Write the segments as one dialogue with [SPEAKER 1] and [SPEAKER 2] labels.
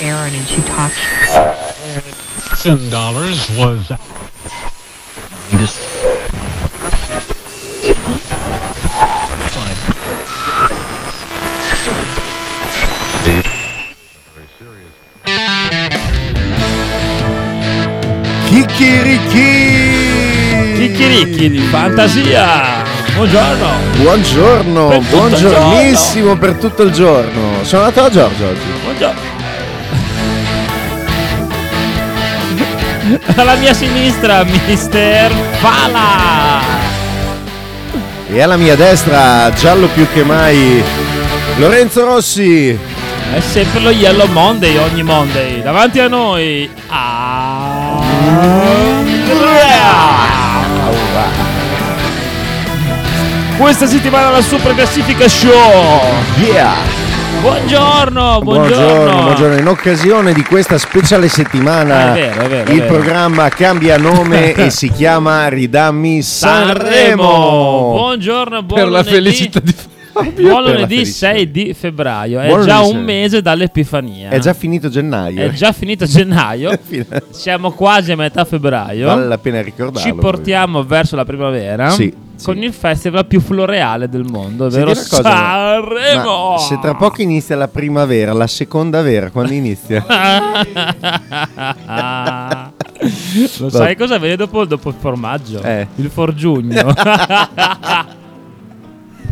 [SPEAKER 1] Aaron and she talked.
[SPEAKER 2] Thousand dollars was
[SPEAKER 3] Just
[SPEAKER 2] fine.
[SPEAKER 4] Chicchiricchi!
[SPEAKER 5] Chicchiricchi di fantasia. Buongiorno.
[SPEAKER 4] Buongiorno,
[SPEAKER 5] Per tutto il
[SPEAKER 4] buongiornissimo per tutto il giorno. Sono andato da Giorgio oggi.
[SPEAKER 5] Buongiorno. Alla mia sinistra, mister Fala.
[SPEAKER 4] E alla mia destra, giallo più che mai, Lorenzo Rossi.
[SPEAKER 5] È sempre lo Yellow Monday ogni Monday. Davanti a noi Andrea. Questa settimana la super classifica show.
[SPEAKER 4] Yeah!
[SPEAKER 5] Buongiorno, buongiorno.
[SPEAKER 4] Buongiorno, buongiorno. In occasione di questa speciale settimana,
[SPEAKER 5] Ah, È vero, è vero, è
[SPEAKER 4] il
[SPEAKER 5] vero.
[SPEAKER 4] programma cambia nome e si chiama Ridammi Sanremo.
[SPEAKER 5] Buongiorno, buon
[SPEAKER 3] per la
[SPEAKER 5] lunedì.
[SPEAKER 3] felicità di
[SPEAKER 5] Buon
[SPEAKER 4] Per la
[SPEAKER 5] lunedì
[SPEAKER 4] felicità.
[SPEAKER 5] 6 di febbraio, è
[SPEAKER 4] Buon
[SPEAKER 5] già un
[SPEAKER 4] lunedì sei.
[SPEAKER 5] mese dall'Epifania.
[SPEAKER 4] È già finito gennaio. eh.
[SPEAKER 5] È già finito gennaio,
[SPEAKER 4] Fine.
[SPEAKER 5] siamo quasi a metà febbraio.
[SPEAKER 4] Vale la pena ricordarlo.
[SPEAKER 5] Ci portiamo verso la primavera
[SPEAKER 4] Sì,
[SPEAKER 5] con
[SPEAKER 4] sì.
[SPEAKER 5] il festival più floreale del mondo,
[SPEAKER 4] Senti
[SPEAKER 5] ovvero
[SPEAKER 4] una cosa, ma-
[SPEAKER 5] Sanremo.
[SPEAKER 4] ma se tra poco inizia la primavera, la seconda vera, quando inizia?
[SPEAKER 5] Lo sai cosa viene dopo, dopo il formaggio?
[SPEAKER 4] Eh.
[SPEAKER 5] Il forgiugno.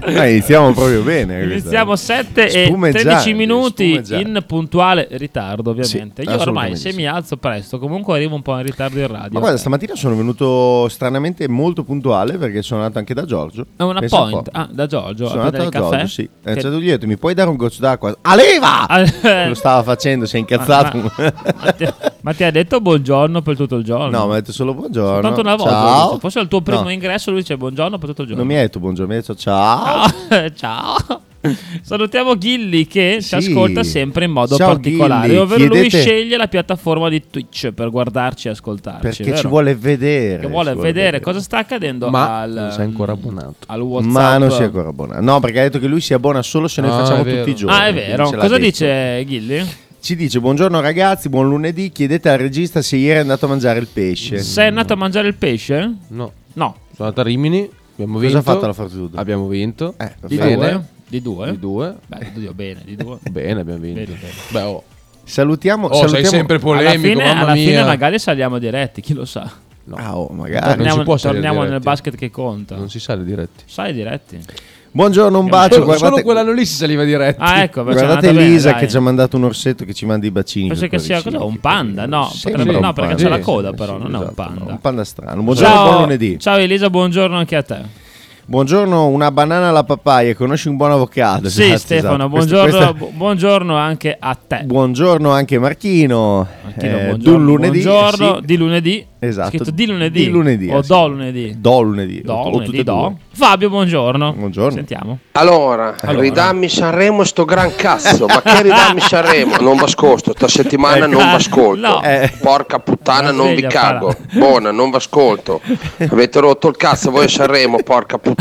[SPEAKER 4] Eh, iniziamo proprio bene. questa.
[SPEAKER 5] Iniziamo 7 e
[SPEAKER 4] Spumeggianti,
[SPEAKER 5] 13 minuti
[SPEAKER 4] spumeggianti.
[SPEAKER 5] in puntuale ritardo, ovviamente. Io
[SPEAKER 4] Sì,
[SPEAKER 5] ormai
[SPEAKER 4] assolutamente
[SPEAKER 5] se
[SPEAKER 4] sì.
[SPEAKER 5] mi alzo presto, comunque arrivo un po' in ritardo in radio.
[SPEAKER 4] Ma guarda, stamattina sono venuto stranamente molto puntuale perché sono andato anche da Giorgio.
[SPEAKER 5] È una
[SPEAKER 4] Pensa un
[SPEAKER 5] point.
[SPEAKER 4] po'.
[SPEAKER 5] Ah, da Giorgio.
[SPEAKER 4] sono
[SPEAKER 5] a prendere
[SPEAKER 4] andato
[SPEAKER 5] il
[SPEAKER 4] da
[SPEAKER 5] caffè.
[SPEAKER 4] Giorgio, sì. E
[SPEAKER 5] Che-
[SPEAKER 4] c'è lui dietro, mi puoi dare un goccio d'acqua? Aleva!
[SPEAKER 5] Ah,
[SPEAKER 4] Lo stava facendo, si è incazzato.
[SPEAKER 5] Ma, ma ti, ma ti ha detto buongiorno per tutto il giorno?
[SPEAKER 4] no, mi ha detto solo buongiorno.
[SPEAKER 5] Tanto una volta. ho
[SPEAKER 4] Ciao.
[SPEAKER 5] detto, Forse al tuo primo
[SPEAKER 4] No,
[SPEAKER 5] ingresso lui dice buongiorno per tutto il giorno.
[SPEAKER 4] Non mi ha detto buongiorno, mi ha detto ciao.
[SPEAKER 5] Ciao. Ciao. Salutiamo Ghilli che ci
[SPEAKER 4] Sì.
[SPEAKER 5] ascolta sempre in modo
[SPEAKER 4] Ciao,
[SPEAKER 5] particolare.
[SPEAKER 4] Ghilli.
[SPEAKER 5] Ovvero lui
[SPEAKER 4] Chiedete-
[SPEAKER 5] sceglie la piattaforma di Twitch per guardarci e ascoltarci.
[SPEAKER 4] Perché
[SPEAKER 5] vero?
[SPEAKER 4] ci vuole vedere.
[SPEAKER 5] Che vuole
[SPEAKER 4] ci
[SPEAKER 5] vedere, cosa sta accadendo
[SPEAKER 3] Ma
[SPEAKER 5] al, mm,
[SPEAKER 3] non si è ancora abbonato.
[SPEAKER 5] al WhatsApp.
[SPEAKER 4] Ma non si è ancora abbona. No, perché ha detto che lui si abbona solo se noi
[SPEAKER 3] Ah,
[SPEAKER 4] facciamo
[SPEAKER 3] è vero.
[SPEAKER 4] tutti i giorni.
[SPEAKER 5] Ah, è
[SPEAKER 4] quindi
[SPEAKER 5] vero.
[SPEAKER 4] ce l'ha
[SPEAKER 5] Cosa
[SPEAKER 4] detto.
[SPEAKER 5] dice Ghilli?
[SPEAKER 4] Ci dice: Buongiorno ragazzi, buon lunedì. Chiedete al regista se ieri è andato a mangiare il pesce.
[SPEAKER 5] Sei andato a mangiare il pesce?
[SPEAKER 3] No,
[SPEAKER 5] No.
[SPEAKER 3] sono andato a Rimini. Abbiamo
[SPEAKER 4] Cosa
[SPEAKER 3] vinto.
[SPEAKER 4] ha fatto la Fortitudo?
[SPEAKER 3] Abbiamo vinto.
[SPEAKER 4] Eh,
[SPEAKER 3] di
[SPEAKER 4] bene.
[SPEAKER 3] due.
[SPEAKER 5] Di due?
[SPEAKER 3] Di due.
[SPEAKER 5] Beh, di due, bene, di due.
[SPEAKER 3] Bene, abbiamo vinto.
[SPEAKER 5] Vedi, vedi.
[SPEAKER 3] Beh, oh.
[SPEAKER 4] Salutiamo.
[SPEAKER 3] Oh, sei
[SPEAKER 4] salutiamo-
[SPEAKER 3] sempre polemico,
[SPEAKER 5] Alla, fine,
[SPEAKER 3] mamma
[SPEAKER 5] alla
[SPEAKER 3] mia.
[SPEAKER 5] fine magari saliamo diretti, chi lo sa.
[SPEAKER 4] Ah, oh, magari.
[SPEAKER 3] Non
[SPEAKER 5] torniamo
[SPEAKER 3] si può salire
[SPEAKER 5] torniamo nel
[SPEAKER 3] diretti.
[SPEAKER 5] basket che conta.
[SPEAKER 3] Non si sale diretti.
[SPEAKER 5] Sai diretti.
[SPEAKER 4] Buongiorno, un bacio. Ah,
[SPEAKER 3] Solo,
[SPEAKER 4] cioè, guardate
[SPEAKER 3] solo quell'anno lì si saliva diretti.
[SPEAKER 5] Ah, ecco, beh, sono
[SPEAKER 4] guardate
[SPEAKER 5] andata bene,
[SPEAKER 4] Lisa
[SPEAKER 5] dai.
[SPEAKER 4] che ci ha mandato un orsetto che ci manda i bacini.
[SPEAKER 5] Penso
[SPEAKER 4] per
[SPEAKER 5] che sia
[SPEAKER 4] cuoricini,
[SPEAKER 5] cosa, un
[SPEAKER 4] che
[SPEAKER 5] panda, no,
[SPEAKER 4] Sembra
[SPEAKER 5] potrebbe-
[SPEAKER 4] un
[SPEAKER 5] no, perché
[SPEAKER 4] panda.
[SPEAKER 5] c'è la
[SPEAKER 4] Sì,
[SPEAKER 5] coda,
[SPEAKER 4] sì,
[SPEAKER 5] però,
[SPEAKER 4] sì,
[SPEAKER 5] non è un
[SPEAKER 4] esatto,
[SPEAKER 5] panda.
[SPEAKER 4] no, un panda strano. Buongiorno, buon lunedì.
[SPEAKER 5] ciao Elisa, buongiorno anche a te.
[SPEAKER 4] Buongiorno, una banana alla papaya. Conosci un buon avvocato?
[SPEAKER 5] Sì,
[SPEAKER 4] Esatto,
[SPEAKER 5] Stefano,
[SPEAKER 4] esatto. Questa-
[SPEAKER 5] buongiorno,
[SPEAKER 4] questa-
[SPEAKER 5] bu- buongiorno anche a te.
[SPEAKER 4] Buongiorno anche Marchino.
[SPEAKER 5] Martino,
[SPEAKER 4] Eh,
[SPEAKER 5] buongiorno,
[SPEAKER 4] d'un lunedì. Eh,
[SPEAKER 5] buongiorno,
[SPEAKER 4] sì.
[SPEAKER 5] di lunedì.
[SPEAKER 4] Esatto.
[SPEAKER 5] Scritto di lunedì.
[SPEAKER 4] Di lunedì,
[SPEAKER 5] O
[SPEAKER 4] eh, sì.
[SPEAKER 5] do lunedì.
[SPEAKER 4] Do lunedì.
[SPEAKER 5] Do,
[SPEAKER 4] o tutte
[SPEAKER 5] lunedì,
[SPEAKER 4] e
[SPEAKER 5] do.
[SPEAKER 4] due.
[SPEAKER 5] Fabio, buongiorno.
[SPEAKER 4] Buongiorno.
[SPEAKER 5] Sentiamo.
[SPEAKER 6] Allora,
[SPEAKER 5] Allora.
[SPEAKER 6] ridammi Sanremo e sto gran cazzo, ma che ridammi Sanremo? Non vascosto, sta settimana non vascolto.
[SPEAKER 5] Eh, No.
[SPEAKER 4] Eh.
[SPEAKER 6] Porca puttana,
[SPEAKER 5] La
[SPEAKER 6] non vi
[SPEAKER 5] sveglia,
[SPEAKER 6] cago.
[SPEAKER 5] parla.
[SPEAKER 6] Buona, non vascolto. Avete rotto il cazzo voi a Sanremo, porca puttana.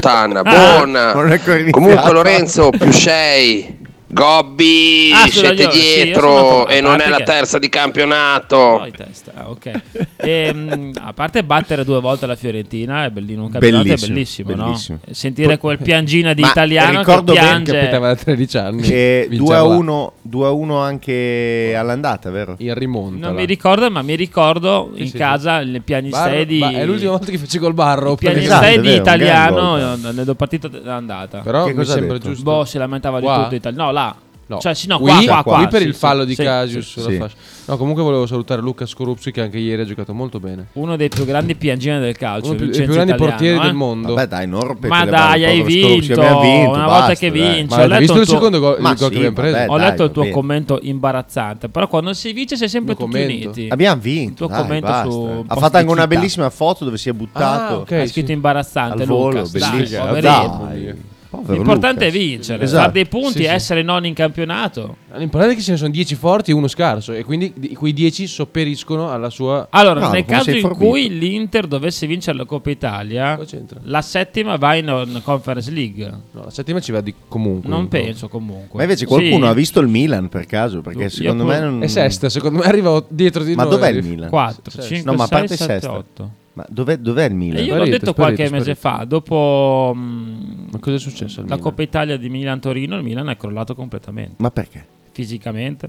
[SPEAKER 4] Ah, non è
[SPEAKER 6] Buona.
[SPEAKER 4] ancora iniziato.
[SPEAKER 6] Comunque Lorenzo, più sei. Gobbi,
[SPEAKER 5] Ah, scusa,
[SPEAKER 6] siete
[SPEAKER 5] io- sì, io sono
[SPEAKER 6] dietro
[SPEAKER 5] troppo-
[SPEAKER 6] e
[SPEAKER 5] a
[SPEAKER 6] non
[SPEAKER 5] parte
[SPEAKER 6] è la
[SPEAKER 5] che-
[SPEAKER 6] terza di
[SPEAKER 5] No,
[SPEAKER 6] campionato.
[SPEAKER 5] in testa, ah, ok. Ehm, a parte battere due volte la Fiorentina, è bellino, un campionato è
[SPEAKER 4] Bellissimo,
[SPEAKER 5] bellissimo, no?
[SPEAKER 4] bellissimo.
[SPEAKER 5] Sentire quel piangina di
[SPEAKER 4] Ma
[SPEAKER 5] italiano che
[SPEAKER 4] ricordo bene
[SPEAKER 5] piange.
[SPEAKER 3] Che abitava da 13 anni.
[SPEAKER 4] Che
[SPEAKER 3] Vinciamo
[SPEAKER 4] 2 a
[SPEAKER 3] là.
[SPEAKER 4] 1, 2 a 1 anche all'andata, vero?
[SPEAKER 3] Il rimonto.
[SPEAKER 5] non mi ricordo, ma mi ricordo in
[SPEAKER 3] sì.
[SPEAKER 5] casa il pianistei di...
[SPEAKER 3] è l'ultima volta che facevo il barro.
[SPEAKER 5] pianistei
[SPEAKER 4] Esatto,
[SPEAKER 5] di
[SPEAKER 4] è vero, un gran
[SPEAKER 5] italiano,
[SPEAKER 4] gol.
[SPEAKER 5] io- ne do partito d'andata.
[SPEAKER 3] Però
[SPEAKER 4] Che
[SPEAKER 3] mi
[SPEAKER 4] cosa ha
[SPEAKER 3] sembra
[SPEAKER 4] detto?
[SPEAKER 3] giusto.
[SPEAKER 5] Boh, si lamentava di
[SPEAKER 3] Qua?
[SPEAKER 5] tutto Italia. No, là.
[SPEAKER 3] No.
[SPEAKER 5] Cioè, sì, no, qua,
[SPEAKER 3] Qui-
[SPEAKER 5] qua, qua.
[SPEAKER 3] qui per
[SPEAKER 5] sì,
[SPEAKER 3] il
[SPEAKER 5] sì,
[SPEAKER 3] fallo di
[SPEAKER 5] sì,
[SPEAKER 3] Casius
[SPEAKER 5] sì.
[SPEAKER 3] sulla
[SPEAKER 4] sì.
[SPEAKER 3] fascia. No, comunque volevo salutare Luca Scorupsi che anche ieri ha giocato molto bene.
[SPEAKER 5] Uno dei più grandi piangini del calcio.
[SPEAKER 3] Uno dei più- dei
[SPEAKER 5] Vincenzo
[SPEAKER 3] più grandi
[SPEAKER 5] Italiano,
[SPEAKER 3] portieri
[SPEAKER 5] eh.
[SPEAKER 3] del mondo.
[SPEAKER 4] Vabbè, dai, non rompete
[SPEAKER 5] Ma
[SPEAKER 4] le balle,
[SPEAKER 5] dai, hai
[SPEAKER 4] povero Scorupsi,
[SPEAKER 5] vinto,
[SPEAKER 4] abbiamo vinto,
[SPEAKER 5] una
[SPEAKER 4] basta,
[SPEAKER 5] volta che
[SPEAKER 4] dai.
[SPEAKER 5] vinci.
[SPEAKER 3] Ma
[SPEAKER 5] Cioè, ho
[SPEAKER 3] avete
[SPEAKER 5] letto
[SPEAKER 3] visto
[SPEAKER 5] il
[SPEAKER 3] il
[SPEAKER 5] tuo-
[SPEAKER 3] secondo gol,
[SPEAKER 4] Ma
[SPEAKER 3] il gol
[SPEAKER 4] sì,
[SPEAKER 3] che abbiamo
[SPEAKER 4] vabbè,
[SPEAKER 3] preso?
[SPEAKER 4] Eh, dai.
[SPEAKER 5] Ho letto il
[SPEAKER 4] va
[SPEAKER 5] tuo
[SPEAKER 4] bene.
[SPEAKER 5] commento imbarazzante. Però quando si vince sei sempre
[SPEAKER 3] Il
[SPEAKER 5] tutti
[SPEAKER 3] commento.
[SPEAKER 5] uniti.
[SPEAKER 4] Abbiamo vinto.
[SPEAKER 5] Il tuo
[SPEAKER 4] dai,
[SPEAKER 5] commento
[SPEAKER 4] basta.
[SPEAKER 5] su
[SPEAKER 4] Ha
[SPEAKER 5] Post
[SPEAKER 4] fatto anche una
[SPEAKER 5] Città.
[SPEAKER 4] bellissima foto dove si è buttato.
[SPEAKER 3] Ah, ok.
[SPEAKER 5] Hai scritto imbarazzante,
[SPEAKER 4] Al volo,
[SPEAKER 5] Luca. Dai,
[SPEAKER 4] bellissimo.
[SPEAKER 5] poverino.
[SPEAKER 4] Dai. Povero
[SPEAKER 5] L'importante è
[SPEAKER 4] Lucas.
[SPEAKER 5] vincere,
[SPEAKER 4] Esatto.
[SPEAKER 5] fare dei punti,
[SPEAKER 3] Sì, sì.
[SPEAKER 5] essere non in campionato.
[SPEAKER 3] L'importante è che ce ne sono 10 forti e uno scarso e quindi di- quei 10 sopperiscono alla sua...
[SPEAKER 5] Allora,
[SPEAKER 4] Bravo,
[SPEAKER 5] nel
[SPEAKER 4] come
[SPEAKER 5] caso
[SPEAKER 4] sei
[SPEAKER 5] in
[SPEAKER 4] forbito.
[SPEAKER 5] cui l'Inter dovesse vincere la Coppa Italia,
[SPEAKER 3] Cosa c'entra?
[SPEAKER 5] la settima va in in Conference League.
[SPEAKER 3] No, la settima ci va di comunque.
[SPEAKER 5] Non penso comunque.
[SPEAKER 4] Ma invece qualcuno
[SPEAKER 5] Sì,
[SPEAKER 4] ha visto il Milan per caso? Perché
[SPEAKER 5] Io
[SPEAKER 4] secondo
[SPEAKER 5] pure-
[SPEAKER 4] me non...
[SPEAKER 3] È sesta, secondo me arriva o- dietro di
[SPEAKER 4] Ma
[SPEAKER 3] noi.
[SPEAKER 4] dov'è il Milan?
[SPEAKER 5] 4,
[SPEAKER 3] Sì,
[SPEAKER 5] 5,
[SPEAKER 4] No, ma a
[SPEAKER 5] 6,
[SPEAKER 4] parte
[SPEAKER 5] 7,
[SPEAKER 4] sesta.
[SPEAKER 5] 8.
[SPEAKER 4] Ma dov'è, dov'è il Milan?
[SPEAKER 5] E io l'ho
[SPEAKER 3] Sparito,
[SPEAKER 5] detto
[SPEAKER 3] sparito,
[SPEAKER 5] qualche
[SPEAKER 3] sparito.
[SPEAKER 5] mese fa, dopo mm,
[SPEAKER 3] Ma cosa è successo? al
[SPEAKER 5] la
[SPEAKER 3] Milan?
[SPEAKER 5] Coppa Italia di Milan-Torino, il Milan è crollato completamente,
[SPEAKER 4] Ma perché?
[SPEAKER 5] fisicamente.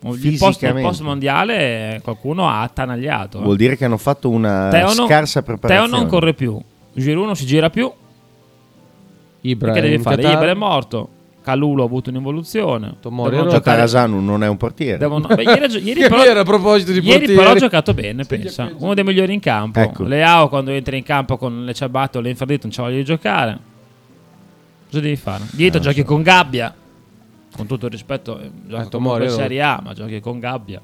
[SPEAKER 5] Il post,
[SPEAKER 4] Fisicamente?
[SPEAKER 5] mondiale qualcuno ha attanagliato. eh.
[SPEAKER 4] Vuol dire che hanno fatto una
[SPEAKER 5] Teo non-
[SPEAKER 4] scarsa preparazione.
[SPEAKER 5] Teo non corre più, Giroud non si gira più,
[SPEAKER 3] Ibra
[SPEAKER 5] perché
[SPEAKER 3] è
[SPEAKER 5] devi
[SPEAKER 3] in
[SPEAKER 5] fare?
[SPEAKER 3] Qatar,
[SPEAKER 5] Ibra è morto, Calulo ha avuto un'involuzione. Devono
[SPEAKER 3] Tomori è
[SPEAKER 4] Cioè,
[SPEAKER 3] rotto.
[SPEAKER 5] giocare-
[SPEAKER 4] Tarasano non è un portiere.
[SPEAKER 5] devono- Beh, ieri, ha gio- ieri
[SPEAKER 3] Che
[SPEAKER 5] però,
[SPEAKER 3] era a proposito di
[SPEAKER 5] ieri
[SPEAKER 3] portieri.
[SPEAKER 5] però ha giocato bene, pensa. Uno dei migliori in campo.
[SPEAKER 4] Ecco.
[SPEAKER 5] Leao quando entra in campo con le ciabatte o le infradito non c'ha voglia di giocare. Cosa devi fare? Dietro giochi con gabbia. Con tutto il rispetto, eh, gioca
[SPEAKER 3] Eh,
[SPEAKER 5] comunque
[SPEAKER 3] Tomori,
[SPEAKER 5] in
[SPEAKER 3] allora.
[SPEAKER 5] Serie A, ma giochi con gabbia.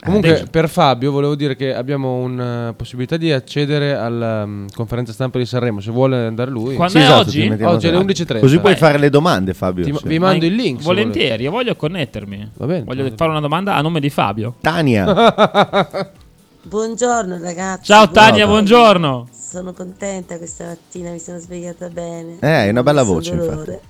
[SPEAKER 3] Comunque, per Fabio, volevo dire che abbiamo una possibilità di accedere alla mm, conferenza stampa di Sanremo. Se vuole andare lui,
[SPEAKER 5] Quando
[SPEAKER 4] Sì,
[SPEAKER 5] è
[SPEAKER 4] esatto, ti
[SPEAKER 5] oggi?
[SPEAKER 4] mettiamo
[SPEAKER 3] Oggi alle
[SPEAKER 4] davanti.
[SPEAKER 3] 11.30.
[SPEAKER 4] Così puoi
[SPEAKER 5] Beh.
[SPEAKER 4] fare le domande, Fabio.
[SPEAKER 3] Ti-
[SPEAKER 4] sì.
[SPEAKER 3] eh. vi mando il link. se
[SPEAKER 5] Volentieri, io voglio connettermi.
[SPEAKER 3] Va bene.
[SPEAKER 5] Voglio fare una domanda a nome di Fabio.
[SPEAKER 4] Tania,
[SPEAKER 1] Buongiorno ragazzi.
[SPEAKER 5] Ciao Tania,
[SPEAKER 4] Ciao.
[SPEAKER 5] buongiorno.
[SPEAKER 1] Sono contenta questa mattina, mi sono svegliata bene.
[SPEAKER 4] Eh, hai una bella
[SPEAKER 1] Non ho
[SPEAKER 4] voce,
[SPEAKER 1] nessun dolore.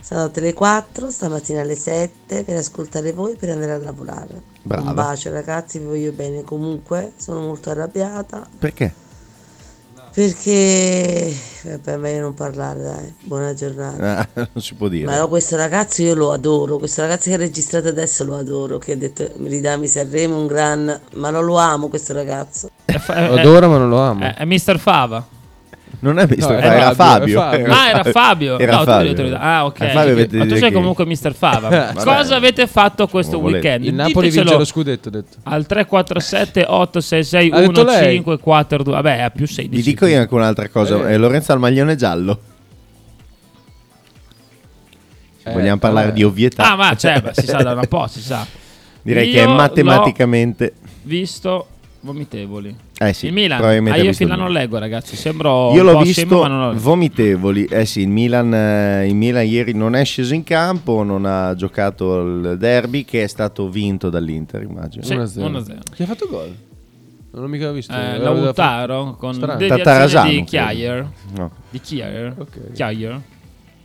[SPEAKER 1] sono andata alle 4, stamattina alle 7 per ascoltare voi per andare a lavorare.
[SPEAKER 4] Brava.
[SPEAKER 1] Un bacio ragazzi, vi voglio bene comunque, sono molto arrabbiata
[SPEAKER 4] perché?
[SPEAKER 1] perché... Vabbè, meglio non parlare, dai. Buona giornata.
[SPEAKER 4] Ah, non si può dire.
[SPEAKER 1] Ma no, questo ragazzo io lo adoro, questo ragazzo che ha registrato adesso lo adoro, che ha detto ridami Sanremo un gran... Ma no, lo amo questo ragazzo.
[SPEAKER 5] È, Eh, fa- è-
[SPEAKER 3] Lo adoro, ma non lo amo.
[SPEAKER 5] è- è Mr. Fava.
[SPEAKER 4] Non è visto, Ah,
[SPEAKER 3] No, è
[SPEAKER 4] era
[SPEAKER 3] Fabio,
[SPEAKER 4] Fabio.
[SPEAKER 3] è Fabio. Eh,
[SPEAKER 5] Ah, era Fabio.
[SPEAKER 4] Era
[SPEAKER 5] no, tu
[SPEAKER 4] Fabio.
[SPEAKER 5] io te lo- Ah, ok.
[SPEAKER 4] A Fabio avete
[SPEAKER 5] Ma tu
[SPEAKER 4] detto
[SPEAKER 5] sei
[SPEAKER 4] che-
[SPEAKER 5] comunque Mr. Fava.
[SPEAKER 4] Vabbè.
[SPEAKER 5] Cosa avete fatto questo
[SPEAKER 4] volete.
[SPEAKER 5] weekend?
[SPEAKER 3] Il Napoli vince
[SPEAKER 5] Ditecelo
[SPEAKER 3] lo scudetto, ho detto.
[SPEAKER 5] al 347
[SPEAKER 3] Ha detto lei.
[SPEAKER 5] 866 154 Vabbè, ha più 16.
[SPEAKER 4] Vi dico io anche un'altra cosa.
[SPEAKER 3] Eh.
[SPEAKER 4] Eh, Lorenzo ha il maglione giallo. Se
[SPEAKER 3] Eh,
[SPEAKER 4] Vogliamo parlare
[SPEAKER 3] vabbè.
[SPEAKER 4] di ovvietà?
[SPEAKER 5] Ah, ma cioè, ma si sa da una po', si sa.
[SPEAKER 4] Direi
[SPEAKER 5] Io
[SPEAKER 4] che è matematicamente...
[SPEAKER 5] l'ho Visto vomitevoli.
[SPEAKER 4] Eh sì,
[SPEAKER 5] il Milan.
[SPEAKER 4] probabilmente
[SPEAKER 5] Ah,
[SPEAKER 4] ha
[SPEAKER 5] io
[SPEAKER 4] visto
[SPEAKER 5] fin
[SPEAKER 4] il
[SPEAKER 5] là non
[SPEAKER 4] Milan.
[SPEAKER 5] leggo, ragazzi. Sembro
[SPEAKER 4] Io
[SPEAKER 5] un
[SPEAKER 4] l'ho
[SPEAKER 5] po'
[SPEAKER 4] visto
[SPEAKER 5] scemo, ma non lo
[SPEAKER 4] vomitevoli. Eh sì, il Milan, eh, il Milan ieri non è sceso in campo, non ha giocato il derby che è stato vinto dall'Inter, immagino.
[SPEAKER 5] Sì,
[SPEAKER 3] 1-0.
[SPEAKER 5] 1-0.
[SPEAKER 3] Chi ha fatto gol? Non l'ho mica visto.
[SPEAKER 5] Eh,
[SPEAKER 3] Aveva fatto-
[SPEAKER 5] Lautaro con
[SPEAKER 3] Strano.
[SPEAKER 5] deviazione
[SPEAKER 4] Tatarasano,
[SPEAKER 5] di
[SPEAKER 4] credo.
[SPEAKER 5] Chiaier.
[SPEAKER 4] No.
[SPEAKER 5] Di Chiaier.
[SPEAKER 3] Ok.
[SPEAKER 5] Chiaier.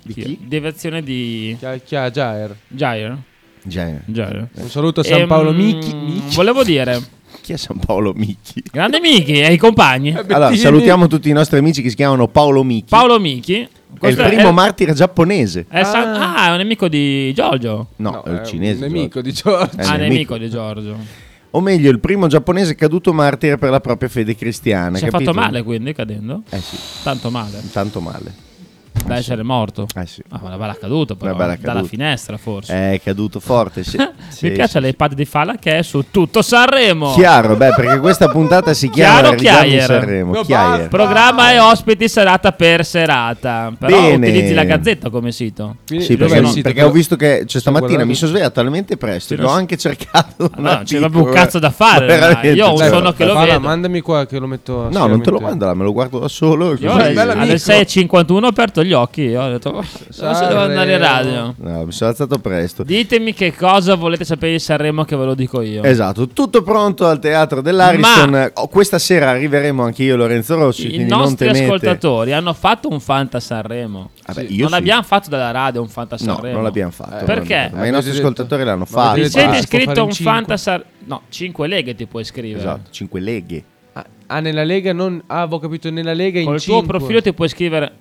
[SPEAKER 4] Di chi?
[SPEAKER 5] Deviazione di
[SPEAKER 3] Chi ha- chi ha Jair?
[SPEAKER 5] Jair.
[SPEAKER 4] Genere.
[SPEAKER 5] Jair.
[SPEAKER 4] Eh.
[SPEAKER 3] Un saluto a San
[SPEAKER 5] Ehm,
[SPEAKER 3] Paolo Micchi. Micchi.
[SPEAKER 5] Volevo dire,
[SPEAKER 4] Chi è San Paolo Micchi?
[SPEAKER 5] grande Michi e i compagni.
[SPEAKER 3] Eh,
[SPEAKER 4] Allora, salutiamo tutti i nostri amici che si chiamano Paolo Micchi.
[SPEAKER 5] Paolo Michi.
[SPEAKER 4] è il
[SPEAKER 5] questo
[SPEAKER 4] primo
[SPEAKER 5] è-
[SPEAKER 4] martire giapponese.
[SPEAKER 5] è San- ah, è un nemico di Giorgio.
[SPEAKER 4] No,
[SPEAKER 3] No,
[SPEAKER 4] è il
[SPEAKER 3] un
[SPEAKER 4] cinese. esatto.
[SPEAKER 3] nemico
[SPEAKER 4] Giorgio.
[SPEAKER 3] di Giorgio.
[SPEAKER 4] È
[SPEAKER 5] ah,
[SPEAKER 4] nemico.
[SPEAKER 5] nemico di Giorgio.
[SPEAKER 4] O meglio, il primo giapponese caduto martire per la propria fede cristiana.
[SPEAKER 5] Si è
[SPEAKER 4] capito?
[SPEAKER 5] fatto male quindi cadendo.
[SPEAKER 4] Eh sì,
[SPEAKER 5] Tanto male.
[SPEAKER 4] tanto male.
[SPEAKER 5] Da essere morto.
[SPEAKER 4] Eh sì.
[SPEAKER 5] Ah, ma una bella caduta però.
[SPEAKER 4] Una bella
[SPEAKER 5] Dalla
[SPEAKER 4] caduta.
[SPEAKER 5] finestra forse.
[SPEAKER 4] È caduto forte. Sì. Sì,
[SPEAKER 5] Mi piace
[SPEAKER 4] sì.
[SPEAKER 5] l'ipad di Fala che è su tutto Sanremo.
[SPEAKER 4] Chiaro, beh, perché questa puntata si chiama
[SPEAKER 5] Chiaro,
[SPEAKER 4] Ridami
[SPEAKER 5] Chiaier.
[SPEAKER 4] Sanremo.
[SPEAKER 3] No,
[SPEAKER 4] Chiaier.
[SPEAKER 3] basta.
[SPEAKER 5] Programma e ospiti serata per serata. Però
[SPEAKER 4] Bene.
[SPEAKER 5] utilizzi la gazzetta come sito.
[SPEAKER 3] Quindi
[SPEAKER 4] Sì,
[SPEAKER 3] dov'è
[SPEAKER 4] perché,
[SPEAKER 3] il
[SPEAKER 4] no,
[SPEAKER 3] sito?
[SPEAKER 4] perché ho visto che cioè, stamattina
[SPEAKER 3] guardando-
[SPEAKER 4] mi sono svegliato talmente presto
[SPEAKER 5] Sì,
[SPEAKER 4] che
[SPEAKER 5] no,
[SPEAKER 4] ho
[SPEAKER 5] sì.
[SPEAKER 4] anche cercato. un
[SPEAKER 5] Allora, c'è
[SPEAKER 4] articolo,
[SPEAKER 5] proprio un cazzo da fare,
[SPEAKER 4] ma
[SPEAKER 5] ormai. Io ho un
[SPEAKER 4] cioè,
[SPEAKER 5] sonno che lo
[SPEAKER 3] Fala,
[SPEAKER 5] vedo.
[SPEAKER 3] mandami qua che lo metto.
[SPEAKER 4] No, non te lo
[SPEAKER 3] sicuramente.
[SPEAKER 4] mando, là, me lo guardo da solo. e
[SPEAKER 5] Io
[SPEAKER 4] così-
[SPEAKER 5] alle
[SPEAKER 3] bel amico.
[SPEAKER 5] 6.51 ho aperto gli occhi. Io ho detto, "Oh, adesso devo
[SPEAKER 3] Sanremo.
[SPEAKER 5] andare in radio.
[SPEAKER 4] No, mi sono alzato presto.
[SPEAKER 5] Ditemi che cosa volete sapere di Sanremo, che ve lo dico io.
[SPEAKER 4] Esatto, tutto pronto al teatro dell'Ariston.
[SPEAKER 5] Ma-
[SPEAKER 4] Oh, questa sera arriveremo anche io e Lorenzo Rossi.
[SPEAKER 5] I
[SPEAKER 4] quindi non
[SPEAKER 5] nostri
[SPEAKER 4] temete.
[SPEAKER 5] ascoltatori hanno fatto un Fanta Sanremo.
[SPEAKER 4] Vabbè,
[SPEAKER 3] Sì.
[SPEAKER 4] io
[SPEAKER 5] Non
[SPEAKER 4] sì.
[SPEAKER 5] abbiamo fatto dalla radio un Fanta
[SPEAKER 4] No,
[SPEAKER 5] Sanremo.
[SPEAKER 4] non l'abbiamo fatto.
[SPEAKER 5] Eh, perché?
[SPEAKER 4] non l'abbiamo fatto, Ma i nostri
[SPEAKER 3] Avete detto-
[SPEAKER 4] ascoltatori l'hanno
[SPEAKER 3] Ma
[SPEAKER 5] Vi
[SPEAKER 3] avete
[SPEAKER 4] fatto. Ah,
[SPEAKER 3] detto-
[SPEAKER 5] siete
[SPEAKER 3] basta, fare
[SPEAKER 5] iscritto a
[SPEAKER 3] in
[SPEAKER 5] un
[SPEAKER 3] cinque.
[SPEAKER 5] Fanta Sanremo. No, 5 leghe ti puoi iscrivere.
[SPEAKER 4] Esatto, 5 leghe.
[SPEAKER 3] Ah, Ah, nella Lega non. Ah, avevo capito, nella Lega in
[SPEAKER 5] Col tuo
[SPEAKER 3] cinque.
[SPEAKER 5] profilo ti puoi iscrivere.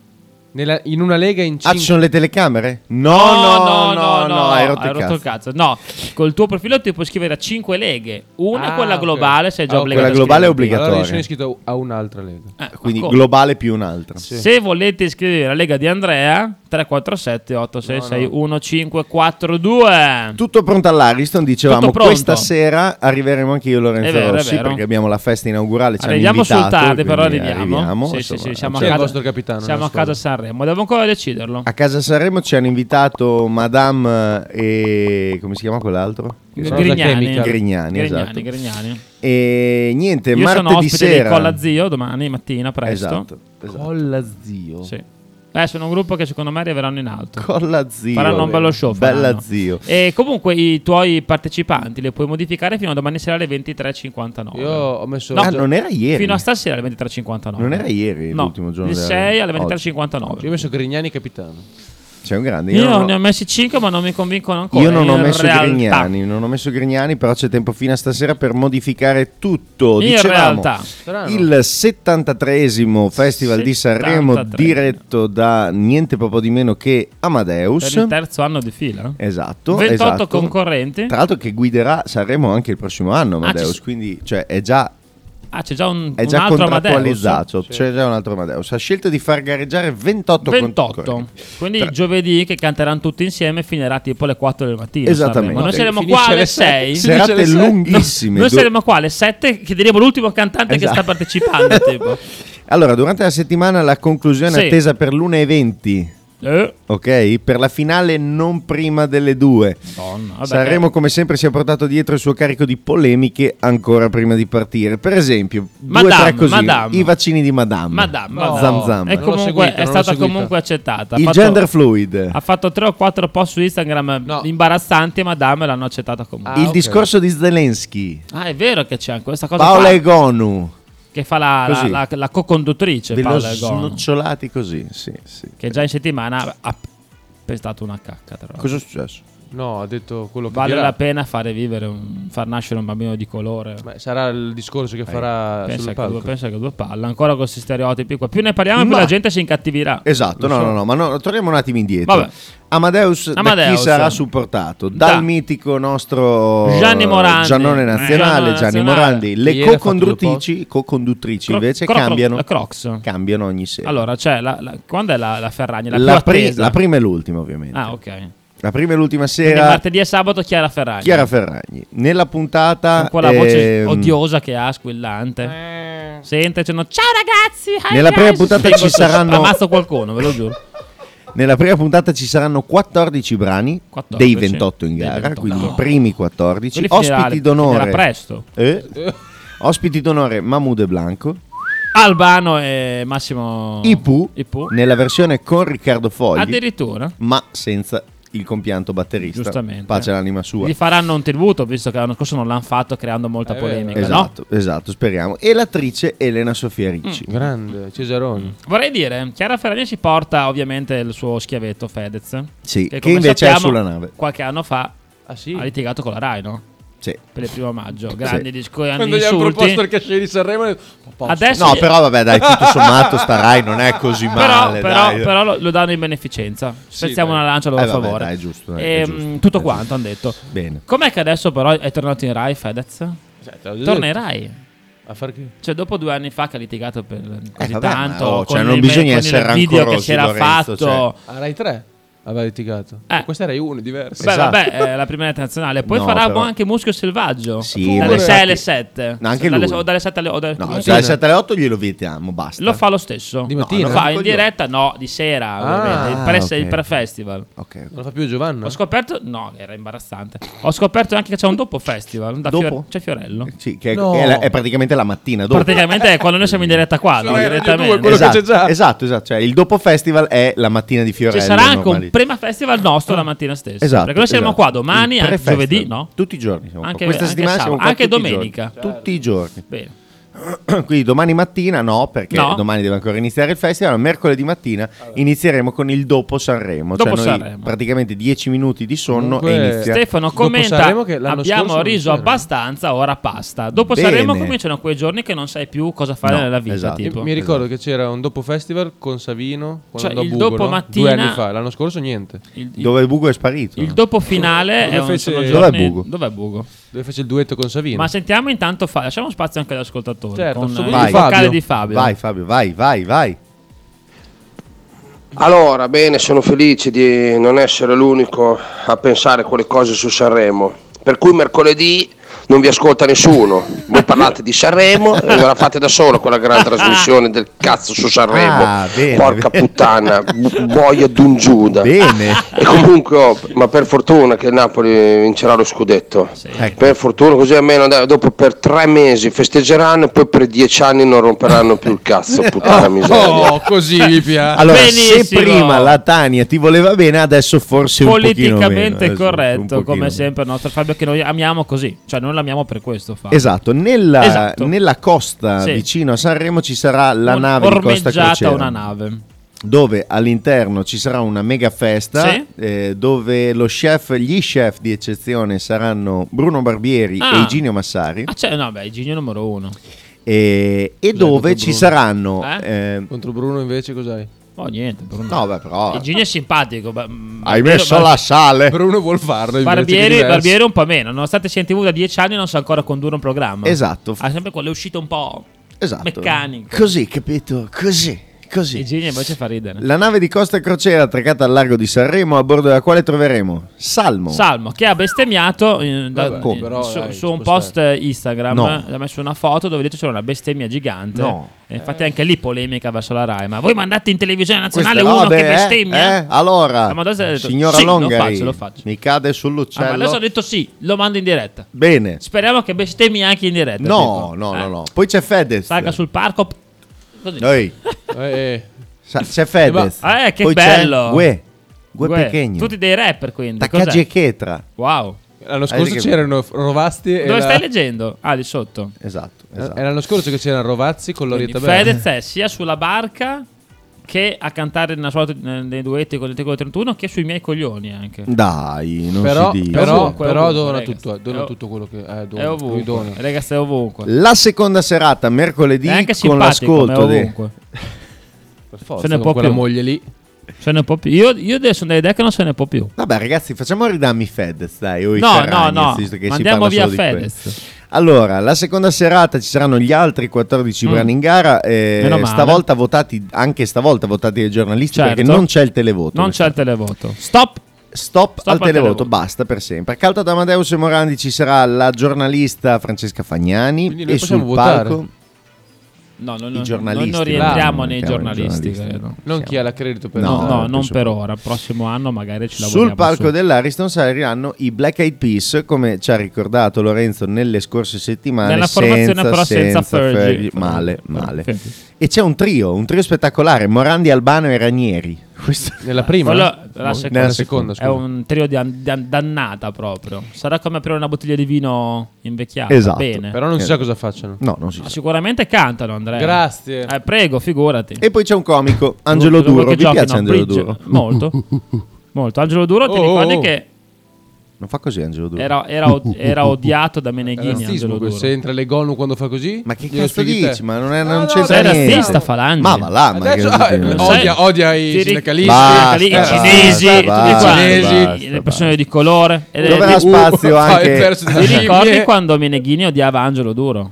[SPEAKER 3] Nella- in una Lega in
[SPEAKER 4] Ah, ci
[SPEAKER 3] 5.
[SPEAKER 4] sono le telecamere? No, no, no, no, hai rotto il cazzo.
[SPEAKER 5] No, col tuo profilo ti puoi iscrivere a 5 leghe. Una
[SPEAKER 3] Ah,
[SPEAKER 5] è quella
[SPEAKER 3] ok.
[SPEAKER 5] globale, sei già
[SPEAKER 3] Ah, ok.
[SPEAKER 5] obbligato.
[SPEAKER 4] Quella globale è
[SPEAKER 5] a iscriverti.
[SPEAKER 4] obbligatoria.
[SPEAKER 3] Allora io sono iscritto a un'altra Lega.
[SPEAKER 5] Eh, ma
[SPEAKER 4] Quindi
[SPEAKER 5] come?
[SPEAKER 4] globale più un'altra.
[SPEAKER 5] Se volete iscrivervi alla Lega di Andrea, 347 866 1542.
[SPEAKER 4] Tutto pronto all'Ariston, dicevamo
[SPEAKER 5] Tutto pronto.
[SPEAKER 4] questa sera arriveremo anche io e Lorenzo
[SPEAKER 5] È vero, è
[SPEAKER 4] Rossi
[SPEAKER 5] vero.
[SPEAKER 4] perché abbiamo la festa inaugurale. Ci hanno
[SPEAKER 5] Arriviamo sul
[SPEAKER 4] invitato,
[SPEAKER 5] tardi, però
[SPEAKER 4] quindi
[SPEAKER 5] arriviamo.
[SPEAKER 4] arriviamo,
[SPEAKER 5] Sì,
[SPEAKER 4] insomma,
[SPEAKER 5] sì, sì, siamo a
[SPEAKER 3] c'è il
[SPEAKER 5] casa,
[SPEAKER 3] vostro capitano
[SPEAKER 5] siamo
[SPEAKER 3] nella
[SPEAKER 5] a casa Sanremo, devo ancora deciderlo.
[SPEAKER 4] A casa Sanremo ci hanno invitato Madame eh, e come si chiama quell'altro?
[SPEAKER 3] Rosa
[SPEAKER 5] Grignani.
[SPEAKER 3] Chemical.
[SPEAKER 4] Grignani, esatto.
[SPEAKER 5] Grignani.
[SPEAKER 4] E niente,
[SPEAKER 5] Io sono
[SPEAKER 4] martedì
[SPEAKER 5] ospite
[SPEAKER 4] sera.
[SPEAKER 5] di Colla Zio domani mattina presto.
[SPEAKER 4] Esatto, esatto.
[SPEAKER 3] Colla zio.
[SPEAKER 5] Sì. Beh, sono un gruppo che secondo me arriveranno in alto.
[SPEAKER 4] Colla zio.
[SPEAKER 5] Faranno un
[SPEAKER 4] vero.
[SPEAKER 5] bello show.
[SPEAKER 4] Bella
[SPEAKER 5] faranno.
[SPEAKER 4] zio.
[SPEAKER 5] E comunque i tuoi partecipanti li puoi modificare fino a domani sera alle 23.59.
[SPEAKER 3] Io ho messo.
[SPEAKER 5] No.
[SPEAKER 4] Ah, non era ieri.
[SPEAKER 5] Fino a stasera alle 23.59.
[SPEAKER 4] Non era ieri
[SPEAKER 5] No,
[SPEAKER 4] l'ultimo giorno
[SPEAKER 5] il
[SPEAKER 4] della-
[SPEAKER 5] 6 alle
[SPEAKER 4] Oggi.
[SPEAKER 5] 23.59.
[SPEAKER 3] Io ho messo Grignani capitano.
[SPEAKER 4] C'è un grande.
[SPEAKER 5] Io,
[SPEAKER 4] non ho-
[SPEAKER 5] ne ho messi 5 ma non mi convincono ancora.
[SPEAKER 4] Io non ho
[SPEAKER 5] Ecco, in
[SPEAKER 4] messo
[SPEAKER 5] realtà.
[SPEAKER 4] Grignani, non ho messo Grignani, però c'è tempo fino a stasera per modificare tutto.
[SPEAKER 5] In
[SPEAKER 4] Dicevamo
[SPEAKER 5] realtà.
[SPEAKER 3] Strano.
[SPEAKER 4] il 73esimo Festival di Sanremo
[SPEAKER 5] 73.
[SPEAKER 4] diretto da niente proprio di meno che
[SPEAKER 5] Per
[SPEAKER 4] Amadeus.
[SPEAKER 5] il terzo anno di fila.
[SPEAKER 4] Esatto,
[SPEAKER 5] 28
[SPEAKER 4] esatto.
[SPEAKER 5] concorrenti. Ah,
[SPEAKER 4] Tra l'altro che guiderà Sanremo anche il prossimo anno
[SPEAKER 5] ci
[SPEAKER 4] Amadeus,
[SPEAKER 5] s-
[SPEAKER 4] quindi cioè, è già
[SPEAKER 5] Ah, c'è già un,
[SPEAKER 4] è
[SPEAKER 5] un
[SPEAKER 4] già
[SPEAKER 5] altro Amadeus.
[SPEAKER 4] contrattualizzato, c'è già un altro Amadeus. Ha scelto di far gareggiare 28
[SPEAKER 5] 28.
[SPEAKER 4] concorrenti.
[SPEAKER 5] Quindi
[SPEAKER 4] Tra-
[SPEAKER 5] giovedì che canteranno tutti insieme finerà tipo alle 4 del mattino. Sanremo.
[SPEAKER 4] Esattamente.
[SPEAKER 5] Ma noi saremo
[SPEAKER 3] Finisce
[SPEAKER 5] qua alle
[SPEAKER 3] alle sette.
[SPEAKER 5] 6.
[SPEAKER 3] Sì,
[SPEAKER 4] Serate
[SPEAKER 3] dice le-
[SPEAKER 4] lunghissime.
[SPEAKER 5] Noi
[SPEAKER 4] due-
[SPEAKER 5] saremo qua alle 7 chiederemo l'ultimo cantante che
[SPEAKER 4] Esatto.
[SPEAKER 5] sta partecipando. tipo.
[SPEAKER 4] Allora, durante la settimana la conclusione
[SPEAKER 5] Sì.
[SPEAKER 4] è attesa per l'1.20,
[SPEAKER 5] Eh,
[SPEAKER 4] ok? Per la finale non prima delle 2.
[SPEAKER 5] Madonna, vabbè. eh.
[SPEAKER 4] Sanremo come sempre si è portato dietro il suo carico di polemiche ancora prima di partire. Per esempio, due,
[SPEAKER 5] Madame,
[SPEAKER 4] tre così,
[SPEAKER 5] Madame.
[SPEAKER 4] i vaccini di Madame.
[SPEAKER 5] Madame,
[SPEAKER 3] No.
[SPEAKER 4] Zam zam.
[SPEAKER 5] È,
[SPEAKER 3] Non l'ho
[SPEAKER 5] comunque,
[SPEAKER 3] seguito,
[SPEAKER 5] è
[SPEAKER 3] non l'ho
[SPEAKER 5] stata
[SPEAKER 3] seguito.
[SPEAKER 5] comunque accettata. Ha
[SPEAKER 4] Il
[SPEAKER 5] fatto- Ah,
[SPEAKER 4] gender fluid.
[SPEAKER 5] Ha fatto 3 o 4 post su Instagram
[SPEAKER 3] No.
[SPEAKER 5] imbarazzanti, madame, l'hanno accettata comunque.
[SPEAKER 3] Ah,
[SPEAKER 4] il
[SPEAKER 3] ok.
[SPEAKER 4] discorso di Zelensky.
[SPEAKER 5] Ah, è vero che c'è anche questa cosa
[SPEAKER 4] Paola
[SPEAKER 5] qua,
[SPEAKER 4] Egonu.
[SPEAKER 5] che fa la, la,
[SPEAKER 4] Così.
[SPEAKER 5] la- la co-conduttrice
[SPEAKER 4] Ve lo
[SPEAKER 5] Cioè, Paola Egonu,
[SPEAKER 4] snocciolati così, sì, sì.
[SPEAKER 5] che già in settimana ha pestato una cacca. Tra l'altro.
[SPEAKER 4] Cosa è successo?
[SPEAKER 3] No, ha detto quello che
[SPEAKER 5] Vale
[SPEAKER 3] dirà.
[SPEAKER 5] la pena fare vivere, un- far nascere un bambino di colore.
[SPEAKER 3] Ma sarà il discorso che farà
[SPEAKER 5] Pensa
[SPEAKER 3] sul
[SPEAKER 5] che, due,
[SPEAKER 3] palco.
[SPEAKER 5] pensa che due palle, ancora con questi stereotipi qua. Più ne parliamo, più la gente si incattivirà.
[SPEAKER 4] Esatto, no, no, no, ma no, torniamo un attimo indietro.
[SPEAKER 5] Vabbè.
[SPEAKER 4] Amadeus, da chi
[SPEAKER 5] Amadeus.
[SPEAKER 4] sarà supportato? Dal
[SPEAKER 5] Da.
[SPEAKER 4] mitico nostro
[SPEAKER 5] Gianni Morandi.
[SPEAKER 4] Giannone nazionale,
[SPEAKER 5] Eh, Giannone
[SPEAKER 4] Gianni
[SPEAKER 5] nazionale.
[SPEAKER 4] Morandi. Le
[SPEAKER 3] Ieri ha fatto
[SPEAKER 4] co-conduttrici, co-conduttrici
[SPEAKER 5] Cro-
[SPEAKER 4] invece
[SPEAKER 5] Croc-
[SPEAKER 4] cambiano,
[SPEAKER 5] la Crocs.
[SPEAKER 4] cambiano ogni sera.
[SPEAKER 5] Allora, cioè, la, la- quando è la, la Ferragni? La,
[SPEAKER 4] la,
[SPEAKER 5] più
[SPEAKER 4] pri-
[SPEAKER 5] attesa?
[SPEAKER 4] la prima e l'ultima ovviamente.
[SPEAKER 5] Ah, ok.
[SPEAKER 4] La prima e l'ultima sera
[SPEAKER 5] Quindi martedì e sabato Chiara Ferragni.
[SPEAKER 4] Chiara Ferragni. Nella puntata...
[SPEAKER 5] con quella voce
[SPEAKER 4] ehm,
[SPEAKER 5] odiosa che ha, squillante.
[SPEAKER 3] Eh.
[SPEAKER 5] Sente, cioè, no, ciao ragazzi. hi
[SPEAKER 4] Nella
[SPEAKER 5] guys."
[SPEAKER 4] prima puntata
[SPEAKER 5] Vengo
[SPEAKER 4] ci
[SPEAKER 5] su-
[SPEAKER 4] saranno-
[SPEAKER 5] Ammazzo qualcuno, ve lo giuro.
[SPEAKER 4] Nella prima puntata ci saranno 14 brani
[SPEAKER 5] 14.
[SPEAKER 4] dei 28 in
[SPEAKER 5] Dei
[SPEAKER 4] gara,
[SPEAKER 5] 28.
[SPEAKER 4] quindi
[SPEAKER 5] No.
[SPEAKER 4] i primi 14.
[SPEAKER 5] Quelli finirà-
[SPEAKER 4] ospiti
[SPEAKER 5] finirà
[SPEAKER 4] d'onore.
[SPEAKER 5] presto.
[SPEAKER 4] Eh? Ospiti d'onore Mahmoud e Blanco.
[SPEAKER 5] Albano e Massimo
[SPEAKER 4] Ipu,
[SPEAKER 5] Ipu.
[SPEAKER 4] nella versione con Riccardo Fogli,
[SPEAKER 5] Addirittura.
[SPEAKER 4] ma senza il compianto batterista.
[SPEAKER 5] Giustamente.
[SPEAKER 4] Pace all'anima sua.
[SPEAKER 5] Gli faranno un tributo, visto che l'anno scorso non l'hanno fatto, creando molta
[SPEAKER 3] È vero.
[SPEAKER 5] polemica. no?
[SPEAKER 4] Esatto, esatto, speriamo. E l'attrice Elena Sofia Ricci.
[SPEAKER 5] Mm.
[SPEAKER 3] Grande, Cesaroni.
[SPEAKER 5] Vorrei dire, Chiara Ferragni si porta ovviamente il suo schiavetto Fedez.
[SPEAKER 4] Sì, che
[SPEAKER 5] come
[SPEAKER 4] invece è
[SPEAKER 5] sappiamo,
[SPEAKER 4] sulla nave.
[SPEAKER 5] Qualche anno fa
[SPEAKER 3] Ah sì?
[SPEAKER 5] ha litigato con la Rai, no?
[SPEAKER 4] Sì.
[SPEAKER 5] Per il primo maggio. Grandi discorsi,
[SPEAKER 3] Quando gli hanno proposto il cachet di Sanremo... ho paura.
[SPEAKER 5] Adesso
[SPEAKER 4] No, però vabbè, dai, tutto sommato starai, non è così
[SPEAKER 5] però,
[SPEAKER 4] male.
[SPEAKER 5] però-
[SPEAKER 4] dai.
[SPEAKER 5] però lo, lo danno in beneficenza. Spezziamo
[SPEAKER 3] dai.
[SPEAKER 5] una lancia a loro
[SPEAKER 4] Eh, vabbè,
[SPEAKER 5] favore.
[SPEAKER 4] dai, è giusto, dai, è
[SPEAKER 5] Ehm,
[SPEAKER 4] giusto.
[SPEAKER 5] tutto
[SPEAKER 4] È
[SPEAKER 5] quanto hanno detto.
[SPEAKER 4] Bene.
[SPEAKER 5] Com'è che adesso però è tornato in Rai Fedez?
[SPEAKER 3] Cioè, te l'ho detto.
[SPEAKER 5] Torna in Rai.
[SPEAKER 3] A far che?
[SPEAKER 5] Cioè, dopo due anni fa che ha litigato per così
[SPEAKER 4] Eh, vabbè, ma,
[SPEAKER 5] tanto,
[SPEAKER 4] oh,
[SPEAKER 5] con
[SPEAKER 4] cioè, non
[SPEAKER 5] il,
[SPEAKER 4] bisogna
[SPEAKER 5] con il
[SPEAKER 4] essere
[SPEAKER 5] video che
[SPEAKER 4] rancorosi,
[SPEAKER 5] si era
[SPEAKER 4] Lorenzo, cioè.
[SPEAKER 5] fatto.
[SPEAKER 3] A Rai 3 aveva litigato.
[SPEAKER 5] Eh.
[SPEAKER 3] Questa era uno, diverso.
[SPEAKER 5] Beh,
[SPEAKER 4] Esatto.
[SPEAKER 5] vabbè, eh, la prima internazionale. Poi
[SPEAKER 4] No,
[SPEAKER 5] farà
[SPEAKER 4] però-
[SPEAKER 5] anche Muschio Selvaggio.
[SPEAKER 4] Sì, ma
[SPEAKER 5] dalle
[SPEAKER 4] infatti-
[SPEAKER 5] 6 alle 7.
[SPEAKER 4] No, anche
[SPEAKER 5] dalle,
[SPEAKER 4] lui.
[SPEAKER 5] O dalle 7 alle 8.
[SPEAKER 4] No, dalle 7 alle 8 glielo vietiamo, basta.
[SPEAKER 5] Lo fa lo stesso.
[SPEAKER 3] Di mattina?
[SPEAKER 5] Lo fa in
[SPEAKER 4] Ah, Coglione. Ah,
[SPEAKER 5] diretta, no, di sera. ovviamente, il, pre-
[SPEAKER 4] ok.
[SPEAKER 5] il pre-festival.
[SPEAKER 4] Ok.
[SPEAKER 3] Non lo fa più Giovanna?
[SPEAKER 5] Ho scoperto, no, era imbarazzante. Ho scoperto anche che c'è un dopo festival. da
[SPEAKER 4] Dopo?
[SPEAKER 5] Fior- c'è Fiorello.
[SPEAKER 4] Sì, che è,
[SPEAKER 3] No.
[SPEAKER 4] è la- è praticamente la mattina dopo.
[SPEAKER 5] Praticamente è quando noi siamo in diretta qua. No,
[SPEAKER 3] Radio
[SPEAKER 5] direttamente.
[SPEAKER 3] due, quello che
[SPEAKER 4] esatto,
[SPEAKER 3] c'è già.
[SPEAKER 4] Esatto, esatto. Cioè, il dopo festival è la mattina di Fiorello.
[SPEAKER 5] Ci sarà anche un
[SPEAKER 4] normali.
[SPEAKER 5] prima festival nostro la mattina stessa.
[SPEAKER 4] Esatto.
[SPEAKER 5] Perché noi siamo
[SPEAKER 4] esatto.
[SPEAKER 5] qua domani,
[SPEAKER 4] Il
[SPEAKER 5] anche
[SPEAKER 4] pre-festival.
[SPEAKER 5] giovedì, no?
[SPEAKER 4] Tutti i giorni siamo qua.
[SPEAKER 5] Anche-
[SPEAKER 4] Questa
[SPEAKER 5] anche
[SPEAKER 4] settimana siamo qua
[SPEAKER 5] sabato,
[SPEAKER 4] tutti i
[SPEAKER 5] anche
[SPEAKER 4] giorni.
[SPEAKER 5] domenica.
[SPEAKER 4] Tutti i giorni.
[SPEAKER 5] Bene.
[SPEAKER 4] Quindi domani mattina no, perché
[SPEAKER 5] No.
[SPEAKER 4] domani deve ancora iniziare il festival. ma Mercoledì mattina inizieremo con il dopo Sanremo.
[SPEAKER 5] Dopo
[SPEAKER 4] cioè noi
[SPEAKER 5] Sanremo.
[SPEAKER 4] praticamente 10 minuti di sonno
[SPEAKER 3] Comunque-
[SPEAKER 4] e inizia.
[SPEAKER 5] Stefano
[SPEAKER 3] Dopo
[SPEAKER 5] commenta:
[SPEAKER 3] Sanremo che l'anno scorso
[SPEAKER 5] Abbiamo
[SPEAKER 3] non
[SPEAKER 5] riso
[SPEAKER 3] c'era."
[SPEAKER 5] abbastanza, ora pasta. Dopo
[SPEAKER 4] Bene.
[SPEAKER 5] saremo cominciano quei giorni che non sai più cosa fare
[SPEAKER 4] No,
[SPEAKER 5] nella vita.
[SPEAKER 4] esatto.
[SPEAKER 5] Tipo.
[SPEAKER 3] Mi ricordo che c'era un dopo festival con Savino quando
[SPEAKER 5] Cioè,
[SPEAKER 3] andò a
[SPEAKER 5] il
[SPEAKER 3] Bugolo,
[SPEAKER 5] dopo
[SPEAKER 3] no?
[SPEAKER 5] mattina-
[SPEAKER 3] due anni fa, l'anno scorso niente.
[SPEAKER 5] Il, il-
[SPEAKER 4] Dove il buco è sparito.
[SPEAKER 5] il dopo finale
[SPEAKER 3] Dove
[SPEAKER 5] è un
[SPEAKER 3] fece-
[SPEAKER 5] sono
[SPEAKER 3] Dov'è
[SPEAKER 5] giorni-
[SPEAKER 4] Bugo?
[SPEAKER 5] Dov'è Bugo?
[SPEAKER 3] Dove fece il duetto con Savino.
[SPEAKER 5] Ma sentiamo intanto, fa- lasciamo spazio anche all'ascoltatore.
[SPEAKER 3] Certo,
[SPEAKER 5] con
[SPEAKER 3] subito
[SPEAKER 5] eh, il
[SPEAKER 4] Fabio.
[SPEAKER 5] vocale di Fabio.
[SPEAKER 4] Vai Fabio, vai, vai, vai.
[SPEAKER 6] Allora, bene, sono felice di non essere l'unico a pensare quelle cose su Sanremo. Per cui mercoledì non vi ascolta nessuno. Voi parlate di Sanremo e ve la fate da solo quella grande trasmissione del cazzo su Sanremo.
[SPEAKER 4] Ah, bene,
[SPEAKER 6] Porca
[SPEAKER 4] bene.
[SPEAKER 6] puttana, bu- boia d'un Giuda.
[SPEAKER 4] Bene.
[SPEAKER 6] E comunque, oh, ma per fortuna che il Napoli vincerà lo scudetto.
[SPEAKER 4] Ecco.
[SPEAKER 6] Per fortuna, così almeno da- dopo per tre mesi festeggeranno e poi per dieci anni non romperanno più il cazzo. Puttana miseria.
[SPEAKER 3] Oh, così mi piace.
[SPEAKER 4] Allora, se
[SPEAKER 5] Benissimo.
[SPEAKER 4] prima la Tania ti voleva bene, adesso forse un pochino meno,
[SPEAKER 5] Politicamente
[SPEAKER 4] adesso un
[SPEAKER 5] corretto,
[SPEAKER 4] pochino
[SPEAKER 5] come
[SPEAKER 4] meno.
[SPEAKER 5] sempre il nostro Fabio, che noi amiamo così, cioè non l'amiamo per questo. Fabio.
[SPEAKER 4] Esatto, nella,
[SPEAKER 5] Esatto.
[SPEAKER 4] nella costa
[SPEAKER 5] Sì.
[SPEAKER 4] vicino a Sanremo ci sarà la
[SPEAKER 5] Un-
[SPEAKER 4] nave di Costa
[SPEAKER 5] ormeggiata
[SPEAKER 4] Crociera.
[SPEAKER 5] una nave.
[SPEAKER 4] dove all'interno ci sarà una mega festa
[SPEAKER 5] Sì.
[SPEAKER 4] eh, dove lo chef, gli chef di eccezione saranno Bruno Barbieri
[SPEAKER 5] Ah.
[SPEAKER 4] e Iginio Massari
[SPEAKER 5] Ah, cioè, no, beh, Gigno numero uno.
[SPEAKER 4] e, e
[SPEAKER 3] detto
[SPEAKER 4] dove ci
[SPEAKER 3] Bruno.
[SPEAKER 4] saranno...
[SPEAKER 5] Eh?
[SPEAKER 4] eh,
[SPEAKER 3] Contro Bruno invece cos'hai?
[SPEAKER 5] Oh, niente. Bruno.
[SPEAKER 4] no, beh, però...
[SPEAKER 5] Gigno è simpatico. ma- mh,
[SPEAKER 4] Hai
[SPEAKER 5] Barbiero-
[SPEAKER 4] messo
[SPEAKER 5] Bar-
[SPEAKER 4] la sale.
[SPEAKER 3] Bruno vuol farlo invece che
[SPEAKER 5] Eh. Barbieri,
[SPEAKER 3] diverso.
[SPEAKER 5] Barbieri un po' meno. Nonostante sia in tv da dieci anni, non sa ancora condurre un programma.
[SPEAKER 4] Esatto.
[SPEAKER 5] Ha sempre quelle uscite un po'.
[SPEAKER 4] Esatto.
[SPEAKER 5] meccanico.
[SPEAKER 4] Così, capito? Così,
[SPEAKER 5] E
[SPEAKER 4] così.
[SPEAKER 5] Gigno invece fa ridere.
[SPEAKER 4] La nave di Costa Crociera attraccata al largo di Sanremo, a bordo della quale troveremo Salmo.
[SPEAKER 5] Salmo che ha bestemmiato eh, da-
[SPEAKER 3] Vabbè,
[SPEAKER 5] eh,
[SPEAKER 3] però,
[SPEAKER 5] su,
[SPEAKER 3] dai,
[SPEAKER 5] su
[SPEAKER 3] ci
[SPEAKER 5] un
[SPEAKER 3] può
[SPEAKER 5] post Instagram
[SPEAKER 4] No.
[SPEAKER 5] eh, ha messo una foto dove dietro c'era una bestemmia gigante
[SPEAKER 4] No.
[SPEAKER 5] E
[SPEAKER 3] Eh.
[SPEAKER 5] infatti anche lì polemica verso la Rai ma voi mandate in televisione
[SPEAKER 4] Queste
[SPEAKER 5] nazionale uno
[SPEAKER 4] robe,
[SPEAKER 5] che
[SPEAKER 4] eh,
[SPEAKER 5] bestemmia
[SPEAKER 4] eh, allora,
[SPEAKER 5] Ah, ma adesso ha detto,
[SPEAKER 4] signora
[SPEAKER 5] sì, lo
[SPEAKER 4] Longari,
[SPEAKER 5] faccio, lo faccio.
[SPEAKER 4] mi cade
[SPEAKER 5] Ah, ma
[SPEAKER 4] sull'uccello.
[SPEAKER 5] adesso ho detto sì lo mando in diretta
[SPEAKER 4] Bene.
[SPEAKER 5] speriamo che bestemmi anche in diretta
[SPEAKER 4] No,
[SPEAKER 5] tipo.
[SPEAKER 4] no,
[SPEAKER 5] Eh,
[SPEAKER 4] no, no. Poi c'è Fedez.
[SPEAKER 5] salga sul parco p- così.
[SPEAKER 4] Ehi,
[SPEAKER 3] Eh, eh.
[SPEAKER 4] sa- c'è Fedez.
[SPEAKER 5] Eh, ma- eh, che
[SPEAKER 4] Poi c'è
[SPEAKER 5] bello.
[SPEAKER 4] Gue. Gue
[SPEAKER 5] Uè,
[SPEAKER 4] Pechegno.
[SPEAKER 5] tutti dei rapper quindi
[SPEAKER 4] Takagi
[SPEAKER 5] Cos'è?
[SPEAKER 4] e Chetra.
[SPEAKER 5] wow
[SPEAKER 3] L'anno
[SPEAKER 4] Hai
[SPEAKER 3] scorso
[SPEAKER 4] capito?
[SPEAKER 3] c'erano Rovasti e
[SPEAKER 5] dove
[SPEAKER 3] la-
[SPEAKER 5] stai leggendo? ah lì sotto
[SPEAKER 4] Esatto,
[SPEAKER 5] Eh,
[SPEAKER 4] esatto.
[SPEAKER 3] Eh, Era l'anno scorso che c'erano Rovazzi con
[SPEAKER 5] Quindi
[SPEAKER 3] l'Orietta Berti.
[SPEAKER 5] Fedez è sia sulla barca che a cantare nella sua, eh, nei duetti con il Tecolo 31 che sui miei coglioni anche.
[SPEAKER 4] Dai, non
[SPEAKER 3] Però,
[SPEAKER 4] si dice.
[SPEAKER 3] però,
[SPEAKER 5] Ovunque,
[SPEAKER 3] però
[SPEAKER 5] ovunque,
[SPEAKER 3] dona,
[SPEAKER 5] ragazzi.
[SPEAKER 3] tutto, dona
[SPEAKER 5] È o-
[SPEAKER 3] tutto quello che eh, dona,
[SPEAKER 5] È
[SPEAKER 3] lui
[SPEAKER 5] ovunque.
[SPEAKER 3] dona.
[SPEAKER 5] Ragazzi, è ovunque.
[SPEAKER 4] Esatto. La seconda serata, mercoledì,
[SPEAKER 5] È anche
[SPEAKER 4] con
[SPEAKER 5] simpatico, ma è
[SPEAKER 4] l'ascolto di...
[SPEAKER 5] ovunque.
[SPEAKER 3] Per forza,
[SPEAKER 5] Se ne
[SPEAKER 3] con
[SPEAKER 5] può
[SPEAKER 3] quella
[SPEAKER 5] più.
[SPEAKER 3] moglie lì.
[SPEAKER 5] Se ne può più. Io, io adesso sono delle idee che non se ne può più.
[SPEAKER 4] Vabbè ragazzi, facciamo ridammi Fedez, dai. o i
[SPEAKER 5] No, no,
[SPEAKER 4] Ferragnez,
[SPEAKER 5] no.
[SPEAKER 4] visto che si
[SPEAKER 5] Mandiamo
[SPEAKER 4] parla
[SPEAKER 5] via
[SPEAKER 4] solo di
[SPEAKER 5] Fedez.
[SPEAKER 4] quello. Allora, la seconda serata ci saranno gli altri 14 brani in gara. eh,
[SPEAKER 5] Mm. Meno male.
[SPEAKER 4] stavolta votati, anche stavolta votati dai giornalisti
[SPEAKER 5] Certo.
[SPEAKER 4] perché non c'è il televoto.
[SPEAKER 5] Non c'è il televoto. Stop.
[SPEAKER 4] Stop,
[SPEAKER 5] Stop
[SPEAKER 4] al
[SPEAKER 5] al
[SPEAKER 4] televoto,
[SPEAKER 5] televoto.
[SPEAKER 4] basta per sempre. Accanto ad Amadeus e Morandi ci sarà la giornalista Francesca Fagnani
[SPEAKER 3] Quindi noi
[SPEAKER 4] e sul
[SPEAKER 3] possiamo votare.
[SPEAKER 4] palco
[SPEAKER 5] No, no, no,
[SPEAKER 4] i giornalisti.
[SPEAKER 5] noi non rientriamo
[SPEAKER 4] Ah,
[SPEAKER 5] nei
[SPEAKER 4] mettiamo i
[SPEAKER 5] giornalisti.
[SPEAKER 4] giornalisti.
[SPEAKER 5] credo.
[SPEAKER 3] Non
[SPEAKER 4] Siamo.
[SPEAKER 3] chi ha la credito per
[SPEAKER 4] No,
[SPEAKER 5] No,
[SPEAKER 4] no,
[SPEAKER 5] no, non
[SPEAKER 4] penso
[SPEAKER 5] per
[SPEAKER 4] proprio.
[SPEAKER 5] ora. Prossimo anno magari ci lavoriamo.
[SPEAKER 4] Sul palco
[SPEAKER 5] su.
[SPEAKER 4] dell'Ariston saliranno i Black Eyed Peas, come ci ha ricordato Lorenzo nelle scorse settimane.
[SPEAKER 5] Nella formazione però senza Fergie. Ah,
[SPEAKER 4] Male, male.
[SPEAKER 5] Fergie.
[SPEAKER 4] E c'è un trio, un trio spettacolare, Morandi, Albano e Ranieri. Questo...
[SPEAKER 3] Nella prima?
[SPEAKER 5] Quello- la seconda.
[SPEAKER 4] Nella
[SPEAKER 3] seconda,
[SPEAKER 5] È un trio di an- di an- dannata proprio. Sarà come aprire una bottiglia di vino invecchiata.
[SPEAKER 4] Esatto.
[SPEAKER 5] Bene.
[SPEAKER 3] Però non si sa cosa facciano.
[SPEAKER 4] No, non si
[SPEAKER 5] Ma
[SPEAKER 4] sa.
[SPEAKER 5] Sicuramente cantano, Andrea.
[SPEAKER 3] Grazie.
[SPEAKER 5] Eh, prego, figurati.
[SPEAKER 4] E poi c'è un comico,
[SPEAKER 5] Vuoi
[SPEAKER 4] Angelo
[SPEAKER 5] che
[SPEAKER 4] Duro. Vi
[SPEAKER 5] giochino
[SPEAKER 4] piace
[SPEAKER 5] a
[SPEAKER 4] Angelo
[SPEAKER 5] bridge?
[SPEAKER 4] Duro?
[SPEAKER 5] Molto. Molto. Angelo Duro, ti
[SPEAKER 3] Oh,
[SPEAKER 5] ricordi
[SPEAKER 3] oh, oh.
[SPEAKER 5] che
[SPEAKER 4] Non fa così Angelo Duro.
[SPEAKER 5] era, era od- era odiato da
[SPEAKER 3] È
[SPEAKER 5] Meneghini, Angelo
[SPEAKER 3] razzismo
[SPEAKER 5] Duro.
[SPEAKER 3] quel, se entra le gonu quando fa così.
[SPEAKER 4] Ma che
[SPEAKER 3] glielo
[SPEAKER 4] cazzo
[SPEAKER 3] spieghi te.
[SPEAKER 4] dici? Ma non, è, non
[SPEAKER 3] no,
[SPEAKER 4] c'entra
[SPEAKER 5] Sei
[SPEAKER 3] dai,
[SPEAKER 4] niente.
[SPEAKER 5] razzista, Falange.
[SPEAKER 4] Eh, Ma va là, ma
[SPEAKER 3] Adesso,
[SPEAKER 4] che-
[SPEAKER 3] ah,
[SPEAKER 5] Sai-
[SPEAKER 3] odia, odia i
[SPEAKER 5] Ti ric-
[SPEAKER 3] sindacalisti.
[SPEAKER 4] Basta,
[SPEAKER 5] I
[SPEAKER 4] basta,
[SPEAKER 5] cinesi, tutti
[SPEAKER 4] basta,
[SPEAKER 5] quanti,
[SPEAKER 4] basta,
[SPEAKER 5] le persone di colore. E le-
[SPEAKER 4] Dov'era
[SPEAKER 5] ti-
[SPEAKER 4] spazio
[SPEAKER 3] Fai
[SPEAKER 4] anche-
[SPEAKER 3] il verso Uh, delle
[SPEAKER 5] Ti ricordi
[SPEAKER 3] scimmie.
[SPEAKER 5] quando Meneghini odiava Angelo Duro?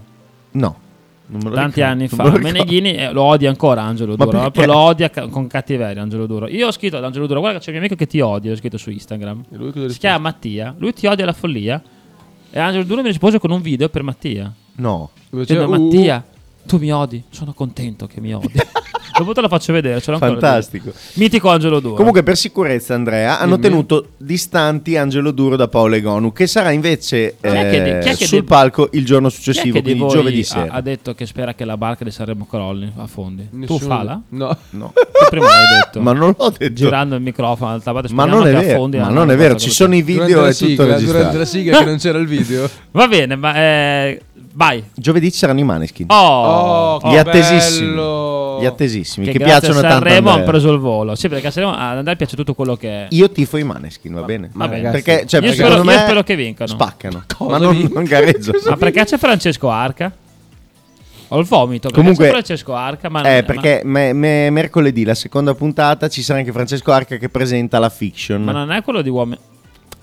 [SPEAKER 4] No. non me lo
[SPEAKER 5] Tanti
[SPEAKER 4] ricordo,
[SPEAKER 5] anni
[SPEAKER 4] non
[SPEAKER 5] fa,
[SPEAKER 4] me lo ricordo.
[SPEAKER 5] Meneghini eh, lo odia ancora Angelo
[SPEAKER 4] Ma
[SPEAKER 5] Duro,
[SPEAKER 4] perché?
[SPEAKER 5] proprio lo odia ca- con cattiveria Angelo Duro. Io ho scritto ad Angelo Duro, guarda c'è un mio amico che ti odia, ho scritto su Instagram.
[SPEAKER 3] E lui cosa
[SPEAKER 5] Si chiama Mattia, lui ti odia la follia e Angelo Duro mi rispose con un video per Mattia.
[SPEAKER 4] No.
[SPEAKER 3] Dove c'era,
[SPEAKER 5] Dicendo
[SPEAKER 3] uh, uh,
[SPEAKER 5] Mattia, tu mi odi, sono contento che mi odi. Dopo te la faccio vedere, ce l'ho ancora.
[SPEAKER 4] Fantastico.
[SPEAKER 5] Mitico Angelo Duro.
[SPEAKER 4] Comunque, per sicurezza, Andrea, hanno tenuto distanti Angelo Duro da Paolo Egonu, che sarà invece
[SPEAKER 5] Ma chi è che-
[SPEAKER 4] eh,
[SPEAKER 5] chi è che
[SPEAKER 4] sul
[SPEAKER 5] di-
[SPEAKER 4] palco il giorno
[SPEAKER 5] Chi è che
[SPEAKER 4] successivo,
[SPEAKER 5] di
[SPEAKER 4] quindi
[SPEAKER 5] voi
[SPEAKER 4] giovedì
[SPEAKER 5] ha-
[SPEAKER 4] sera.
[SPEAKER 5] Ha, detto che spera che la barca di Sanremo crolli a fondi.
[SPEAKER 3] nessuno-
[SPEAKER 5] Tu fala?
[SPEAKER 3] No.
[SPEAKER 4] No.
[SPEAKER 5] Tu prima l'hai detto.
[SPEAKER 4] Ma non l'ho detto.
[SPEAKER 5] Girando il microfono, al tabato,
[SPEAKER 4] ma
[SPEAKER 5] speriamo
[SPEAKER 4] non è
[SPEAKER 5] che a
[SPEAKER 4] vero,
[SPEAKER 5] fondi
[SPEAKER 4] ma
[SPEAKER 5] hanno
[SPEAKER 4] non è
[SPEAKER 5] qualcosa
[SPEAKER 4] vero, ci
[SPEAKER 5] che-
[SPEAKER 4] sono i
[SPEAKER 3] Durante
[SPEAKER 4] video
[SPEAKER 3] la
[SPEAKER 4] e tutto
[SPEAKER 3] sigla, durante la
[SPEAKER 4] registrato.
[SPEAKER 3] sigla che non c'era il video.
[SPEAKER 5] Va bene, ma eh, vai.
[SPEAKER 4] Giovedì ci saranno i Maneskin.
[SPEAKER 5] Oh,
[SPEAKER 3] Oh,
[SPEAKER 4] Gli
[SPEAKER 3] che
[SPEAKER 4] attesissimi.
[SPEAKER 3] bello.
[SPEAKER 4] Gli attesissimi che,
[SPEAKER 5] grazie
[SPEAKER 4] piacciono
[SPEAKER 5] a
[SPEAKER 4] tanto. a
[SPEAKER 5] Sanremo hanno
[SPEAKER 4] Andrea.
[SPEAKER 5] preso il volo. Sì, perché a Sanremo ad Andrea piace tutto quello che è.
[SPEAKER 4] Io tifo i Maneskin, va bene?
[SPEAKER 5] va bene.
[SPEAKER 4] Perché cioè,
[SPEAKER 5] Io
[SPEAKER 4] perché
[SPEAKER 5] spero-
[SPEAKER 4] secondo
[SPEAKER 5] io
[SPEAKER 4] me
[SPEAKER 5] spero che vincano.
[SPEAKER 4] Spaccano.
[SPEAKER 3] Cosa
[SPEAKER 4] ma non,
[SPEAKER 3] dici?
[SPEAKER 4] non gareggio.
[SPEAKER 5] Ma perché c'è Francesco Arca? Ho il vomito. perché
[SPEAKER 4] Comunque-
[SPEAKER 5] c'è Francesco Arca, ma
[SPEAKER 4] Eh, perché me- me- mercoledì, la seconda puntata, ci sarà anche Francesco Arca che presenta la fiction.
[SPEAKER 5] ma, ma non è quello di uomini.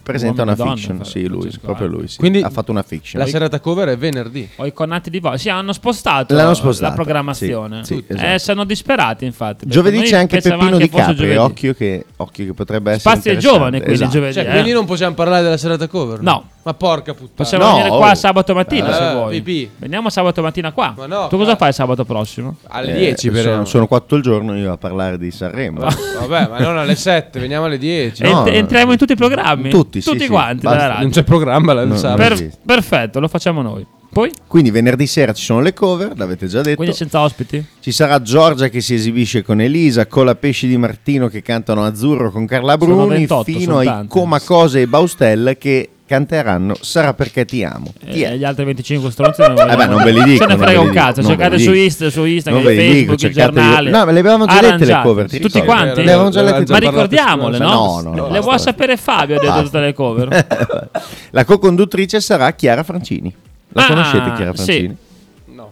[SPEAKER 4] presenta
[SPEAKER 5] uomo e
[SPEAKER 4] una
[SPEAKER 5] donna,
[SPEAKER 4] fiction,
[SPEAKER 5] fa-
[SPEAKER 4] sì, lui,
[SPEAKER 5] Francesco
[SPEAKER 4] proprio
[SPEAKER 5] Arca.
[SPEAKER 4] lui. sì.
[SPEAKER 3] Quindi-
[SPEAKER 4] ha fatto una fiction.
[SPEAKER 3] La serata cover è venerdì.
[SPEAKER 5] Ho i connati di voi. Sì, hanno spostato
[SPEAKER 4] L'hanno spostata,
[SPEAKER 5] la programmazione.
[SPEAKER 4] sì, sì,
[SPEAKER 5] Tutti.
[SPEAKER 4] esatto.
[SPEAKER 5] Eh, sono disperati, infatti. perché
[SPEAKER 4] Giovedì
[SPEAKER 5] noi
[SPEAKER 4] c'è anche
[SPEAKER 5] pensavamo
[SPEAKER 4] Peppino Di
[SPEAKER 5] fosse
[SPEAKER 4] Capri,
[SPEAKER 5] giovedì.
[SPEAKER 4] occhio che, occhio che potrebbe essere
[SPEAKER 5] Spazio ai
[SPEAKER 4] interessante.
[SPEAKER 5] giovani, quindi,
[SPEAKER 4] Esatto.
[SPEAKER 5] giovedì.
[SPEAKER 3] Cioè,
[SPEAKER 5] eh.
[SPEAKER 3] quindi non possiamo parlare della serata cover?
[SPEAKER 5] No,
[SPEAKER 3] Ma porca puttana.
[SPEAKER 5] Possiamo
[SPEAKER 4] No,
[SPEAKER 5] venire qua
[SPEAKER 4] oh.
[SPEAKER 5] sabato mattina se
[SPEAKER 3] Eh,
[SPEAKER 5] vuoi.
[SPEAKER 3] pipì.
[SPEAKER 5] Veniamo sabato mattina qua.
[SPEAKER 3] Ma no,
[SPEAKER 5] tu cosa
[SPEAKER 3] ah.
[SPEAKER 5] fai sabato prossimo?
[SPEAKER 3] Alle
[SPEAKER 4] Eh,
[SPEAKER 3] 10 per
[SPEAKER 4] sono, sono qua tutto il giorno io a parlare di Sanremo.
[SPEAKER 3] Vabbè, ma non alle 7, veniamo alle 10.
[SPEAKER 4] No,
[SPEAKER 5] Ent- entriamo in tutti i programmi.
[SPEAKER 4] Tutti, sì, sì,
[SPEAKER 5] quanti.
[SPEAKER 4] basta.
[SPEAKER 5] dalla
[SPEAKER 3] Non
[SPEAKER 5] radio.
[SPEAKER 3] c'è programma la
[SPEAKER 4] No,
[SPEAKER 3] il sabato.
[SPEAKER 4] non
[SPEAKER 5] Per-
[SPEAKER 4] esiste.
[SPEAKER 5] perfetto, lo facciamo noi. Poi?
[SPEAKER 4] Quindi venerdì sera ci sono le cover, l'avete già detto.
[SPEAKER 5] Quindi senza ospiti?
[SPEAKER 4] Ci sarà Giorgia che si esibisce con Elisa, Cola Pesci di Martino che cantano Azzurro con Carla
[SPEAKER 5] Sono
[SPEAKER 4] Bruni,
[SPEAKER 5] 28, sono
[SPEAKER 4] fino ai
[SPEAKER 5] tante.
[SPEAKER 4] Comacose e Baustella che canteranno Sarà perché ti amo. Ti
[SPEAKER 5] E gli altri 25 stronzi non,
[SPEAKER 4] Eh beh, non ve li dico.
[SPEAKER 5] Eh, Se ne
[SPEAKER 4] non
[SPEAKER 5] frega
[SPEAKER 4] ve
[SPEAKER 5] un
[SPEAKER 4] li dico,
[SPEAKER 5] cazzo.
[SPEAKER 4] non ve
[SPEAKER 5] Cercate
[SPEAKER 4] li
[SPEAKER 5] su,
[SPEAKER 4] dico.
[SPEAKER 5] Insta, su Instagram,
[SPEAKER 4] Non ve li dico,
[SPEAKER 5] Facebook, il
[SPEAKER 4] cercate di-
[SPEAKER 5] giornale.
[SPEAKER 4] No, ma le avevamo già dette le
[SPEAKER 5] Arrangiate.
[SPEAKER 4] cover. ti
[SPEAKER 5] Tutti
[SPEAKER 4] ricordi?
[SPEAKER 5] quanti?
[SPEAKER 4] Le avevamo già
[SPEAKER 3] Ma
[SPEAKER 4] lette
[SPEAKER 5] Ma
[SPEAKER 4] tutte.
[SPEAKER 5] ricordiamole, no?
[SPEAKER 4] No, no, no,
[SPEAKER 5] Le
[SPEAKER 4] basta,
[SPEAKER 5] vuole
[SPEAKER 4] basta.
[SPEAKER 5] sapere Fabio, ha detto
[SPEAKER 4] Basta.
[SPEAKER 5] tutte le cover.
[SPEAKER 4] La co-conduttrice sarà Chiara Francini. La
[SPEAKER 5] Ah,
[SPEAKER 4] conoscete Chiara
[SPEAKER 5] sì.
[SPEAKER 4] Francini?
[SPEAKER 3] No.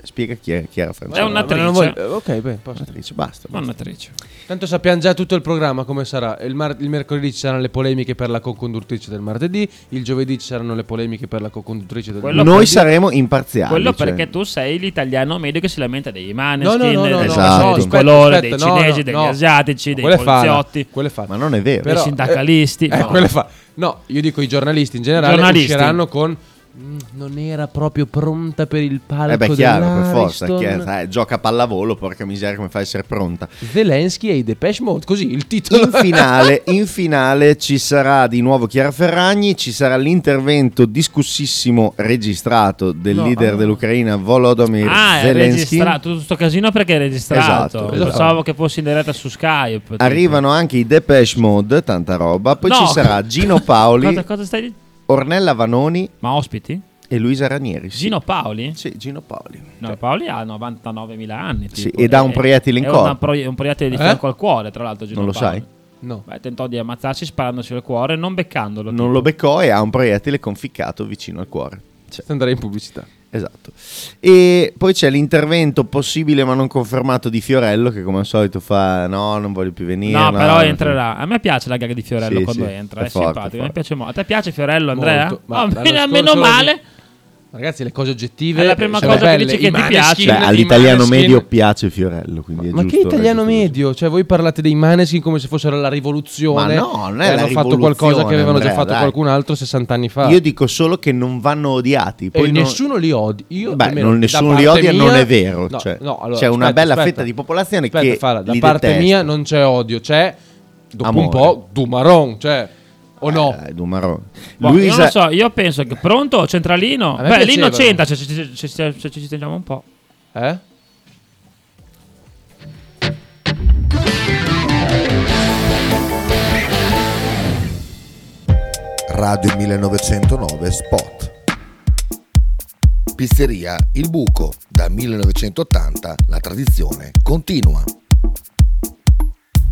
[SPEAKER 4] Spiega chi è Chiara Francini.
[SPEAKER 5] È una-
[SPEAKER 3] Ma non
[SPEAKER 5] un'attrice.
[SPEAKER 3] voglio- Ok, beh, posso.
[SPEAKER 4] Un'attrice, basta. basta.
[SPEAKER 5] Mannatrice.
[SPEAKER 3] Tanto sappiamo già tutto il programma come sarà. Il, mar- il mercoledì ci saranno le polemiche per la co-conduttrice del martedì, il giovedì ci saranno le polemiche per la co-conduttrice del
[SPEAKER 5] Quello-
[SPEAKER 4] Noi
[SPEAKER 5] perché-
[SPEAKER 4] saremo imparziali.
[SPEAKER 5] Quello
[SPEAKER 4] cioè.
[SPEAKER 5] perché tu sei l'italiano medio che si lamenta dei
[SPEAKER 3] No,
[SPEAKER 5] maneskin,
[SPEAKER 3] no, no, no, no,
[SPEAKER 5] del-
[SPEAKER 4] Esatto.
[SPEAKER 5] del
[SPEAKER 3] aspetta,
[SPEAKER 5] colore,
[SPEAKER 3] aspetta,
[SPEAKER 5] dei
[SPEAKER 3] no,
[SPEAKER 5] cinesi,
[SPEAKER 3] no,
[SPEAKER 5] degli
[SPEAKER 3] no.
[SPEAKER 5] asiatici, dei
[SPEAKER 3] Quelle falla,
[SPEAKER 5] poliziotti,
[SPEAKER 3] Quelle fatte.
[SPEAKER 4] Ma non è vero.
[SPEAKER 5] dei
[SPEAKER 3] però,
[SPEAKER 5] sindacalisti.
[SPEAKER 3] Eh,
[SPEAKER 5] No.
[SPEAKER 3] quelle fa- No, io dico i giornalisti in generale
[SPEAKER 5] Giornalisti.
[SPEAKER 3] usciranno con "Mm, non era proprio pronta per il palco
[SPEAKER 4] Eh beh, chiaro, per forza.
[SPEAKER 3] dell'Ariston".
[SPEAKER 4] chiaro, sai, gioca a pallavolo, porca miseria, come fa a essere pronta.
[SPEAKER 3] Zelensky e i Depeche Mode, così il titolo
[SPEAKER 4] In finale, in finale ci sarà di nuovo Chiara Ferragni, ci sarà l'intervento discussissimo registrato del
[SPEAKER 5] No,
[SPEAKER 4] leader
[SPEAKER 5] ah.
[SPEAKER 4] dell'Ucraina Volodymyr
[SPEAKER 5] Ah, è
[SPEAKER 4] Zelensky.
[SPEAKER 5] registrato. Tutto sto casino perché è registrato.
[SPEAKER 4] Esatto,
[SPEAKER 5] Pensavo
[SPEAKER 4] esatto.
[SPEAKER 5] che fossi in diretta su Skype. tipo.
[SPEAKER 4] Arrivano anche i Depeche Mode, tanta roba. Poi
[SPEAKER 5] No.
[SPEAKER 4] ci sarà Gino Paoli,
[SPEAKER 5] Cosa, cosa stai dicendo?
[SPEAKER 4] Ornella Vanoni
[SPEAKER 5] Ma ospiti?
[SPEAKER 4] e Luisa Ranieri. Sì.
[SPEAKER 5] Gino Paoli?
[SPEAKER 4] Sì, Gino Paoli.
[SPEAKER 5] No, Paoli ha 99.000 anni.
[SPEAKER 4] Sì,
[SPEAKER 5] tipo.
[SPEAKER 4] e dà un
[SPEAKER 5] È-
[SPEAKER 4] proiettile in
[SPEAKER 5] è
[SPEAKER 4] corpo.
[SPEAKER 5] un pro- un proiettile di
[SPEAKER 3] Eh?
[SPEAKER 5] fianco al cuore, tra l'altro. Gino
[SPEAKER 4] Non lo
[SPEAKER 5] Paoli.
[SPEAKER 4] sai?
[SPEAKER 3] No.
[SPEAKER 5] Beh, tentò di ammazzarsi sparandosi al cuore, non beccandolo.
[SPEAKER 4] Non lo beccò e ha un proiettile conficcato vicino al cuore. Cioè,
[SPEAKER 3] Andrei in pubblicità.
[SPEAKER 4] Esatto. E poi c'è l'intervento possibile ma non confermato di Fiorello che come al solito fa no, non voglio più venire.
[SPEAKER 5] No, però entrerà. A me piace la gag di Fiorello
[SPEAKER 4] Sì,
[SPEAKER 5] quando
[SPEAKER 4] sì,
[SPEAKER 5] entra,
[SPEAKER 4] è
[SPEAKER 5] è,
[SPEAKER 4] forte,
[SPEAKER 5] simpatico. Mi
[SPEAKER 4] forte.
[SPEAKER 5] piace molto. A te piace Fiorello, Andrea?
[SPEAKER 3] Molto, ma
[SPEAKER 5] Oh,
[SPEAKER 3] l'anno
[SPEAKER 5] meno,
[SPEAKER 3] scorso
[SPEAKER 5] meno
[SPEAKER 3] lo
[SPEAKER 5] male.
[SPEAKER 3] Ragazzi, le cose oggettive
[SPEAKER 5] È la prima
[SPEAKER 3] sono
[SPEAKER 5] cosa che
[SPEAKER 3] belle.
[SPEAKER 5] dici che
[SPEAKER 3] I
[SPEAKER 5] ti
[SPEAKER 3] Maneskin,
[SPEAKER 5] piace.
[SPEAKER 4] Cioè,
[SPEAKER 3] i
[SPEAKER 4] all'italiano
[SPEAKER 3] Maneskin-
[SPEAKER 4] medio piace Fiorello, quindi è
[SPEAKER 3] Ma che
[SPEAKER 4] giusto,
[SPEAKER 3] italiano
[SPEAKER 4] è giusto.
[SPEAKER 3] medio? Cioè, voi parlate dei Maneskin come se fossero la rivoluzione.
[SPEAKER 4] Ma no, non è
[SPEAKER 3] e
[SPEAKER 4] la
[SPEAKER 3] hanno fatto
[SPEAKER 4] rivoluzione,
[SPEAKER 3] qualcosa che avevano già
[SPEAKER 4] Andrea,
[SPEAKER 3] fatto
[SPEAKER 4] dai.
[SPEAKER 3] qualcun altro 60 anni fa.
[SPEAKER 4] Io dico solo che non vanno odiati,
[SPEAKER 3] e
[SPEAKER 4] poi non-
[SPEAKER 3] nessuno li odia. Io,
[SPEAKER 4] Beh,
[SPEAKER 3] almeno,
[SPEAKER 4] non
[SPEAKER 3] da
[SPEAKER 4] nessuno
[SPEAKER 3] parte
[SPEAKER 4] li odia,
[SPEAKER 3] mia-
[SPEAKER 4] non è vero,
[SPEAKER 3] No,
[SPEAKER 4] cioè,
[SPEAKER 3] no, allora,
[SPEAKER 4] c'è una
[SPEAKER 3] aspetta,
[SPEAKER 4] bella
[SPEAKER 3] aspetta.
[SPEAKER 4] fetta di popolazione
[SPEAKER 3] Aspetta,
[SPEAKER 4] che
[SPEAKER 3] Fala, da
[SPEAKER 4] li
[SPEAKER 3] parte
[SPEAKER 4] detesta.
[SPEAKER 3] mia non c'è odio, c'è dopo un
[SPEAKER 4] Amore.
[SPEAKER 3] po' Dumaron, cioè o no?
[SPEAKER 4] Eh, Dumarò.
[SPEAKER 5] Boh, Io non
[SPEAKER 4] Luisa
[SPEAKER 5] lo so, io penso che pronto, centralino.
[SPEAKER 3] A me
[SPEAKER 5] Beh,
[SPEAKER 3] piacevano.
[SPEAKER 5] lì non c'entra se, ci- se- se- se ci sentiamo un po'.
[SPEAKER 3] Eh?
[SPEAKER 7] Radio 1909 Spot. Pizzeria Il Buco, da 1980 la tradizione continua.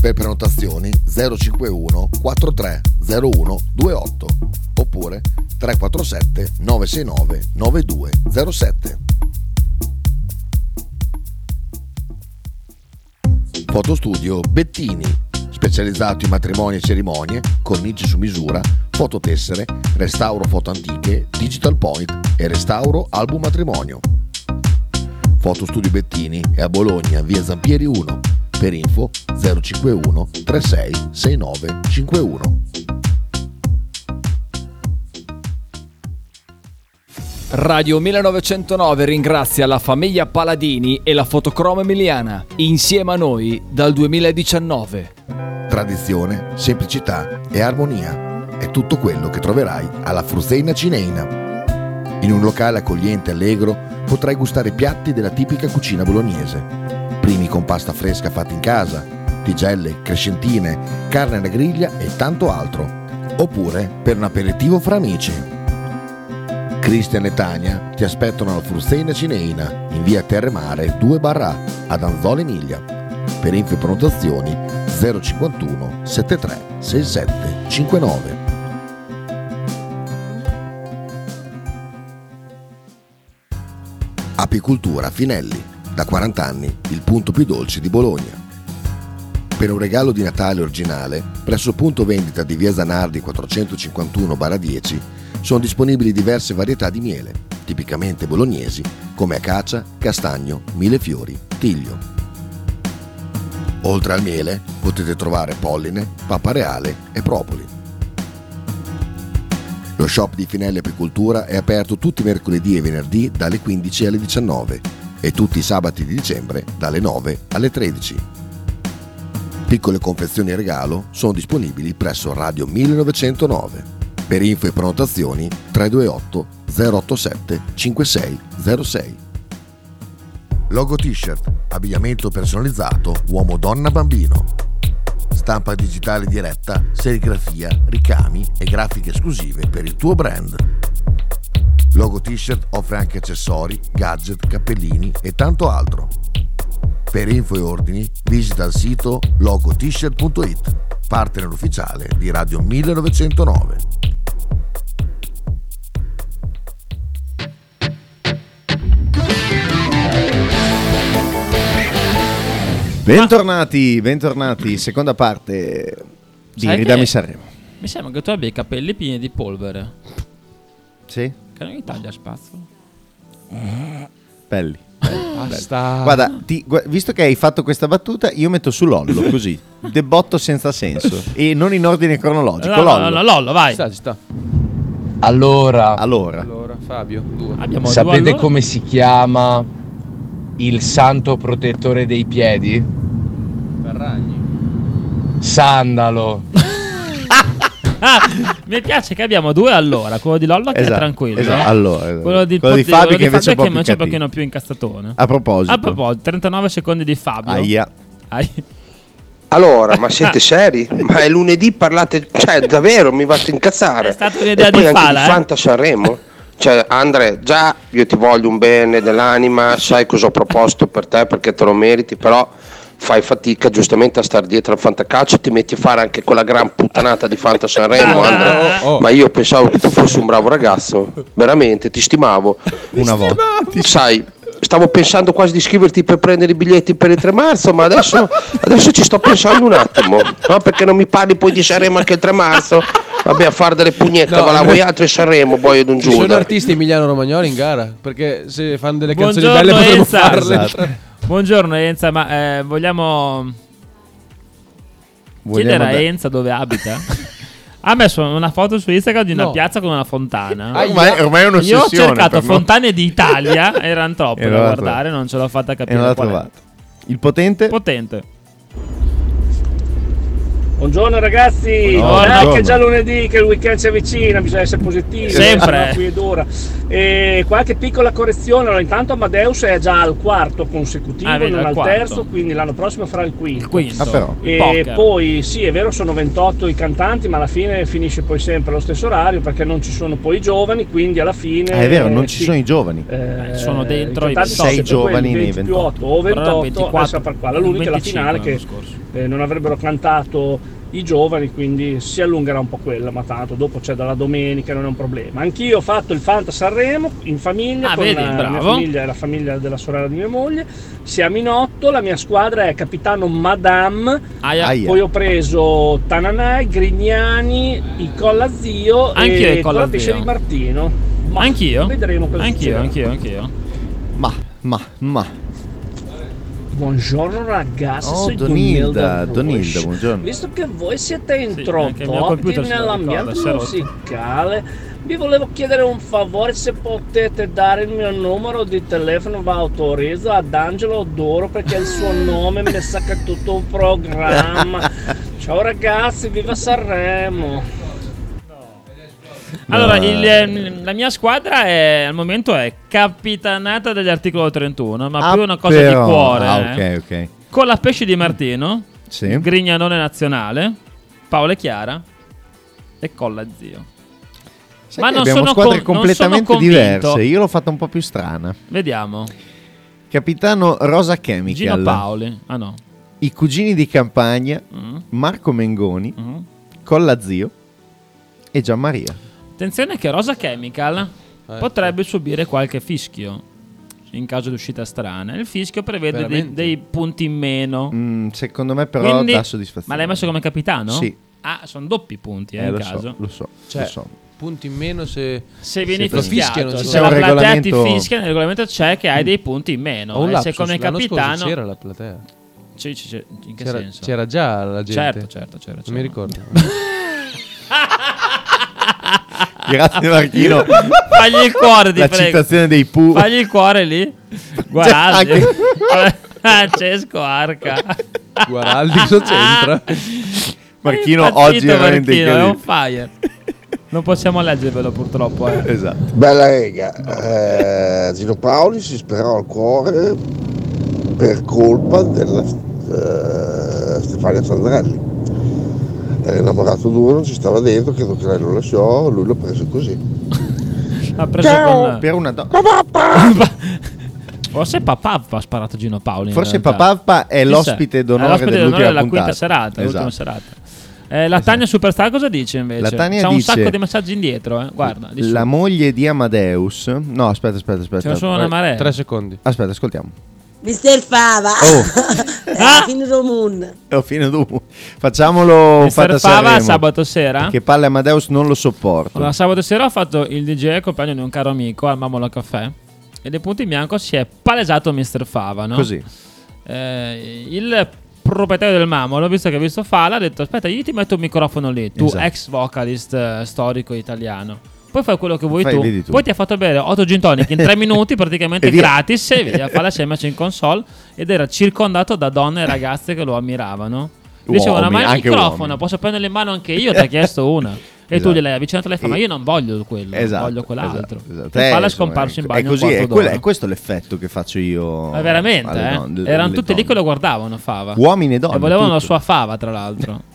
[SPEAKER 7] Per prenotazioni 051 4301 28 oppure 347 969 9207. Fotostudio Bettini, specializzato in matrimoni e cerimonie, cornici su misura, fototessere, restauro foto antiche, digital point e restauro album matrimonio. Fotostudio Bettini è a Bologna, via Zampieri 1, per info 051 36 69 51.
[SPEAKER 8] Radio 1909 ringrazia la famiglia Paladini e la fotocromo emiliana, insieme a noi dal 2019.
[SPEAKER 7] Tradizione, semplicità e armonia è tutto quello che troverai alla Fruzeina Cineina. In un locale accogliente e allegro potrai gustare piatti della tipica cucina bolognese. Primi con pasta fresca fatta in casa, tigelle, crescentine, carne alla griglia e tanto altro. Oppure per un aperitivo fra amici. Cristian e Tania ti aspettano alla Fruzeina Cineina in via Terremare 2 barra ad Anzola Emilia. Per info e prenotazioni 051 73 67 59. Apicultura Finelli, da 40 anni il punto più dolce di Bologna. Per un regalo di Natale originale, presso il punto vendita di Via Zanardi 451-10 sono disponibili diverse varietà di miele, tipicamente bolognesi, come acacia, castagno, millefiori, tiglio. Oltre al miele potete trovare polline, pappa reale e propoli. Lo shop di Finelli Apicoltura è aperto tutti i mercoledì e venerdì dalle 15 alle 19 e tutti i sabati di dicembre dalle 9 alle 13. Piccole confezioni e regalo sono disponibili presso Radio 1909. Per info e prenotazioni 328 087 5606. Logo t-shirt, abbigliamento personalizzato uomo donna bambino. Stampa digitale diretta, serigrafia, ricami e grafiche esclusive per il tuo brand. Logo T-shirt offre anche accessori, gadget, cappellini e tanto altro. Per info e ordini visita il sito logotshirt.it, partner ufficiale di Radio 1909.
[SPEAKER 4] Bentornati, bentornati, seconda parte di
[SPEAKER 5] Sai
[SPEAKER 4] Ridami
[SPEAKER 5] che-
[SPEAKER 4] Sanremo.
[SPEAKER 5] Mi sembra che tu abbia i capelli pieni di polvere.
[SPEAKER 4] Sì?
[SPEAKER 5] Che non gli taglia spazio.
[SPEAKER 4] Belli.
[SPEAKER 5] Ah.
[SPEAKER 3] Basta.
[SPEAKER 4] Guarda, ti- gua- visto che hai fatto questa battuta, io metto su Lollo così, debotto senza senso e non in ordine cronologico.
[SPEAKER 5] No, no,
[SPEAKER 4] Lollo.
[SPEAKER 5] no, no, Lollo, vai.
[SPEAKER 3] Ci sta, ci sta.
[SPEAKER 9] Allora,
[SPEAKER 4] Allora,
[SPEAKER 3] Allora, Fabio, due.
[SPEAKER 5] Abbiamo due
[SPEAKER 9] sapete
[SPEAKER 5] allora.
[SPEAKER 9] come si chiama il santo protettore dei piedi?
[SPEAKER 3] Ferragni.
[SPEAKER 9] Sandalo.
[SPEAKER 5] Ah, mi piace che abbiamo due allora. Quello di Lollo che è
[SPEAKER 4] Esatto,
[SPEAKER 5] tranquillo. eh?
[SPEAKER 4] esatto, allora, esatto.
[SPEAKER 5] Quello di,
[SPEAKER 4] Quello di
[SPEAKER 5] quello di
[SPEAKER 4] Fabio che invece è un po' più
[SPEAKER 5] invece è un
[SPEAKER 4] cattivo.
[SPEAKER 5] pochino più incazzatone.
[SPEAKER 4] a proposito,
[SPEAKER 5] A proposito, 39 secondi di Fabio.
[SPEAKER 4] aia,
[SPEAKER 5] Ai-
[SPEAKER 6] Allora, ma siete seri? Ma è lunedì parlate, cioè davvero mi vado a incazzare.
[SPEAKER 5] È stata un'idea
[SPEAKER 6] E poi
[SPEAKER 5] di
[SPEAKER 6] anche
[SPEAKER 5] Fala, eh?
[SPEAKER 6] di Fanta Sanremo. Cioè, Andre, già io ti voglio un bene dell'anima, sai cosa ho proposto per te perché te lo meriti, però fai fatica giustamente a stare dietro al fantacalcio, ti metti a fare anche quella gran puttanata di Fanta Sanremo, Andre.
[SPEAKER 3] Oh.
[SPEAKER 6] Ma io pensavo che tu fossi un bravo ragazzo, veramente, ti stimavo.
[SPEAKER 4] una volta.
[SPEAKER 6] Sai, stavo pensando quasi di scriverti per prendere i biglietti per il 3 marzo, ma adesso, adesso ci sto pensando un attimo. No, perché non mi parli poi di Sanremo anche il 3 marzo? Vabbè, a fare delle pugnette,
[SPEAKER 3] No,
[SPEAKER 6] va là
[SPEAKER 3] no.
[SPEAKER 6] voi altri Sanremo, boia d'un
[SPEAKER 3] Ci sono
[SPEAKER 6] Giuda.
[SPEAKER 3] artisti Emiliano-Romagnoli in gara, perché se fanno delle canzoni
[SPEAKER 5] Buongiorno
[SPEAKER 3] belle potremmo
[SPEAKER 5] Enza.
[SPEAKER 3] farle.
[SPEAKER 4] Esatto.
[SPEAKER 5] Buongiorno Enza, ma eh, vogliamo
[SPEAKER 4] Vogliamo
[SPEAKER 5] chiedere a
[SPEAKER 4] da-
[SPEAKER 5] Enza dove abita? ha messo una foto su Instagram di una
[SPEAKER 3] No.
[SPEAKER 5] piazza con una fontana.
[SPEAKER 4] Ah, Ormai, ormai è
[SPEAKER 5] Io ho
[SPEAKER 4] un'ossessione.
[SPEAKER 5] cercato
[SPEAKER 4] per noi.
[SPEAKER 5] fontane d'Italia, erano troppe
[SPEAKER 4] E non
[SPEAKER 5] da
[SPEAKER 4] l'ha
[SPEAKER 5] guardare,
[SPEAKER 4] trovata.
[SPEAKER 5] non ce l'ho fatta
[SPEAKER 4] E non
[SPEAKER 5] capire.
[SPEAKER 4] l'ha
[SPEAKER 5] qual è.
[SPEAKER 4] trovata. Il potente?
[SPEAKER 5] Potente.
[SPEAKER 10] Buongiorno ragazzi,
[SPEAKER 4] Buongiorno.
[SPEAKER 10] guarda
[SPEAKER 4] Buongiorno.
[SPEAKER 10] che è già lunedì, che il weekend si avvicina, bisogna essere positivi.
[SPEAKER 5] Sempre.
[SPEAKER 10] sono Qui ed ora. E qualche piccola correzione, allora intanto Amadeus è già al quarto consecutivo,
[SPEAKER 5] Ah, vedi,
[SPEAKER 10] non
[SPEAKER 5] al
[SPEAKER 10] al
[SPEAKER 5] quarto.
[SPEAKER 10] terzo, quindi l'anno prossimo farà il
[SPEAKER 5] Il
[SPEAKER 10] quinto.
[SPEAKER 5] quinto.
[SPEAKER 4] Ah, però.
[SPEAKER 5] Il
[SPEAKER 10] E
[SPEAKER 5] poker.
[SPEAKER 10] poi sì, è vero, sono 28 i cantanti, ma alla fine finisce poi sempre allo stesso orario perché non ci sono poi i giovani, quindi alla fine...
[SPEAKER 4] Ah, è vero, non ci
[SPEAKER 10] sì,
[SPEAKER 4] sono i giovani.
[SPEAKER 10] eh,
[SPEAKER 5] sono dentro i
[SPEAKER 10] cantanti
[SPEAKER 4] 26
[SPEAKER 10] sono sempre quelli,
[SPEAKER 4] giovani nei
[SPEAKER 10] 20 più 8 o
[SPEAKER 5] Però erano
[SPEAKER 10] 28, 24, per qua. L'unica è la
[SPEAKER 5] 25
[SPEAKER 10] finale che
[SPEAKER 5] l'anno scorso.
[SPEAKER 10] eh, non avrebbero cantato i giovani, quindi si allungherà un po' quella, ma tanto dopo c'è dalla domenica, non è un problema. Anch'io ho fatto il Fanta Sanremo in famiglia,
[SPEAKER 5] Ah,
[SPEAKER 10] con
[SPEAKER 5] vedi,
[SPEAKER 10] la mia
[SPEAKER 5] bravo.
[SPEAKER 10] famiglia e la famiglia della sorella di mia moglie. Siamo in otto, la mia squadra è capitano Madame,
[SPEAKER 5] Aia.
[SPEAKER 4] Aia.
[SPEAKER 10] poi ho preso Tananai, Grignani, i Colla Zio
[SPEAKER 5] Anch'io i
[SPEAKER 10] e
[SPEAKER 5] Colla
[SPEAKER 10] Collatesce
[SPEAKER 5] Zio.
[SPEAKER 10] di Martino. Ma
[SPEAKER 5] Anch'io?
[SPEAKER 10] Vedremo cosa
[SPEAKER 5] Anch'io,
[SPEAKER 10] succederà.
[SPEAKER 5] anch'io, anch'io.
[SPEAKER 4] Ma, ma, ma.
[SPEAKER 10] Buongiorno ragazzi,
[SPEAKER 4] Oh,
[SPEAKER 10] sono
[SPEAKER 4] Donilda,
[SPEAKER 10] Donilda,
[SPEAKER 4] Donilda,
[SPEAKER 10] Rush.
[SPEAKER 4] buongiorno.
[SPEAKER 10] Visto che voi siete
[SPEAKER 5] anche il mio computer
[SPEAKER 10] introdotti
[SPEAKER 5] se lo
[SPEAKER 10] nell'ambiente
[SPEAKER 5] ricorda, si è rotto.
[SPEAKER 10] musicale, vi volevo chiedere un favore se potete dare il mio numero di telefono va autorizzato ad Angelo Doro perché il suo nome mi sa che è tutto un programma. Ciao ragazzi, viva Sanremo!
[SPEAKER 5] Allora, il, ehm, la mia squadra è, al momento è capitanata dagli articolo 31, ma più una cosa
[SPEAKER 4] Ah,
[SPEAKER 5] di
[SPEAKER 4] però-
[SPEAKER 5] cuore.
[SPEAKER 4] Ah,
[SPEAKER 5] eh.
[SPEAKER 4] ok, ok.
[SPEAKER 5] Con la pesce di Martino,
[SPEAKER 4] Sì.
[SPEAKER 5] Grignanone Nazionale, Paola e Chiara e Colla Zio.
[SPEAKER 4] Sai
[SPEAKER 5] Ma
[SPEAKER 4] che
[SPEAKER 5] non
[SPEAKER 4] abbiamo
[SPEAKER 5] sono
[SPEAKER 4] squadre
[SPEAKER 5] con- non
[SPEAKER 4] completamente
[SPEAKER 5] sono convinto.
[SPEAKER 4] diverse. Io l'ho fatta un po' più strana.
[SPEAKER 5] Vediamo.
[SPEAKER 4] Capitano Rosa
[SPEAKER 5] Gino
[SPEAKER 4] Chemical,
[SPEAKER 5] Paoli. Ah no.
[SPEAKER 4] i cugini di campagna,
[SPEAKER 5] Mm,
[SPEAKER 4] Marco Mengoni,
[SPEAKER 5] mm.
[SPEAKER 4] Colla Zio e Gianmaria.
[SPEAKER 3] Eh,
[SPEAKER 5] Attenzione che Rosa Chemical potrebbe subire qualche fischio. in caso di uscita strana. Il fischio prevede dei,
[SPEAKER 4] Veramente?
[SPEAKER 5] dei punti in meno.
[SPEAKER 4] Mm, secondo me però
[SPEAKER 5] Quindi-
[SPEAKER 4] dà soddisfazione.
[SPEAKER 5] Ma l'hai messo come capitano?
[SPEAKER 4] Sì.
[SPEAKER 5] Ah, sono doppi punti eh,
[SPEAKER 4] Eh,
[SPEAKER 5] in
[SPEAKER 4] lo
[SPEAKER 5] caso.
[SPEAKER 4] so, lo so,
[SPEAKER 3] Cioè,
[SPEAKER 4] lo so.
[SPEAKER 3] punti in meno se...
[SPEAKER 5] Se vieni
[SPEAKER 3] lo
[SPEAKER 5] fischiato,
[SPEAKER 3] fischiano, ci
[SPEAKER 5] se
[SPEAKER 4] c'è
[SPEAKER 5] la
[SPEAKER 4] un
[SPEAKER 5] platea
[SPEAKER 4] regolamento- Mm.
[SPEAKER 5] ti fischia, nel regolamento c'è che hai dei punti in meno.
[SPEAKER 3] Ho
[SPEAKER 5] e
[SPEAKER 3] un
[SPEAKER 5] se
[SPEAKER 3] lapsus,
[SPEAKER 5] come
[SPEAKER 3] l'anno scorso
[SPEAKER 5] capitano...
[SPEAKER 3] c'era la platea.
[SPEAKER 5] Sì, sì, sì, in che
[SPEAKER 3] C'era,
[SPEAKER 5] senso?
[SPEAKER 3] c'era già la gente.
[SPEAKER 5] Certo, certo, c'era,
[SPEAKER 3] Non
[SPEAKER 5] c'era.
[SPEAKER 3] mi ricordo.
[SPEAKER 4] Grazie Marchino.
[SPEAKER 5] Fagli il cuore, ti
[SPEAKER 4] La
[SPEAKER 5] prego.
[SPEAKER 4] citazione dei Pooh.
[SPEAKER 5] Fagli il cuore lì. Guaraldi.
[SPEAKER 4] anche-
[SPEAKER 5] Francesco Arca.
[SPEAKER 3] Guaraldi cosa c'entra?
[SPEAKER 4] Marchino
[SPEAKER 5] Impazzito,
[SPEAKER 4] oggi è veramente
[SPEAKER 5] Marchino, eh? è un
[SPEAKER 4] incredibile.
[SPEAKER 5] fire. Non possiamo leggervelo purtroppo. eh.
[SPEAKER 4] Esatto.
[SPEAKER 11] Bella rega, eh, Gino Paoli si sperò al cuore per colpa della eh, Stefania Sandrelli. Era innamorato duro, non ci stava dentro, credo che lei lo lasciò, lui l'ha preso così.
[SPEAKER 5] Ha preso con...
[SPEAKER 4] Per una donna.
[SPEAKER 5] Forse papà ha sparato Gino Paoli. in
[SPEAKER 4] Forse
[SPEAKER 5] realtà.
[SPEAKER 4] Papà è
[SPEAKER 5] Chissà.
[SPEAKER 4] l'ospite d'onore,
[SPEAKER 5] È l'ospite
[SPEAKER 4] dell'ultima
[SPEAKER 5] d'onore della
[SPEAKER 4] puntata.
[SPEAKER 5] quinta serata.
[SPEAKER 4] Esatto.
[SPEAKER 5] l'ultima serata. Eh, la Tania Superstar cosa dice invece?
[SPEAKER 4] La Tania
[SPEAKER 5] C'ha un
[SPEAKER 4] dice-
[SPEAKER 5] sacco di messaggi indietro. eh. Guarda, di su.
[SPEAKER 4] La moglie di Amadeus. No, aspetta, aspetta,
[SPEAKER 5] ce ne
[SPEAKER 4] aspetta.
[SPEAKER 5] sono una marea.
[SPEAKER 3] Tre secondi.
[SPEAKER 4] Aspetta, ascoltiamo.
[SPEAKER 1] Mister Fava.
[SPEAKER 4] Oh.
[SPEAKER 5] Ah.
[SPEAKER 1] Era finito Moon.
[SPEAKER 5] Eh,
[SPEAKER 4] Ho fine dopo. Facciamolo
[SPEAKER 5] Mister
[SPEAKER 4] fatta a
[SPEAKER 5] Fava
[SPEAKER 4] Sanremo.
[SPEAKER 5] sabato sera?
[SPEAKER 4] Che palle Amadeus non lo sopporto.
[SPEAKER 5] Allora, sabato sera ho fatto il DJ compagno di un caro amico al Mamolo Caffè. E dei punti in bianco si è palesato Mr. Fava, no?
[SPEAKER 4] Così.
[SPEAKER 5] Eh, il proprietario del Mamolo, visto che ha visto Fala, ha detto: Aspetta, io ti metto un microfono lì. Tu,
[SPEAKER 4] Esatto.
[SPEAKER 5] ex vocalist eh, storico italiano. Poi fai quello che vuoi
[SPEAKER 4] Fai,
[SPEAKER 5] tu.
[SPEAKER 4] vedi tu.
[SPEAKER 5] Poi ti ha fatto bere 8 gin tonic in 3 minuti, praticamente
[SPEAKER 4] E via.
[SPEAKER 5] gratis. E via, Fala si è messo in console ed era circondato da donne e ragazze che lo ammiravano. Gli Dicevano:
[SPEAKER 4] Uomini,
[SPEAKER 5] Ma il
[SPEAKER 4] anche
[SPEAKER 5] microfono,
[SPEAKER 4] uomini."
[SPEAKER 5] posso prenderlo in mano anche io? Ti ha chiesto una. E tu
[SPEAKER 4] Esatto.
[SPEAKER 5] gliel'hai avvicinato lei fa, ma
[SPEAKER 4] E-
[SPEAKER 5] io non voglio quello,
[SPEAKER 4] Esatto.
[SPEAKER 5] voglio quell'altro.
[SPEAKER 4] esatto, esatto.
[SPEAKER 5] E
[SPEAKER 4] Eh,
[SPEAKER 5] Fala è
[SPEAKER 4] insomma,
[SPEAKER 5] scomparso in bagno
[SPEAKER 4] È così,
[SPEAKER 5] un
[SPEAKER 4] è,
[SPEAKER 5] quarto
[SPEAKER 4] quello-
[SPEAKER 5] d'ora.
[SPEAKER 4] è questo l'effetto che faccio io.
[SPEAKER 5] Ma veramente,
[SPEAKER 4] Oh, alle
[SPEAKER 5] eh?
[SPEAKER 4] donne- le-
[SPEAKER 5] erano
[SPEAKER 4] le
[SPEAKER 5] tutti lì che
[SPEAKER 4] donne.
[SPEAKER 5] lo guardavano Fava.
[SPEAKER 4] Uomini e donne.
[SPEAKER 5] e volevano la
[SPEAKER 4] tutti.
[SPEAKER 5] sua Fava, tra l'altro.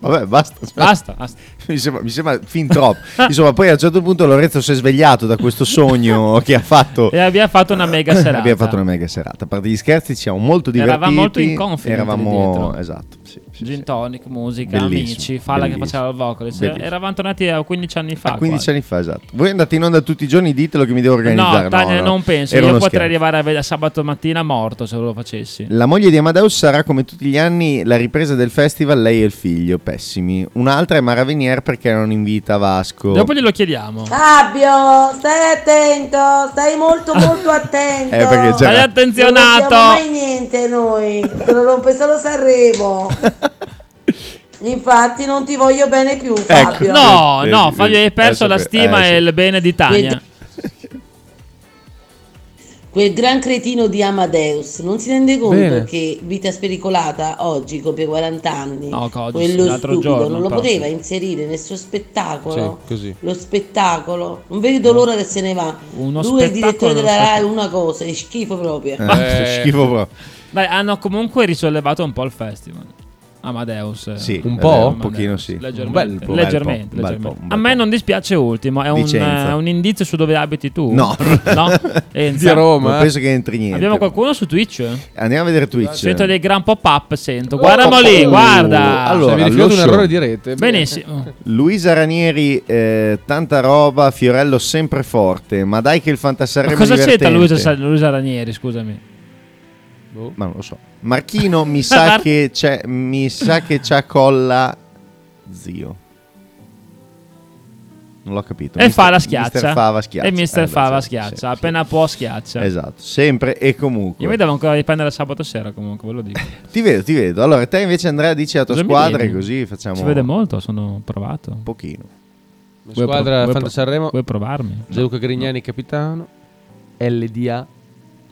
[SPEAKER 4] Vabbè, basta. cioè,
[SPEAKER 5] Basta, basta.
[SPEAKER 4] Mi sembra, mi sembra fin troppo. Insomma, poi a un certo punto Lorenzo si è svegliato da questo sogno che ha fatto.
[SPEAKER 5] E abbiamo fatto una mega serata.
[SPEAKER 4] Abbiamo fatto una mega serata. A parte gli scherzi, ci siamo molto divertiti.
[SPEAKER 5] Eravamo molto in confidence lì
[SPEAKER 4] Eravamo.
[SPEAKER 5] dietro.
[SPEAKER 4] Esatto. Sì, sì,
[SPEAKER 5] Gin
[SPEAKER 4] sì.
[SPEAKER 5] tonic, musica,
[SPEAKER 4] Bellissimo,
[SPEAKER 5] amici, Fala che
[SPEAKER 4] bellissimo,
[SPEAKER 5] faceva il vocalist.
[SPEAKER 4] bellissimo.
[SPEAKER 5] Eravamo tornati a 15 anni fa.
[SPEAKER 4] A 15
[SPEAKER 5] quasi.
[SPEAKER 4] anni fa, esatto. Voi andate in onda tutti i giorni, ditelo che mi devo organizzare.
[SPEAKER 5] No, Tania, non penso.
[SPEAKER 4] Era
[SPEAKER 5] Io
[SPEAKER 4] uno
[SPEAKER 5] potrei
[SPEAKER 4] scherzo.
[SPEAKER 5] arrivare a, ved- a sabato mattina morto se lo facessi.
[SPEAKER 4] La moglie di Amadeus sarà come tutti gli anni la ripresa del festival, lei e il figlio, pessimi. Un'altra è Mara Venier perché non invita Vasco.
[SPEAKER 5] Dopo glielo chiediamo.
[SPEAKER 1] Fabio, stai attento, stai molto molto attento.
[SPEAKER 4] Eh, perché c'era-
[SPEAKER 5] Stai
[SPEAKER 4] Era-
[SPEAKER 1] Non facciamo mai
[SPEAKER 5] attenzionato.
[SPEAKER 1] niente noi, te lo rompe solo Sanremo. Infatti non ti voglio bene più
[SPEAKER 4] Ecco.
[SPEAKER 1] Fabio.
[SPEAKER 5] No,
[SPEAKER 4] Vedi,
[SPEAKER 5] no,
[SPEAKER 4] vedi,
[SPEAKER 5] Fabio, hai perso
[SPEAKER 4] eh,
[SPEAKER 5] la
[SPEAKER 4] sì,
[SPEAKER 5] stima
[SPEAKER 4] eh, sì.
[SPEAKER 5] e il bene di Tania.
[SPEAKER 1] Quel gran cretino di Amadeus non si rende conto
[SPEAKER 3] Bene.
[SPEAKER 1] che Vita Spericolata oggi compie 40 anni.
[SPEAKER 5] No, oggi,
[SPEAKER 1] Quello
[SPEAKER 5] l'altro
[SPEAKER 1] stupido
[SPEAKER 5] giorno,
[SPEAKER 1] non lo
[SPEAKER 5] proprio.
[SPEAKER 1] poteva inserire nel suo spettacolo.
[SPEAKER 3] Sì, così.
[SPEAKER 1] Lo spettacolo. Non vedo l'ora che se ne va.
[SPEAKER 5] Uno
[SPEAKER 1] Lui è il direttore
[SPEAKER 5] spettacolo,
[SPEAKER 1] della
[SPEAKER 5] uno
[SPEAKER 1] RAI, una cosa, è schifo proprio.
[SPEAKER 4] Eh, schifo proprio.
[SPEAKER 5] Dai, hanno comunque risollevato un po' il festival. Amadeus. eh.
[SPEAKER 4] Sì,
[SPEAKER 3] Un
[SPEAKER 4] è
[SPEAKER 3] po'?
[SPEAKER 4] vero,
[SPEAKER 3] Un
[SPEAKER 4] Un pochino sì.
[SPEAKER 5] Leggermente,
[SPEAKER 4] Un bel po'.
[SPEAKER 5] leggermente,
[SPEAKER 4] Un bel po',
[SPEAKER 5] leggermente.
[SPEAKER 4] un
[SPEAKER 5] A
[SPEAKER 4] bel
[SPEAKER 5] me
[SPEAKER 4] po'.
[SPEAKER 5] non dispiace ultimo, è un,
[SPEAKER 4] Vicenza.
[SPEAKER 5] eh, un indizio su dove abiti tu?
[SPEAKER 4] No.
[SPEAKER 5] no? Enza.
[SPEAKER 3] Di Roma.
[SPEAKER 4] Non penso che entri niente.
[SPEAKER 5] Abbiamo qualcuno su Twitch?
[SPEAKER 4] Andiamo a vedere Twitch.
[SPEAKER 5] Sento dei gran pop-up, sento. Guardiamo lì,
[SPEAKER 4] Oh,
[SPEAKER 5] guarda.
[SPEAKER 4] allora,
[SPEAKER 3] Cioè, mi rifiuto
[SPEAKER 4] lo
[SPEAKER 3] un
[SPEAKER 4] show.
[SPEAKER 3] errore di rete.
[SPEAKER 5] Benissimo.
[SPEAKER 4] Luisa Ranieri, eh, tanta roba, Fiorello sempre forte, ma dai che il
[SPEAKER 5] Ma
[SPEAKER 4] fantasarremo
[SPEAKER 5] cosa
[SPEAKER 4] divertente.
[SPEAKER 5] c'entra Luisa, Sa- Luisa Ranieri, scusami?
[SPEAKER 4] Ma non lo so. Marchino, mi sa che c'è mi sa che c'ha colla zio. Non l'ho capito.
[SPEAKER 5] E
[SPEAKER 4] Mister-
[SPEAKER 5] fa la schiaccia.
[SPEAKER 4] Mister Fava schiaccia.
[SPEAKER 5] E Mister
[SPEAKER 4] Eh, beh,
[SPEAKER 5] Fava
[SPEAKER 4] sì,
[SPEAKER 5] schiaccia,
[SPEAKER 4] sì,
[SPEAKER 5] appena può schiaccia.
[SPEAKER 4] sì. Esatto, sempre e comunque.
[SPEAKER 5] Io mi devo ancora riprendere sabato sera comunque, ve lo dico.
[SPEAKER 4] Ti vedo, ti vedo. Allora, te invece Andrea dici la tua
[SPEAKER 5] Cosa mi
[SPEAKER 4] squadra
[SPEAKER 5] vedi?
[SPEAKER 4] e così facciamo
[SPEAKER 5] Si vede molto, sono provato.
[SPEAKER 4] un pochino.
[SPEAKER 3] La
[SPEAKER 5] Vuoi
[SPEAKER 3] squadra
[SPEAKER 5] pro- vuoi
[SPEAKER 3] Fanta
[SPEAKER 5] pro-
[SPEAKER 3] Sanremo,
[SPEAKER 5] Vuoi provarmi?
[SPEAKER 3] Gianluca Grignani capitano, LDA,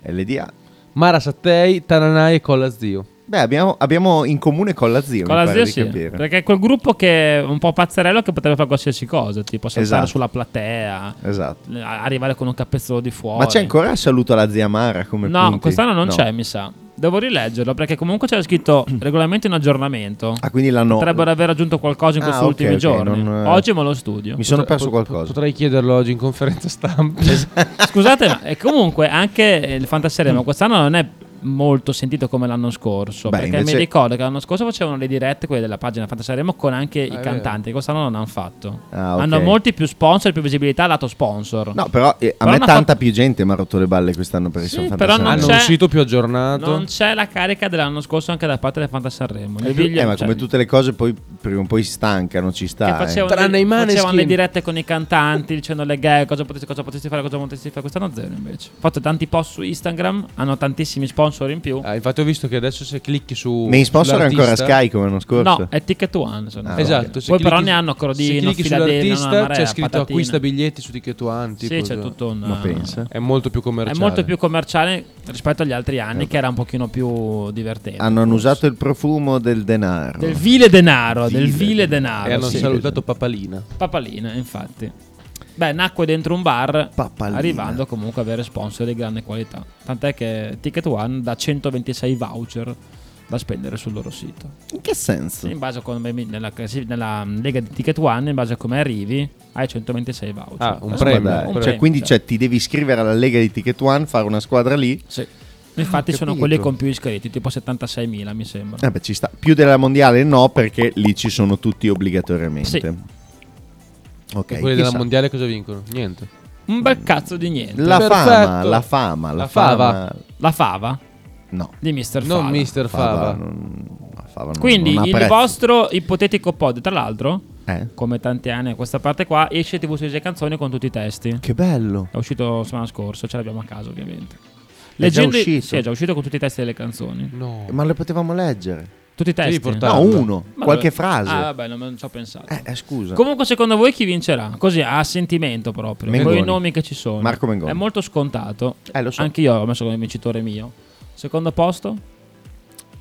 [SPEAKER 4] LDA.
[SPEAKER 3] Mara Sattei, Tananai e Colla Zio.
[SPEAKER 4] Bè, abbiamo, abbiamo in comune con la zio,
[SPEAKER 5] Con
[SPEAKER 4] mi
[SPEAKER 5] la zia
[SPEAKER 4] pare di
[SPEAKER 5] sì,
[SPEAKER 4] capire.
[SPEAKER 5] perché è quel gruppo che è un po' pazzerello che potrebbe fare qualsiasi cosa, tipo saltare
[SPEAKER 4] Esatto.
[SPEAKER 5] sulla platea,
[SPEAKER 4] Esatto.
[SPEAKER 5] eh, arrivare con un capezzolo di fuoco.
[SPEAKER 4] Ma c'è ancora saluto alla zia Mara come
[SPEAKER 5] No,
[SPEAKER 4] punti?
[SPEAKER 5] quest'anno non
[SPEAKER 4] No.
[SPEAKER 5] c'è, mi sa. Devo rileggerlo perché comunque c'era scritto regolamento in aggiornamento.
[SPEAKER 4] Ah, quindi l'hanno
[SPEAKER 5] Potrebbero aver aggiunto qualcosa in
[SPEAKER 4] Ah,
[SPEAKER 5] questi
[SPEAKER 4] ok,
[SPEAKER 5] ultimi
[SPEAKER 4] ok,
[SPEAKER 5] giorni.
[SPEAKER 4] non, eh,
[SPEAKER 5] Oggi me lo studio.
[SPEAKER 4] Mi sono perso
[SPEAKER 3] Pot-
[SPEAKER 4] qualcosa.
[SPEAKER 3] Potrei chiederlo oggi in conferenza stampa.
[SPEAKER 5] eh, Scusate, ma e comunque anche il Fantasaremo quest'anno non è molto sentito come l'anno scorso.
[SPEAKER 4] Mm. Beh,
[SPEAKER 5] perché
[SPEAKER 4] invece-
[SPEAKER 5] mi ricordo che l'anno scorso facevano le dirette, quelle della pagina Fantasaremo, con anche i
[SPEAKER 4] Ah, vero.
[SPEAKER 5] cantanti. che Quest'anno non hanno fatto.
[SPEAKER 4] Ah, ok.
[SPEAKER 5] Hanno molti più sponsor, più visibilità lato sponsor.
[SPEAKER 4] No, però eh, a
[SPEAKER 5] Però
[SPEAKER 4] me
[SPEAKER 5] hanno
[SPEAKER 4] tanta più gente mi ha rotto le balle quest'anno per il
[SPEAKER 5] Sì,
[SPEAKER 4] San
[SPEAKER 5] però non
[SPEAKER 4] Fantasaremo.
[SPEAKER 5] c'è-
[SPEAKER 3] Eh,
[SPEAKER 5] Hanno un sito
[SPEAKER 3] più aggiornato.
[SPEAKER 5] Non c'è la carica dell'anno scorso anche da parte del Fantasarremo. Le
[SPEAKER 4] Eh,
[SPEAKER 5] viglie-
[SPEAKER 4] ma
[SPEAKER 5] cioè,
[SPEAKER 4] come tutte le cose poi prima o poi si stancano, ci sta.
[SPEAKER 5] che
[SPEAKER 4] eh.
[SPEAKER 5] facevano,
[SPEAKER 3] Tranne i Maneskin.
[SPEAKER 5] facevano le dirette con i cantanti dicendo le gay cosa potresti, cosa potresti fare cosa potresti fare quest'anno zero invece ho fatto tanti post su Instagram hanno tantissimi sponsor in
[SPEAKER 4] Eh,
[SPEAKER 5] più
[SPEAKER 3] Ah, infatti ho visto che adesso se clicchi su...
[SPEAKER 4] Ne sponsor
[SPEAKER 3] sull'artista-
[SPEAKER 4] ancora Sky come l'anno scorso.
[SPEAKER 5] no è Ticket One se non
[SPEAKER 4] Ah,
[SPEAKER 5] sbaglio.
[SPEAKER 3] Esatto, se
[SPEAKER 5] poi però
[SPEAKER 3] clicchi-
[SPEAKER 5] ne hanno
[SPEAKER 3] se
[SPEAKER 5] Corodino
[SPEAKER 3] clicchi
[SPEAKER 5] Filadelfia
[SPEAKER 3] sull'artista
[SPEAKER 5] una marea,
[SPEAKER 3] c'è scritto
[SPEAKER 5] patatina.
[SPEAKER 3] acquista biglietti su Ticket One.
[SPEAKER 5] Sì,
[SPEAKER 3] tipo,
[SPEAKER 5] c'è
[SPEAKER 3] cioè.
[SPEAKER 5] tutto un- Ma pensa.
[SPEAKER 3] È molto più
[SPEAKER 5] è
[SPEAKER 3] commerciale. Eh.
[SPEAKER 5] molto più commerciale rispetto agli altri anni che era un pochino più divertente
[SPEAKER 4] Hanno annusato il profumo del denaro.
[SPEAKER 5] del vile denaro del
[SPEAKER 4] Vile
[SPEAKER 5] vile denaro
[SPEAKER 3] E hanno
[SPEAKER 5] sì.
[SPEAKER 3] salutato Papalina.
[SPEAKER 5] Papalina infatti Beh, nacque dentro un bar,
[SPEAKER 4] Papalina.
[SPEAKER 5] arrivando comunque a avere sponsor di grande qualità. Tant'è che Ticket One dà 126 voucher da spendere sul loro sito.
[SPEAKER 4] In che senso?
[SPEAKER 5] In base a come nella, classi- nella lega di Ticket One, in base a come arrivi, hai 126 voucher.
[SPEAKER 3] Ah, un
[SPEAKER 5] Eh,
[SPEAKER 3] premio,
[SPEAKER 5] guarda,
[SPEAKER 4] Dai,
[SPEAKER 5] un
[SPEAKER 4] cioè,
[SPEAKER 5] premio,
[SPEAKER 4] quindi
[SPEAKER 5] cioè.
[SPEAKER 4] cioè, ti devi iscrivere alla Lega di Ticket One, fare una squadra lì.
[SPEAKER 5] Sì. Infatti
[SPEAKER 4] Ah, Ho
[SPEAKER 5] sono
[SPEAKER 4] capito.
[SPEAKER 5] quelli con più iscritti, tipo 76.000 mi sembra.
[SPEAKER 4] Eh beh, ci sta. Più della mondiale no, perché lì ci sono tutti obbligatoriamente.
[SPEAKER 5] Sì.
[SPEAKER 4] Ok,
[SPEAKER 3] E quelli della
[SPEAKER 4] chissà.
[SPEAKER 3] mondiale cosa vincono? Niente.
[SPEAKER 5] Un bel cazzo di niente.
[SPEAKER 4] La
[SPEAKER 3] Perfetto.
[SPEAKER 4] fama, la fama, la,
[SPEAKER 3] La fava.
[SPEAKER 4] fama-
[SPEAKER 5] La fava
[SPEAKER 4] No,
[SPEAKER 5] di Mr.
[SPEAKER 3] Non
[SPEAKER 5] Fava.
[SPEAKER 3] Mister
[SPEAKER 4] fava,
[SPEAKER 3] Fava.
[SPEAKER 4] non- la fava non-
[SPEAKER 5] Quindi
[SPEAKER 4] non ha
[SPEAKER 5] il
[SPEAKER 4] prezzo.
[SPEAKER 5] vostro ipotetico pod, tra l'altro,
[SPEAKER 4] Eh?
[SPEAKER 5] come tanti anni a questa parte qua, esce TV Series e canzoni con tutti i testi.
[SPEAKER 4] Che bello.
[SPEAKER 5] È uscito settimana scorsa, ce l'abbiamo a casa ovviamente.
[SPEAKER 4] già
[SPEAKER 5] Leggendo i-
[SPEAKER 4] uscito?
[SPEAKER 5] Sì, è già uscito con tutti i testi delle canzoni.
[SPEAKER 3] No.
[SPEAKER 4] Ma le potevamo leggere?
[SPEAKER 5] Tutti i testi.
[SPEAKER 3] Devi portare-
[SPEAKER 4] No,
[SPEAKER 3] Tarda.
[SPEAKER 4] uno,
[SPEAKER 5] Ma
[SPEAKER 4] qualche
[SPEAKER 5] dove-
[SPEAKER 4] frase.
[SPEAKER 5] Ah, vabbè, non, non ci ho pensato.
[SPEAKER 4] Eh, eh, scusa.
[SPEAKER 5] Comunque, secondo voi chi vincerà? Così a sentimento proprio.
[SPEAKER 4] Mengoni.
[SPEAKER 5] Con i nomi che ci sono.
[SPEAKER 4] Marco Mengoni.
[SPEAKER 5] È molto scontato.
[SPEAKER 4] Eh, lo so.
[SPEAKER 5] Anche io l'ho messo come vincitore mio. Secondo posto?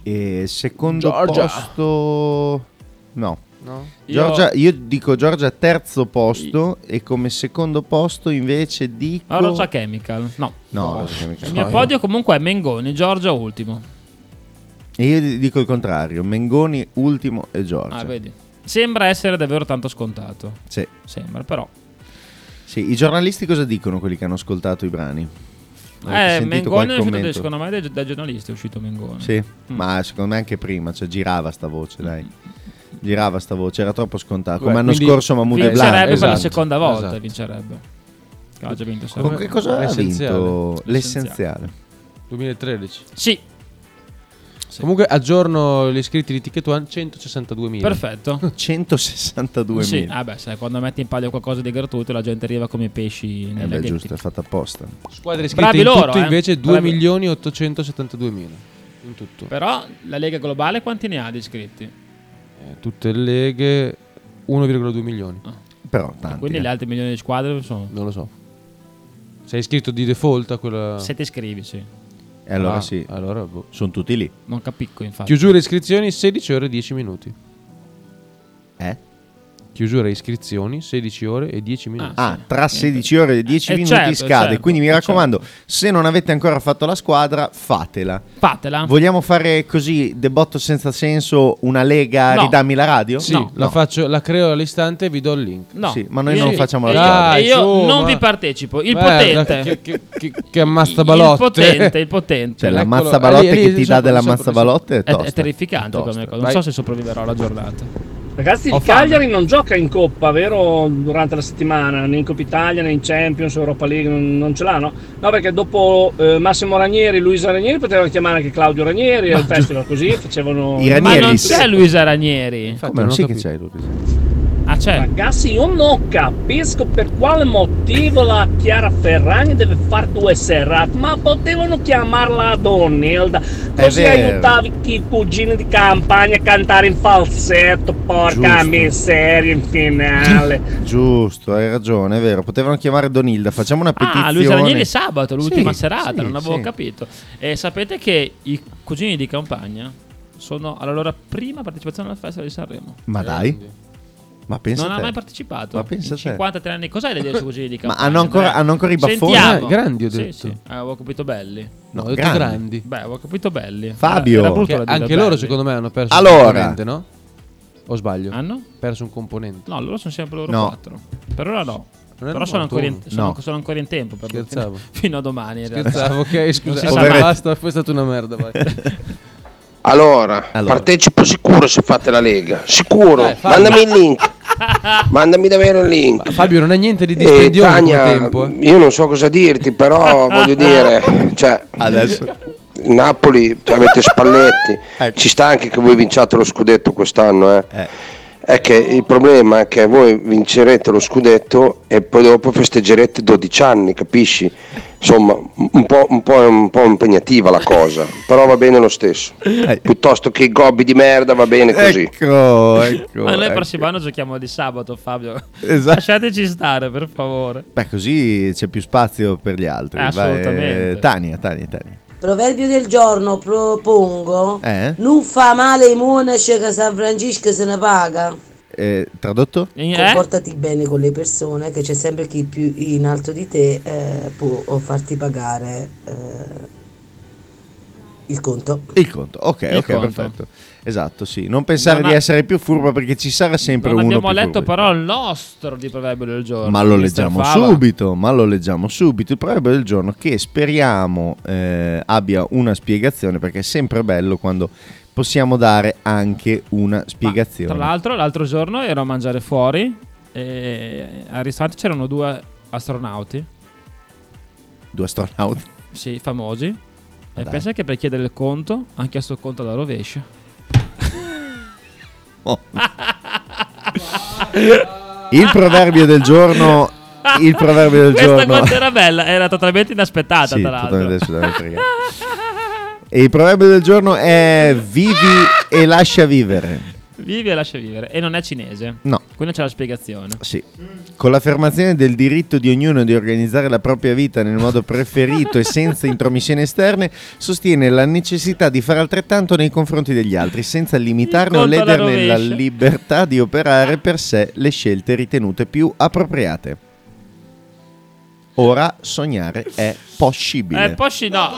[SPEAKER 4] E secondo
[SPEAKER 3] Giorgia.
[SPEAKER 4] posto... No.
[SPEAKER 3] No?
[SPEAKER 4] Giorgia, io dico Giorgia terzo posto e come secondo posto invece dico...
[SPEAKER 5] La Rocha Ah, Chemical. No. Boh.
[SPEAKER 4] Boh. No, eh, Rocha Chemical.
[SPEAKER 5] Il mio podio comunque è Mengoni, Giorgia ultimo.
[SPEAKER 4] E io di- dico il contrario, Mengoni ultimo e Giorgia.
[SPEAKER 5] Ah, vedi. Sembra essere davvero tanto scontato.
[SPEAKER 4] Sì.
[SPEAKER 5] Sembra, però.
[SPEAKER 4] Sì, I giornalisti cosa dicono quelli che hanno ascoltato i brani? Avete
[SPEAKER 5] Eh,
[SPEAKER 4] sentito
[SPEAKER 5] Mengoni
[SPEAKER 4] qualche
[SPEAKER 5] è uscito,
[SPEAKER 4] commento?
[SPEAKER 5] secondo me, dai, dai giornalisti è uscito Mengoni.
[SPEAKER 4] Sì,
[SPEAKER 5] Mm.
[SPEAKER 4] ma secondo me anche prima, cioè girava sta voce, dai. Girava sta voce, era troppo scontato. Come
[SPEAKER 3] Beh,
[SPEAKER 4] l'anno
[SPEAKER 3] quindi
[SPEAKER 4] scorso Mahmood e
[SPEAKER 5] vincerebbe
[SPEAKER 4] Blanco.
[SPEAKER 5] per la
[SPEAKER 3] esatto,
[SPEAKER 5] seconda volta,
[SPEAKER 3] esatto.
[SPEAKER 5] vincerebbe. Che ha già vinto sempre.
[SPEAKER 4] Con che cosa ha
[SPEAKER 3] L'essenziale.
[SPEAKER 4] vinto? L'essenziale.
[SPEAKER 3] 2013.
[SPEAKER 5] Sì,
[SPEAKER 3] Comunque aggiorno gli iscritti di Ticket One 162.000.
[SPEAKER 5] perfetto.
[SPEAKER 4] 162.000.
[SPEAKER 5] Sì, vabbè, sai, quando metti in palio qualcosa di gratuito la gente arriva come i pesci
[SPEAKER 4] Eh
[SPEAKER 5] nelle
[SPEAKER 4] beh,
[SPEAKER 5] ghette.
[SPEAKER 4] giusto, è fatta apposta.
[SPEAKER 3] Squadre iscritte
[SPEAKER 5] Bravi
[SPEAKER 3] in
[SPEAKER 5] loro,
[SPEAKER 3] tutto
[SPEAKER 5] eh.
[SPEAKER 3] invece
[SPEAKER 5] Bravi.
[SPEAKER 3] 2.872.000. In tutto.
[SPEAKER 5] Però la Lega Globale quanti ne ha di iscritti?
[SPEAKER 3] Eh, Tutte le leghe 1,2 milioni.
[SPEAKER 5] Ah.
[SPEAKER 4] Però tanti.
[SPEAKER 5] Quindi
[SPEAKER 4] eh.
[SPEAKER 5] le altre milioni di squadre sono...
[SPEAKER 3] Non lo so. Sei iscritto di default a quella...
[SPEAKER 5] Se ti iscrivi, sì.
[SPEAKER 4] E allora
[SPEAKER 3] Ah,
[SPEAKER 4] sì,
[SPEAKER 3] Allora, boh.
[SPEAKER 4] sono tutti lì.
[SPEAKER 5] Non capisco, infatti.
[SPEAKER 3] Chiusura iscrizioni 16 ore e 10 minuti.
[SPEAKER 4] Eh?
[SPEAKER 3] Chiusura iscrizioni 16 ore e 10 minuti.
[SPEAKER 4] Ah, tra 16 ore e 10
[SPEAKER 5] Eh,
[SPEAKER 4] minuti
[SPEAKER 5] certo,
[SPEAKER 4] scade.
[SPEAKER 5] certo,
[SPEAKER 4] Quindi mi
[SPEAKER 5] certo.
[SPEAKER 4] raccomando, se non avete ancora fatto la squadra, fatela.
[SPEAKER 5] Fatela.
[SPEAKER 4] Vogliamo fare così, debotto senza senso, una lega,
[SPEAKER 5] No.
[SPEAKER 4] ridammi la radio? Cioè,
[SPEAKER 3] Sì, la, faccio, la creo all'istante e vi do il link.
[SPEAKER 5] No.
[SPEAKER 4] sì, ma noi
[SPEAKER 5] Io-
[SPEAKER 4] non facciamo la
[SPEAKER 5] e io-
[SPEAKER 4] squadra.
[SPEAKER 5] E io
[SPEAKER 3] Dai, su,
[SPEAKER 5] non
[SPEAKER 3] ma-
[SPEAKER 5] vi partecipo. Il
[SPEAKER 3] Guarda,
[SPEAKER 5] potente.
[SPEAKER 3] Che, che, che, che ammazza balotte.
[SPEAKER 5] Il potente, il potente.
[SPEAKER 4] Cioè,
[SPEAKER 3] Eccolo,
[SPEAKER 4] la mazza
[SPEAKER 3] lì,
[SPEAKER 4] balotte
[SPEAKER 3] lì,
[SPEAKER 4] che
[SPEAKER 3] lì,
[SPEAKER 4] ti
[SPEAKER 3] sopra,
[SPEAKER 4] dà della
[SPEAKER 3] sopra,
[SPEAKER 4] mazza
[SPEAKER 3] sopra.
[SPEAKER 4] balotte è
[SPEAKER 5] È,
[SPEAKER 4] tosta.
[SPEAKER 5] è terrificante
[SPEAKER 4] Tosta.
[SPEAKER 5] come cosa. Non
[SPEAKER 3] Vai.
[SPEAKER 5] so se sopravviverò alla giornata.
[SPEAKER 10] Ragazzi,
[SPEAKER 5] Ho
[SPEAKER 10] il
[SPEAKER 5] fame.
[SPEAKER 10] Cagliari non gioca in Coppa, vero? Durante la settimana, né in Coppa Italia, né in Champions, Europa League, non, non ce l'ha, no? No, perché dopo eh, Massimo Ranieri, Luisa Ranieri, potevano chiamare anche Claudio Ranieri al festival, così facevano...
[SPEAKER 4] I
[SPEAKER 5] Ma
[SPEAKER 4] Ranieri
[SPEAKER 5] non
[SPEAKER 4] sì.
[SPEAKER 5] c'è Luisa Ranieri.
[SPEAKER 3] Infatti,
[SPEAKER 4] Come non
[SPEAKER 3] ho
[SPEAKER 4] sai che
[SPEAKER 3] capito.
[SPEAKER 4] c'hai Luca?
[SPEAKER 5] Ah, c'è.
[SPEAKER 10] Ragazzi, io non capisco per quale motivo la Chiara Ferragni deve fare due serate, ma potevano chiamarla Donilda, così
[SPEAKER 4] vero.
[SPEAKER 10] aiutavi i cugini di campagna a cantare in falsetto, porca
[SPEAKER 4] Giusto.
[SPEAKER 10] miseria, in finale.
[SPEAKER 4] Giusto, hai ragione, è vero. Potevano chiamare Donilda, facciamo una petizione.
[SPEAKER 5] Ah, Luisa Ranieri è sabato, l'ultima
[SPEAKER 4] Sì,
[SPEAKER 5] serata.
[SPEAKER 4] sì,
[SPEAKER 5] non avevo
[SPEAKER 4] sì.
[SPEAKER 5] capito. E sapete che i cugini di campagna sono alla loro prima partecipazione al Festival di Sanremo.
[SPEAKER 4] Ma dai, ma pensa
[SPEAKER 5] non
[SPEAKER 4] te.
[SPEAKER 5] ha mai partecipato.
[SPEAKER 4] Ma pensa
[SPEAKER 5] In
[SPEAKER 4] te.
[SPEAKER 5] 53 anni. Cos'hai da dire sui cugini di
[SPEAKER 4] Ma
[SPEAKER 5] campagna?
[SPEAKER 4] hanno ancora-
[SPEAKER 5] Andrea?
[SPEAKER 4] hanno ancora i baffoni?
[SPEAKER 5] Sentiamo.
[SPEAKER 3] Ah, grandi, ho
[SPEAKER 5] Sì,
[SPEAKER 3] detto.
[SPEAKER 5] sì. Eh, avevo capito belli.
[SPEAKER 4] No,
[SPEAKER 3] ho detto
[SPEAKER 4] grandi.
[SPEAKER 3] grandi.
[SPEAKER 5] Beh, avevo capito belli. Eh,
[SPEAKER 4] Fabio.
[SPEAKER 5] Era brutto
[SPEAKER 3] Che
[SPEAKER 5] da dire
[SPEAKER 3] anche
[SPEAKER 5] belli.
[SPEAKER 3] loro, secondo me, hanno perso
[SPEAKER 4] Allora.
[SPEAKER 3] un componente, no? O sbaglio?
[SPEAKER 5] Hanno?
[SPEAKER 3] Perso un componente.
[SPEAKER 5] No, loro sono sempre loro
[SPEAKER 4] No.
[SPEAKER 5] quattro. Per ora no.
[SPEAKER 3] Non è
[SPEAKER 5] Però sono ancora, in,
[SPEAKER 3] ottobre?
[SPEAKER 5] sono-
[SPEAKER 3] No.
[SPEAKER 5] sono ancora in tempo per
[SPEAKER 3] Scherzavo.
[SPEAKER 5] fino a domani. in realtà.
[SPEAKER 3] Scherzavo,
[SPEAKER 5] Non
[SPEAKER 3] ok,
[SPEAKER 5] si
[SPEAKER 3] scusa.
[SPEAKER 5] sa
[SPEAKER 3] Vabbè,
[SPEAKER 5] mai.
[SPEAKER 3] Basta, poi è stata una merda, vai.
[SPEAKER 6] Allora, partecipo sicuro se fate la Lega. Sicuro.
[SPEAKER 3] Eh, fallo.
[SPEAKER 6] Mandami il link. Mandami davvero il link.
[SPEAKER 3] Fabio, non è niente
[SPEAKER 4] Eh,
[SPEAKER 3] di
[SPEAKER 6] E
[SPEAKER 3] dispendioso come
[SPEAKER 6] Tania,
[SPEAKER 3] tempo. eh.
[SPEAKER 6] io non so cosa dirti, però voglio dire, cioè, Napoli avete Spalletti,
[SPEAKER 3] Ecco.
[SPEAKER 6] ci sta anche che voi vinciate lo scudetto quest'anno, eh. È che il problema è che voi vincerete lo scudetto e poi dopo festeggerete 12 anni, capisci? Insomma, un po', un po'- un po' impegnativa la cosa, però va bene lo stesso. Piuttosto che i gobbi di merda va bene così.
[SPEAKER 4] Ecco, ecco.
[SPEAKER 5] Ma noi
[SPEAKER 4] ecco.
[SPEAKER 5] prossimo anno giochiamo di sabato, Fabio.
[SPEAKER 4] Esatto.
[SPEAKER 5] Lasciateci stare, per favore.
[SPEAKER 4] Beh, così c'è più spazio per gli altri. Vai, eh,
[SPEAKER 5] Assolutamente.
[SPEAKER 4] Tania, Tania, Tania.
[SPEAKER 1] Proverbio del giorno propongo.
[SPEAKER 4] Eh?
[SPEAKER 1] Non fa male ai monaci che San Francisco se ne paga.
[SPEAKER 4] Eh, tradotto?
[SPEAKER 1] Comportati bene con le persone, che c'è sempre chi più in alto di te eh, può farti pagare eh, il conto.
[SPEAKER 4] Il conto, ok,
[SPEAKER 1] Il
[SPEAKER 4] ok,
[SPEAKER 1] conto.
[SPEAKER 4] perfetto. Esatto, sì. Non pensare
[SPEAKER 5] Non
[SPEAKER 4] di
[SPEAKER 5] ha-
[SPEAKER 4] essere più furba perché ci sarà sempre
[SPEAKER 5] Non
[SPEAKER 4] uno
[SPEAKER 5] abbiamo
[SPEAKER 4] più
[SPEAKER 5] letto
[SPEAKER 4] furbo.
[SPEAKER 5] però il nostro di proverbio del giorno.
[SPEAKER 4] Ma lo
[SPEAKER 5] Mr.
[SPEAKER 4] leggiamo
[SPEAKER 5] Fava.
[SPEAKER 4] subito, ma lo leggiamo subito. Il proverbio del giorno che speriamo eh, abbia una spiegazione perché è sempre bello quando possiamo dare anche una spiegazione.
[SPEAKER 5] Tra l'altro, l'altro giorno ero a mangiare fuori e al ristorante c'erano due astronauti,
[SPEAKER 4] Due astronauti.
[SPEAKER 5] sì, famosi. e
[SPEAKER 4] dai.
[SPEAKER 5] pensa che per chiedere il conto hanno chiesto il conto alla rovescia.
[SPEAKER 4] Il proverbio del giorno. Il proverbio del
[SPEAKER 5] Questa
[SPEAKER 4] giorno.
[SPEAKER 5] quanto era bella, era totalmente inaspettata,
[SPEAKER 4] Sì,
[SPEAKER 5] tra l'altro.
[SPEAKER 4] totalmente assolutamente fregato. E il proverbio del giorno è vivi e lascia vivere.
[SPEAKER 5] Vivi e lascia vivere. E non è cinese.
[SPEAKER 4] No.
[SPEAKER 5] Quindi c'è la spiegazione.
[SPEAKER 4] Sì. Con l'affermazione del diritto di ognuno di organizzare la propria vita nel modo preferito e senza intromissioni esterne, sostiene la necessità di fare altrettanto nei confronti degli altri, senza limitarne o
[SPEAKER 5] conto alla
[SPEAKER 4] lederne la
[SPEAKER 5] rovescia.
[SPEAKER 4] libertà di operare per sé le scelte ritenute più appropriate. Ora sognare è possibile.
[SPEAKER 5] Eh, posci- no,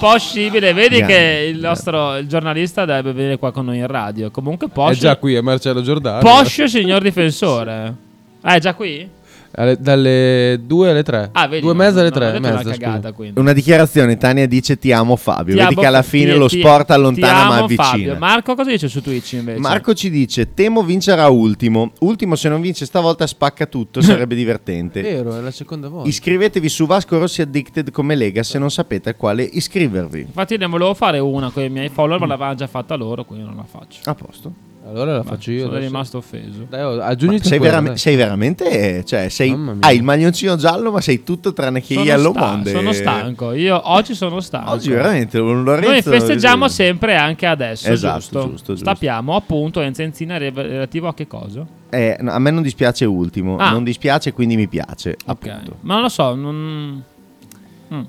[SPEAKER 5] possibile. Vedi
[SPEAKER 4] Grande,
[SPEAKER 5] che il nostro il giornalista dovrebbe venire qua con noi in radio. Comunque,
[SPEAKER 3] È
[SPEAKER 5] Porsche.
[SPEAKER 3] già qui, è Marcello Giordano.
[SPEAKER 5] Poscio, signor difensore. Ah, è già qui?
[SPEAKER 3] Alle- dalle 2 alle 3.
[SPEAKER 5] Ah, vedi,
[SPEAKER 3] due e
[SPEAKER 5] no,
[SPEAKER 3] mezza alle
[SPEAKER 5] no, ho
[SPEAKER 3] 3.
[SPEAKER 5] detto una cagata,
[SPEAKER 4] Eh.
[SPEAKER 5] quindi.
[SPEAKER 4] Una dichiarazione, Tania dice ti amo Fabio,
[SPEAKER 5] Ti
[SPEAKER 4] vedi
[SPEAKER 5] amo,
[SPEAKER 4] che alla
[SPEAKER 5] ti-
[SPEAKER 4] fine
[SPEAKER 5] ti-
[SPEAKER 4] lo sport
[SPEAKER 5] ti
[SPEAKER 4] allontana ma
[SPEAKER 5] amo,
[SPEAKER 4] avvicina.
[SPEAKER 5] Fabio. Marco, cosa dice su Twitch invece?
[SPEAKER 4] Marco ci dice: Temo vincerà ultimo. Ultimo, se non vince stavolta, spacca tutto. Sarebbe
[SPEAKER 3] È
[SPEAKER 5] Eh,
[SPEAKER 4] divertente.
[SPEAKER 3] vero, è la seconda volta.
[SPEAKER 4] Iscrivetevi su Vasco Rossi Addicted come Lega se non sapete a quale iscrivervi.
[SPEAKER 5] Infatti, ne volevo fare una con i miei follower,
[SPEAKER 4] Mm.
[SPEAKER 5] ma l'avevano già fatta loro, quindi non la faccio.
[SPEAKER 4] A posto.
[SPEAKER 3] Allora la faccio io.
[SPEAKER 5] sono
[SPEAKER 3] adesso.
[SPEAKER 5] rimasto offeso.
[SPEAKER 3] Dai, oh, aggiungici
[SPEAKER 4] sei,
[SPEAKER 3] quella,
[SPEAKER 4] veram-
[SPEAKER 3] dai.
[SPEAKER 4] sei veramente. Cioè, sei-
[SPEAKER 3] Mamma mia.
[SPEAKER 4] hai il maglioncino giallo, ma sei tutto tranne che
[SPEAKER 5] Sono
[SPEAKER 4] Yellow
[SPEAKER 5] sta-
[SPEAKER 4] Monday.
[SPEAKER 5] sono stanco. Io oggi sono stanco.
[SPEAKER 4] Oggi veramente un Lorenzo.
[SPEAKER 5] Noi festeggiamo sempre anche adesso,
[SPEAKER 4] Esatto,
[SPEAKER 5] giusto?
[SPEAKER 4] giusto, giusto.
[SPEAKER 5] Sappiamo appunto Enza Enzina re- relativo a che cosa?
[SPEAKER 4] Eh, no, a me non dispiace ultimo.
[SPEAKER 5] Ah.
[SPEAKER 4] Non dispiace, quindi mi piace. Appunto.
[SPEAKER 5] Ma non lo so, non, Mm.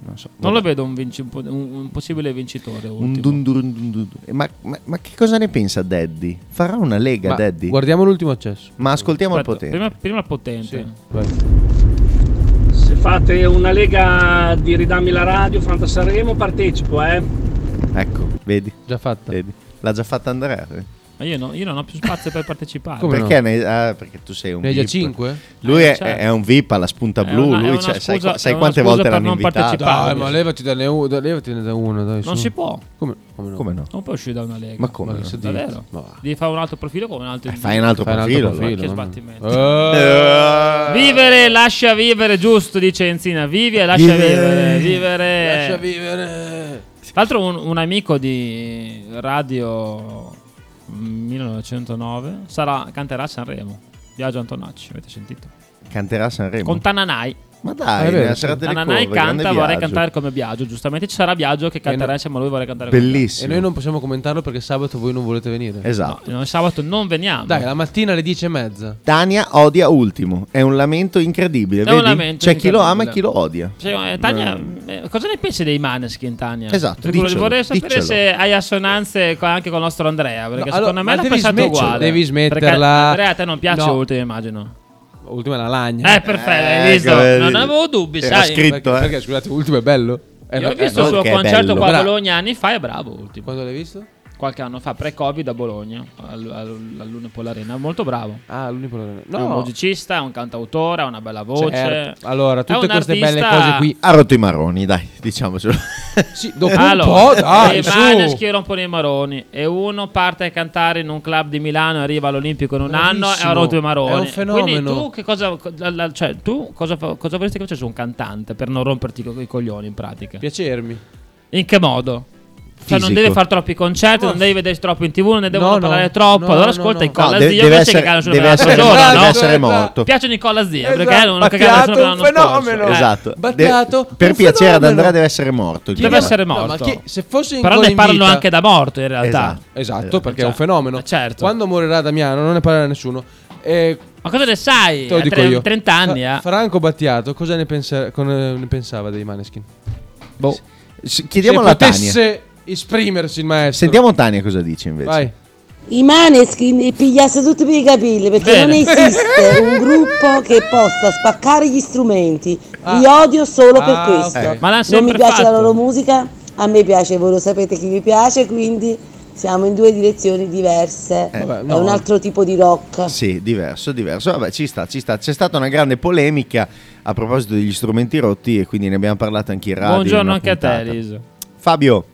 [SPEAKER 4] Non so.
[SPEAKER 5] non lo vedo un, vinci- un po- un- un possibile vincitore.
[SPEAKER 4] Un
[SPEAKER 5] ultimo.
[SPEAKER 4] dun dun dun dun dun. Ma, ma- ma che cosa ne pensa Daddy? Farà una lega,
[SPEAKER 5] Ma
[SPEAKER 4] Daddy?
[SPEAKER 3] Guardiamo l'ultimo accesso.
[SPEAKER 4] Ma ascoltiamo
[SPEAKER 5] Aspetta,
[SPEAKER 4] il potente.
[SPEAKER 5] Prima, prima il potente.
[SPEAKER 3] Ah.
[SPEAKER 10] Se fate una lega di Ridammi la radio, Fanta Sanremo, partecipo, eh.
[SPEAKER 4] Ecco, vedi.
[SPEAKER 3] Già fatta.
[SPEAKER 4] Eh, L'ha già fatta Andrea. eh?
[SPEAKER 5] Ma io, no- io non ho più spazio per partecipare.
[SPEAKER 4] perché, ne- ah, perché tu sei un
[SPEAKER 3] Ne hai già
[SPEAKER 4] VIP.
[SPEAKER 3] cinque?
[SPEAKER 4] Lui
[SPEAKER 5] Eh,
[SPEAKER 4] è,
[SPEAKER 5] certo.
[SPEAKER 4] è un VIP alla spunta
[SPEAKER 5] È
[SPEAKER 4] blu.
[SPEAKER 5] una- è
[SPEAKER 4] lui
[SPEAKER 5] una
[SPEAKER 4] c'è- sai,
[SPEAKER 5] scusa-
[SPEAKER 4] sai
[SPEAKER 5] è una
[SPEAKER 4] quante
[SPEAKER 5] scusa
[SPEAKER 4] volte
[SPEAKER 5] per
[SPEAKER 4] l'hanno
[SPEAKER 5] non
[SPEAKER 4] invitato?
[SPEAKER 5] partecipare.
[SPEAKER 3] Dai, ma levati da uno, da- levatene da uno, dai.
[SPEAKER 5] Non
[SPEAKER 3] su.
[SPEAKER 5] si può.
[SPEAKER 3] Come, come no?
[SPEAKER 4] Come no?
[SPEAKER 5] Non puoi uscire da una lega.
[SPEAKER 4] Ma come no?
[SPEAKER 5] se Davvero?
[SPEAKER 4] Ma Eh,
[SPEAKER 5] Devi fare un altro profilo con un altro.
[SPEAKER 4] fai un altro
[SPEAKER 3] Fai un altro
[SPEAKER 4] profilo.
[SPEAKER 3] profilo,
[SPEAKER 4] allora.
[SPEAKER 5] Che
[SPEAKER 3] mamma.
[SPEAKER 5] sbattimento.
[SPEAKER 3] Eh.
[SPEAKER 5] Vivere, lascia vivere, giusto, dice Enzina. Vivi e lascia vivere. Vivere.
[SPEAKER 3] Lascia vivere.
[SPEAKER 5] Tra l'altro un, un amico di Radio 1909 sarà, canterà a Sanremo. Viaggio Antonacci, avete sentito?
[SPEAKER 4] Canterà Sanremo.
[SPEAKER 5] Con Tananai.
[SPEAKER 4] Ma dai, Ah, è vero, nella sì. serata delle
[SPEAKER 5] Tananai
[SPEAKER 4] curve, grande
[SPEAKER 5] canta, vorrei
[SPEAKER 4] Biagio.
[SPEAKER 5] cantare come Biagio. Giustamente ci sarà Biagio che canterà insieme a lui, vorrei cantare come
[SPEAKER 3] E noi non possiamo commentarlo perché sabato voi non volete venire.
[SPEAKER 4] Esatto.
[SPEAKER 5] Biagio. Noi sabato non veniamo.
[SPEAKER 3] Dai, la mattina alle 10 e mezza.
[SPEAKER 4] Tania odia ultimo. È un lamento incredibile.
[SPEAKER 5] È
[SPEAKER 4] vedi?
[SPEAKER 5] un lamento
[SPEAKER 4] C'è chi lo
[SPEAKER 5] incredibile.
[SPEAKER 4] ama e chi lo odia.
[SPEAKER 5] Cioè, eh, Tania,
[SPEAKER 4] Mm.
[SPEAKER 5] eh, cosa ne pensi dei Maneskin, Tania?
[SPEAKER 4] Esatto,
[SPEAKER 5] Perché
[SPEAKER 4] diccelo,
[SPEAKER 5] vorrei sapere
[SPEAKER 4] diccelo.
[SPEAKER 5] se hai assonanze co- anche con il nostro Andrea. Perché
[SPEAKER 3] No, allora,
[SPEAKER 5] secondo
[SPEAKER 3] ma
[SPEAKER 5] me l'ha
[SPEAKER 3] devi
[SPEAKER 5] pensato
[SPEAKER 3] smetterla,
[SPEAKER 5] uguale.
[SPEAKER 3] devi
[SPEAKER 5] Perché
[SPEAKER 3] smetterla.
[SPEAKER 5] Andrea, a te non piace
[SPEAKER 3] No.
[SPEAKER 5] Ultima, immagino.
[SPEAKER 3] Ultima è la lagna.
[SPEAKER 5] Eh, perfetto, hai visto?
[SPEAKER 3] ecco,
[SPEAKER 5] Non avevo dubbi,
[SPEAKER 3] Era
[SPEAKER 5] sai.
[SPEAKER 3] perché, perché, scusate, Ultimo è bello. Eh,
[SPEAKER 5] Io ho
[SPEAKER 3] no, eh,
[SPEAKER 5] visto
[SPEAKER 3] no,
[SPEAKER 5] il suo
[SPEAKER 3] che è
[SPEAKER 5] concerto
[SPEAKER 3] bello.
[SPEAKER 5] qua a
[SPEAKER 3] Bra-
[SPEAKER 5] Bologna anni fa, è bravo Ultimo.
[SPEAKER 3] Quando l'hai visto?
[SPEAKER 5] qualche anno fa, pre-Covid, a Bologna, al- al- all'Unipol Arena. Molto bravo.
[SPEAKER 3] Ah, all'Unipol Arena.
[SPEAKER 5] È un
[SPEAKER 3] No.
[SPEAKER 5] musicista, è un cantautore, ha una bella voce.
[SPEAKER 3] Certo. Allora,
[SPEAKER 5] È
[SPEAKER 3] tutte
[SPEAKER 5] un
[SPEAKER 3] queste belle
[SPEAKER 5] artista-
[SPEAKER 3] cose qui.
[SPEAKER 4] Ha rotto i maroni, dai, diciamocelo.
[SPEAKER 3] Sì,
[SPEAKER 5] allora, dai, un po' nei maroni e uno parte a cantare in un club di Milano, arriva all'Olimpico in un anno e
[SPEAKER 3] Bravissimo.
[SPEAKER 5] ha rotto i maroni.
[SPEAKER 3] È un fenomeno.
[SPEAKER 5] Quindi tu che cosa, co- la- la- cioè, tu cosa, fa- cosa vorresti che facesse un cantante per non romperti co- i coglioni in pratica?
[SPEAKER 3] Piacermi.
[SPEAKER 5] In che modo? Cioè, non
[SPEAKER 3] Fisico.
[SPEAKER 5] devi fare troppi concerti, non devi vedere troppo in tv, non ne devono
[SPEAKER 3] no.
[SPEAKER 5] parlare troppo.
[SPEAKER 3] No,
[SPEAKER 5] allora
[SPEAKER 3] no,
[SPEAKER 5] ascolta
[SPEAKER 3] no. Ah,
[SPEAKER 5] i Colla
[SPEAKER 4] No,
[SPEAKER 5] Zio
[SPEAKER 4] deve- deve
[SPEAKER 5] invece
[SPEAKER 4] essere-
[SPEAKER 5] che cagano sulle
[SPEAKER 4] deve
[SPEAKER 5] per l'altro
[SPEAKER 4] essere-
[SPEAKER 5] giorno,
[SPEAKER 4] deve
[SPEAKER 5] no?
[SPEAKER 4] essere morto.
[SPEAKER 5] Piacciono i Colla Zia perché
[SPEAKER 3] Esatto,
[SPEAKER 5] non hanno cagato sulle per
[SPEAKER 3] Battiato,
[SPEAKER 5] l'anno
[SPEAKER 3] un
[SPEAKER 5] scorso.
[SPEAKER 3] fenomeno.
[SPEAKER 5] Eh.
[SPEAKER 4] Esatto.
[SPEAKER 3] Battiato,
[SPEAKER 4] De- per
[SPEAKER 3] un
[SPEAKER 4] piacere ad
[SPEAKER 3] fenomeno.
[SPEAKER 4] Andrea deve essere morto. il
[SPEAKER 5] Deve
[SPEAKER 4] giorno.
[SPEAKER 5] essere
[SPEAKER 3] No,
[SPEAKER 5] morto.
[SPEAKER 3] ma chi- se fosse in
[SPEAKER 5] Però
[SPEAKER 3] gol
[SPEAKER 5] ne
[SPEAKER 3] in
[SPEAKER 5] parlano
[SPEAKER 3] vita-
[SPEAKER 5] anche da morto in realtà.
[SPEAKER 4] Esatto.
[SPEAKER 3] Esatto,
[SPEAKER 5] Eh,
[SPEAKER 3] perché
[SPEAKER 5] cioè,
[SPEAKER 3] è un fenomeno.
[SPEAKER 5] certo.
[SPEAKER 3] Quando morirà Damiano non ne parlerà nessuno. E
[SPEAKER 5] Ma cosa ne sai?
[SPEAKER 3] te lo
[SPEAKER 5] Ha
[SPEAKER 3] dico
[SPEAKER 5] tre-
[SPEAKER 3] io.
[SPEAKER 5] 30 anni,
[SPEAKER 3] Fra-
[SPEAKER 5] eh.
[SPEAKER 3] Franco Battiato, cosa ne, pensa- con- eh, ne pensava dei Maneskin?
[SPEAKER 5] Boh.
[SPEAKER 4] S- Chiediamo
[SPEAKER 3] Se
[SPEAKER 4] alla Tania.
[SPEAKER 3] potesse esprimersi il maestro.
[SPEAKER 4] Sentiamo Tania cosa dice invece.
[SPEAKER 3] Vai.
[SPEAKER 1] I maneskin li pigliasse tutti per i capelli perché
[SPEAKER 5] Bene.
[SPEAKER 1] non esiste un gruppo che possa spaccare gli strumenti. Li odio solo per
[SPEAKER 3] Ah,
[SPEAKER 1] questo.
[SPEAKER 3] ok.
[SPEAKER 5] Ma l'hanno
[SPEAKER 1] non mi
[SPEAKER 5] sempre
[SPEAKER 1] piace la
[SPEAKER 5] fatto.
[SPEAKER 1] loro musica, a me piace, voi lo sapete chi vi piace, quindi siamo in due direzioni diverse.
[SPEAKER 4] Eh,
[SPEAKER 1] È
[SPEAKER 3] vabbè,
[SPEAKER 1] un
[SPEAKER 3] no.
[SPEAKER 1] altro tipo di rock.
[SPEAKER 4] Sì, diverso, diverso. Vabbè, ci sta, ci sta. C'è stata una grande polemica a proposito degli strumenti rotti e quindi ne abbiamo parlato anche in radio. in
[SPEAKER 5] Buongiorno
[SPEAKER 4] una
[SPEAKER 5] anche a te,
[SPEAKER 4] puntata.
[SPEAKER 5] Elisa.
[SPEAKER 4] Fabio,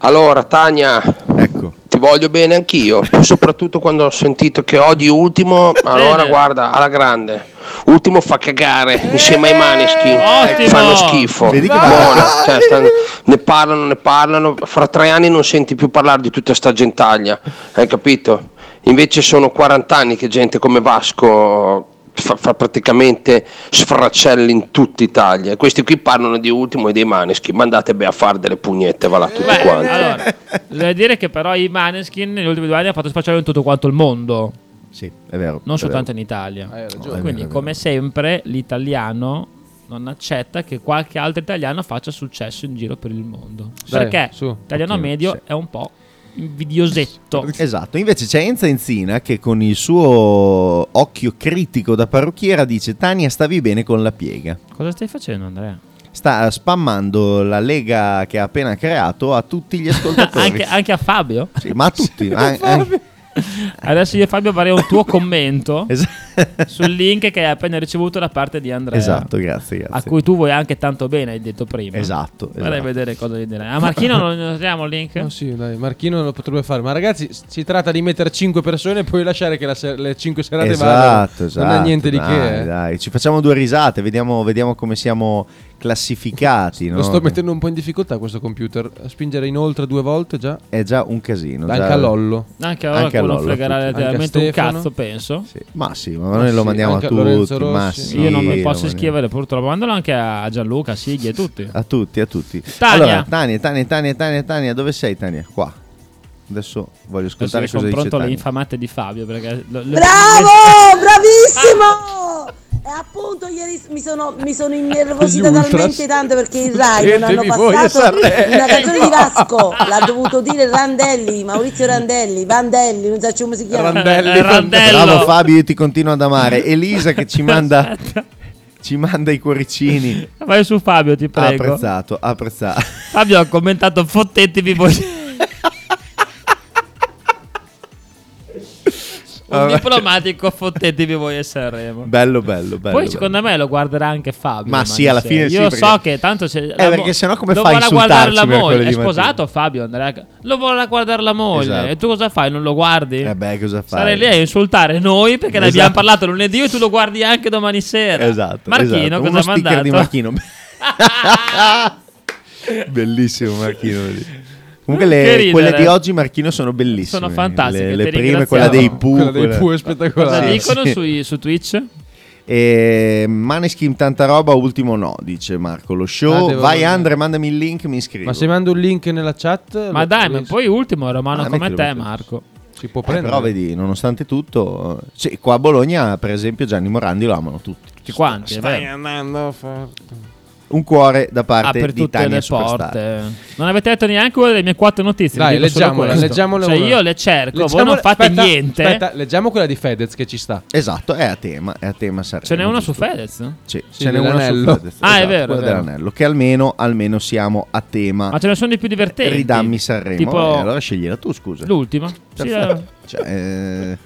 [SPEAKER 6] Allora, Tania,
[SPEAKER 4] ecco.
[SPEAKER 6] ti voglio bene anch'io, soprattutto quando ho sentito che odi Ultimo, allora
[SPEAKER 5] Bene.
[SPEAKER 6] guarda, alla grande. Ultimo fa cagare insieme ai Maneschi, eh,
[SPEAKER 5] Ottimo.
[SPEAKER 6] fanno schifo.
[SPEAKER 4] Vedi che
[SPEAKER 6] Buono,
[SPEAKER 4] bello.
[SPEAKER 6] cioè, sta- ne parlano, ne parlano, fra tre anni non senti più parlare di tutta sta gentaglia, hai capito? Invece sono 40 anni che gente come Vasco fa, fa praticamente sfracelli in tutta Italia. E Questi qui parlano di Ultimo e dei Maneschi, mandate beh a fare delle pugnette, va là tutti
[SPEAKER 5] Beh, eh,
[SPEAKER 6] quanti.
[SPEAKER 5] allora, bisogna dire che però i Maneskin negli ultimi due anni hanno fatto spacciare in tutto quanto il mondo,
[SPEAKER 4] Sì, è vero.
[SPEAKER 5] non
[SPEAKER 4] è
[SPEAKER 5] soltanto
[SPEAKER 4] vero.
[SPEAKER 5] in Italia.
[SPEAKER 3] Hai ragione.
[SPEAKER 4] No, è
[SPEAKER 5] Quindi,
[SPEAKER 4] vero, è
[SPEAKER 5] come sempre, l'italiano non accetta che qualche altro italiano faccia successo in giro per il mondo.
[SPEAKER 3] Dai,
[SPEAKER 5] perché
[SPEAKER 3] su,
[SPEAKER 5] l'italiano
[SPEAKER 4] pochino,
[SPEAKER 5] medio
[SPEAKER 4] sì.
[SPEAKER 5] è un po' invidiosetto.
[SPEAKER 4] Esatto, invece c'è Enza Enzina che con il suo occhio critico da parrucchiera dice Tania stavi bene con la piega.
[SPEAKER 5] Cosa stai facendo, Andrea?
[SPEAKER 4] Sta eh, spammando la lega che ha appena creato a tutti gli ascoltatori.
[SPEAKER 5] anche, anche a Fabio?
[SPEAKER 4] Sì, ma a tutti. an- an-
[SPEAKER 5] Adesso io e Fabio faremo un tuo commento
[SPEAKER 4] es-
[SPEAKER 5] sul link che hai appena ricevuto da parte di Andrea.
[SPEAKER 4] esatto, grazie, grazie.
[SPEAKER 5] A cui tu vuoi anche tanto bene, hai detto prima.
[SPEAKER 4] Esatto,
[SPEAKER 5] Vorrei
[SPEAKER 4] esatto.
[SPEAKER 5] vedere cosa gli direi. A Marchino non non abbiamo il link?
[SPEAKER 3] No, sì, dai, Marchino lo potrebbe fare. Ma ragazzi, s- si tratta di mettere 5 persone e poi lasciare che la se- le 5 serate vadano.
[SPEAKER 4] Esatto, esatto.
[SPEAKER 3] Non è niente di
[SPEAKER 4] dai,
[SPEAKER 3] che. eh.
[SPEAKER 4] Dai, ci facciamo due risate, vediamo, vediamo come siamo classificati.
[SPEAKER 3] Lo
[SPEAKER 4] no?
[SPEAKER 3] sto mettendo un po' in difficoltà questo computer. A spingere inoltre due volte già.
[SPEAKER 4] È già un casino.
[SPEAKER 3] Anche
[SPEAKER 4] già-
[SPEAKER 3] a Lollo.
[SPEAKER 5] Anche allora
[SPEAKER 4] Anche a
[SPEAKER 5] quello
[SPEAKER 4] Lollo,
[SPEAKER 5] fregherà
[SPEAKER 4] tutti.
[SPEAKER 5] letteralmente un
[SPEAKER 3] Anche a Stefano.
[SPEAKER 5] cazzo, penso.
[SPEAKER 4] Sì. Ma sì, ma
[SPEAKER 3] Ma
[SPEAKER 4] noi lo
[SPEAKER 3] sì,
[SPEAKER 4] mandiamo a
[SPEAKER 3] anche a Lorenzo
[SPEAKER 4] tutti.
[SPEAKER 3] Rossi.
[SPEAKER 4] Ma sì,
[SPEAKER 5] Io non mi
[SPEAKER 4] lo
[SPEAKER 5] posso
[SPEAKER 4] mandiamo.
[SPEAKER 5] iscrivere purtroppo. Mandalo anche a Gianluca, Sighi e tutti.
[SPEAKER 4] A tutti, a tutti.
[SPEAKER 5] Tania.
[SPEAKER 4] Allora, Tania, Tania, Tania, Tania, Tania, dove sei Tania? Qua. Adesso voglio
[SPEAKER 5] Adesso
[SPEAKER 4] ascoltare
[SPEAKER 5] vi
[SPEAKER 4] cosa dice
[SPEAKER 5] confronto le
[SPEAKER 4] Tania.
[SPEAKER 5] infamate di Fabio. Perché lo- lo-
[SPEAKER 1] Bravo, bravissimo! E appunto ieri mi sono, mi sono innervosita
[SPEAKER 3] Ah. Gli ultras.
[SPEAKER 1] talmente tanto perché in Rai non hanno
[SPEAKER 3] Sentimi voi a
[SPEAKER 1] passato
[SPEAKER 3] Sanremo.
[SPEAKER 1] una canzone di Vasco, l'ha dovuto dire Randelli, Maurizio Randelli, Vandelli, non so come si chiama.
[SPEAKER 3] Randelli.
[SPEAKER 5] Eh, Randello.
[SPEAKER 4] Bravo Fabio, io ti continuo ad amare. Elisa che ci manda, ci manda i cuoricini.
[SPEAKER 5] Vai su Fabio, ti
[SPEAKER 4] Ha
[SPEAKER 5] prego.
[SPEAKER 4] apprezzato, ha apprezzato.
[SPEAKER 5] Fabio ha commentato fottetevi voi. Un
[SPEAKER 4] Vabbè.
[SPEAKER 5] diplomatico fottetevi voi a Sanremo.
[SPEAKER 4] Bello, bello, bello.
[SPEAKER 5] Poi
[SPEAKER 4] bello.
[SPEAKER 5] secondo me lo guarderà anche Fabio.
[SPEAKER 4] Ma
[SPEAKER 5] domani
[SPEAKER 4] sì, alla
[SPEAKER 5] sera.
[SPEAKER 4] fine sì,
[SPEAKER 5] Io
[SPEAKER 4] perché- Eh,
[SPEAKER 5] so che tanto se... la
[SPEAKER 4] perché sennò come
[SPEAKER 5] lo
[SPEAKER 4] fa a
[SPEAKER 5] vorrà guardare la
[SPEAKER 4] insultarci
[SPEAKER 5] moglie. È
[SPEAKER 4] mercoledì mattina?
[SPEAKER 5] sposato Fabio, Andrea. Lo vorrà guardare la moglie.
[SPEAKER 4] Esatto.
[SPEAKER 5] E tu cosa fai? Non lo guardi?
[SPEAKER 4] Eh beh, cosa fai?
[SPEAKER 5] Sarei lì a insultare noi perché ne
[SPEAKER 4] Esatto.
[SPEAKER 5] abbiamo parlato lunedì e tu lo guardi anche domani sera.
[SPEAKER 4] Esatto,
[SPEAKER 5] Marchino,
[SPEAKER 4] esatto.
[SPEAKER 5] cosa
[SPEAKER 4] Uno
[SPEAKER 5] ha
[SPEAKER 4] sticker
[SPEAKER 5] mandato?
[SPEAKER 4] di Marchino. Bellissimo Marchino. lì. Comunque
[SPEAKER 5] Mm, Che
[SPEAKER 4] le,
[SPEAKER 5] ridere.
[SPEAKER 4] quelle di oggi Marchino sono bellissime.
[SPEAKER 5] Sono fantastiche, ti
[SPEAKER 4] Le, le prime,
[SPEAKER 5] ringraziamo.
[SPEAKER 4] quella dei Pooh.
[SPEAKER 3] Quella dei
[SPEAKER 4] quella-
[SPEAKER 3] Pooh è
[SPEAKER 5] Cosa
[SPEAKER 3] spettacolare.
[SPEAKER 4] Sì,
[SPEAKER 5] dicono
[SPEAKER 4] sì.
[SPEAKER 5] sui- su Twitch?
[SPEAKER 4] E Ehm, Maneskin tanta roba, ultimo no, dice Marco. Lo
[SPEAKER 3] Ah,
[SPEAKER 4] show.
[SPEAKER 3] devo
[SPEAKER 4] Vai
[SPEAKER 3] guardare.
[SPEAKER 4] Andre, mandami il link, mi iscrivo.
[SPEAKER 3] Ma se mando un link nella chat.
[SPEAKER 5] Ma
[SPEAKER 3] lo-
[SPEAKER 5] dai, ma
[SPEAKER 3] lo-
[SPEAKER 5] poi ultimo, Romano
[SPEAKER 4] Ah,
[SPEAKER 5] come
[SPEAKER 4] mettilo,
[SPEAKER 5] te,
[SPEAKER 4] mettilo.
[SPEAKER 5] Marco.
[SPEAKER 3] Si può
[SPEAKER 4] Eh,
[SPEAKER 3] prendere.
[SPEAKER 4] però vedi, nonostante tutto, eh, sì, qua a Bologna, per esempio, Gianni Morandi lo amano tutti.
[SPEAKER 5] Tutti quanti, è vero.
[SPEAKER 3] andando a far-
[SPEAKER 4] un cuore da parte
[SPEAKER 5] Ah, per
[SPEAKER 4] di
[SPEAKER 5] tutte
[SPEAKER 4] Tania
[SPEAKER 5] le
[SPEAKER 4] Superstar.
[SPEAKER 5] porte. Non avete detto neanche una delle mie quattro notizie.
[SPEAKER 3] Dai,
[SPEAKER 5] vi dico solo
[SPEAKER 3] leggiamola,
[SPEAKER 5] questo.
[SPEAKER 3] leggiamola
[SPEAKER 5] Cioamo Cioè,
[SPEAKER 3] una.
[SPEAKER 5] io le cerco, voi non
[SPEAKER 3] Leggiamola-
[SPEAKER 5] fate
[SPEAKER 3] aspetta,
[SPEAKER 5] niente.
[SPEAKER 3] Aspetta, leggiamo quella di Fedez che ci sta.
[SPEAKER 4] Esatto, è a tema, è a tema
[SPEAKER 5] Ce n'è una
[SPEAKER 4] uno
[SPEAKER 5] su Fedez? no?
[SPEAKER 4] Sì,
[SPEAKER 5] Sì,
[SPEAKER 4] ce n'è uno su
[SPEAKER 5] dell'anello.
[SPEAKER 4] Fedez.
[SPEAKER 5] Ah, è
[SPEAKER 4] esatto,
[SPEAKER 5] vero, è
[SPEAKER 4] quella
[SPEAKER 5] vero.
[SPEAKER 4] dell'anello, che almeno, almeno siamo a tema.
[SPEAKER 5] Ma ce ne sono di più divertenti.
[SPEAKER 4] Ridammi Sanremo.
[SPEAKER 5] Tipo-
[SPEAKER 4] Eh, allora scegliela tu, scusa.
[SPEAKER 5] L'ultima? Sì,
[SPEAKER 4] Perfetto.
[SPEAKER 5] eh.
[SPEAKER 4] Cioè, eh,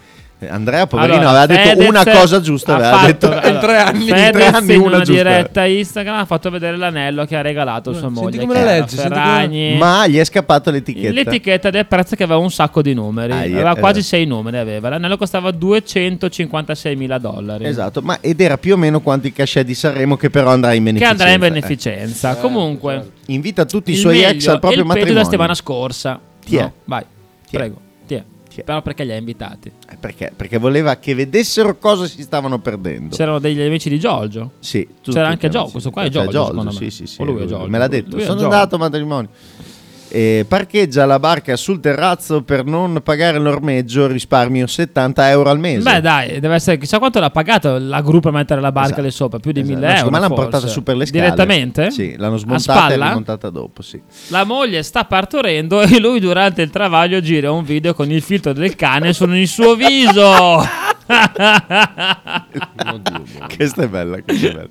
[SPEAKER 4] Andrea poverino
[SPEAKER 5] Allora,
[SPEAKER 4] aveva detto
[SPEAKER 5] Fedez
[SPEAKER 4] una cosa giusta,
[SPEAKER 5] ha
[SPEAKER 4] aveva
[SPEAKER 5] fatto-
[SPEAKER 4] detto
[SPEAKER 5] allora,
[SPEAKER 4] in tre anni, in
[SPEAKER 5] Fedez
[SPEAKER 4] tre anni
[SPEAKER 5] in
[SPEAKER 4] una giusta.
[SPEAKER 5] diretta Instagram ha fatto vedere l'anello che ha regalato sua moglie.
[SPEAKER 3] come
[SPEAKER 5] che
[SPEAKER 3] la
[SPEAKER 5] era
[SPEAKER 3] leggi, senti come-
[SPEAKER 5] Ferragni.
[SPEAKER 4] Ma gli è scappato l'etichetta.
[SPEAKER 5] L'etichetta del prezzo che aveva un sacco di numeri,
[SPEAKER 4] Aia,
[SPEAKER 5] aveva
[SPEAKER 4] eh.
[SPEAKER 5] quasi 6 numeri. Aveva. L'anello costava 256 mila dollari.
[SPEAKER 4] Esatto, ma ed era più o meno quanto il cachet di Sanremo che però andrà in
[SPEAKER 5] Che
[SPEAKER 4] beneficenza.
[SPEAKER 5] andrà in
[SPEAKER 4] Eh.
[SPEAKER 5] beneficenza. Comunque,
[SPEAKER 4] certo. Invita tutti i
[SPEAKER 5] il
[SPEAKER 4] suoi ex
[SPEAKER 5] meglio
[SPEAKER 4] al proprio
[SPEAKER 5] e il peggio
[SPEAKER 4] matrimonio.
[SPEAKER 5] della settimana scorsa.
[SPEAKER 4] Chi è?
[SPEAKER 5] No, vai,
[SPEAKER 4] Chi è?
[SPEAKER 5] prego. Ti è.
[SPEAKER 4] è?
[SPEAKER 5] Però perché li ha invitati?
[SPEAKER 4] Eh, Perché? Perché voleva che vedessero cosa si stavano perdendo.
[SPEAKER 5] C'erano degli amici di Giorgio.
[SPEAKER 4] Sì, tutti
[SPEAKER 5] C'era anche
[SPEAKER 4] erano
[SPEAKER 5] Giorgio.
[SPEAKER 4] sì.
[SPEAKER 5] Questo qua è
[SPEAKER 4] C'è
[SPEAKER 5] Giorgio.
[SPEAKER 4] Giorgio,
[SPEAKER 5] secondo me.
[SPEAKER 4] sì, sì, sì.
[SPEAKER 5] O lui è Giorgio.
[SPEAKER 4] Me l'ha detto,
[SPEAKER 5] Lui è
[SPEAKER 4] sono
[SPEAKER 5] Giorgio.
[SPEAKER 4] andato a matrimonio. Eh, parcheggia la barca sul terrazzo per non pagare l'ormeggio, risparmio 70 euro al mese.
[SPEAKER 5] Beh, dai, deve essere. Chissà quanto l'ha pagato la gruppa a mettere la barca lì sopra? Più di
[SPEAKER 4] Esatto.
[SPEAKER 5] 1000
[SPEAKER 4] No,
[SPEAKER 5] euro.
[SPEAKER 4] secondo me l'hanno
[SPEAKER 5] forse.
[SPEAKER 4] portata su per le scale.
[SPEAKER 5] Direttamente?
[SPEAKER 4] Sì, l'hanno
[SPEAKER 5] A
[SPEAKER 4] smontata e
[SPEAKER 5] spalla?
[SPEAKER 4] rimontata dopo, sì.
[SPEAKER 5] La moglie sta partorendo e lui durante il travaglio gira un video con il filtro del cane sul suo viso.
[SPEAKER 4] Questa è bella, questa è bella.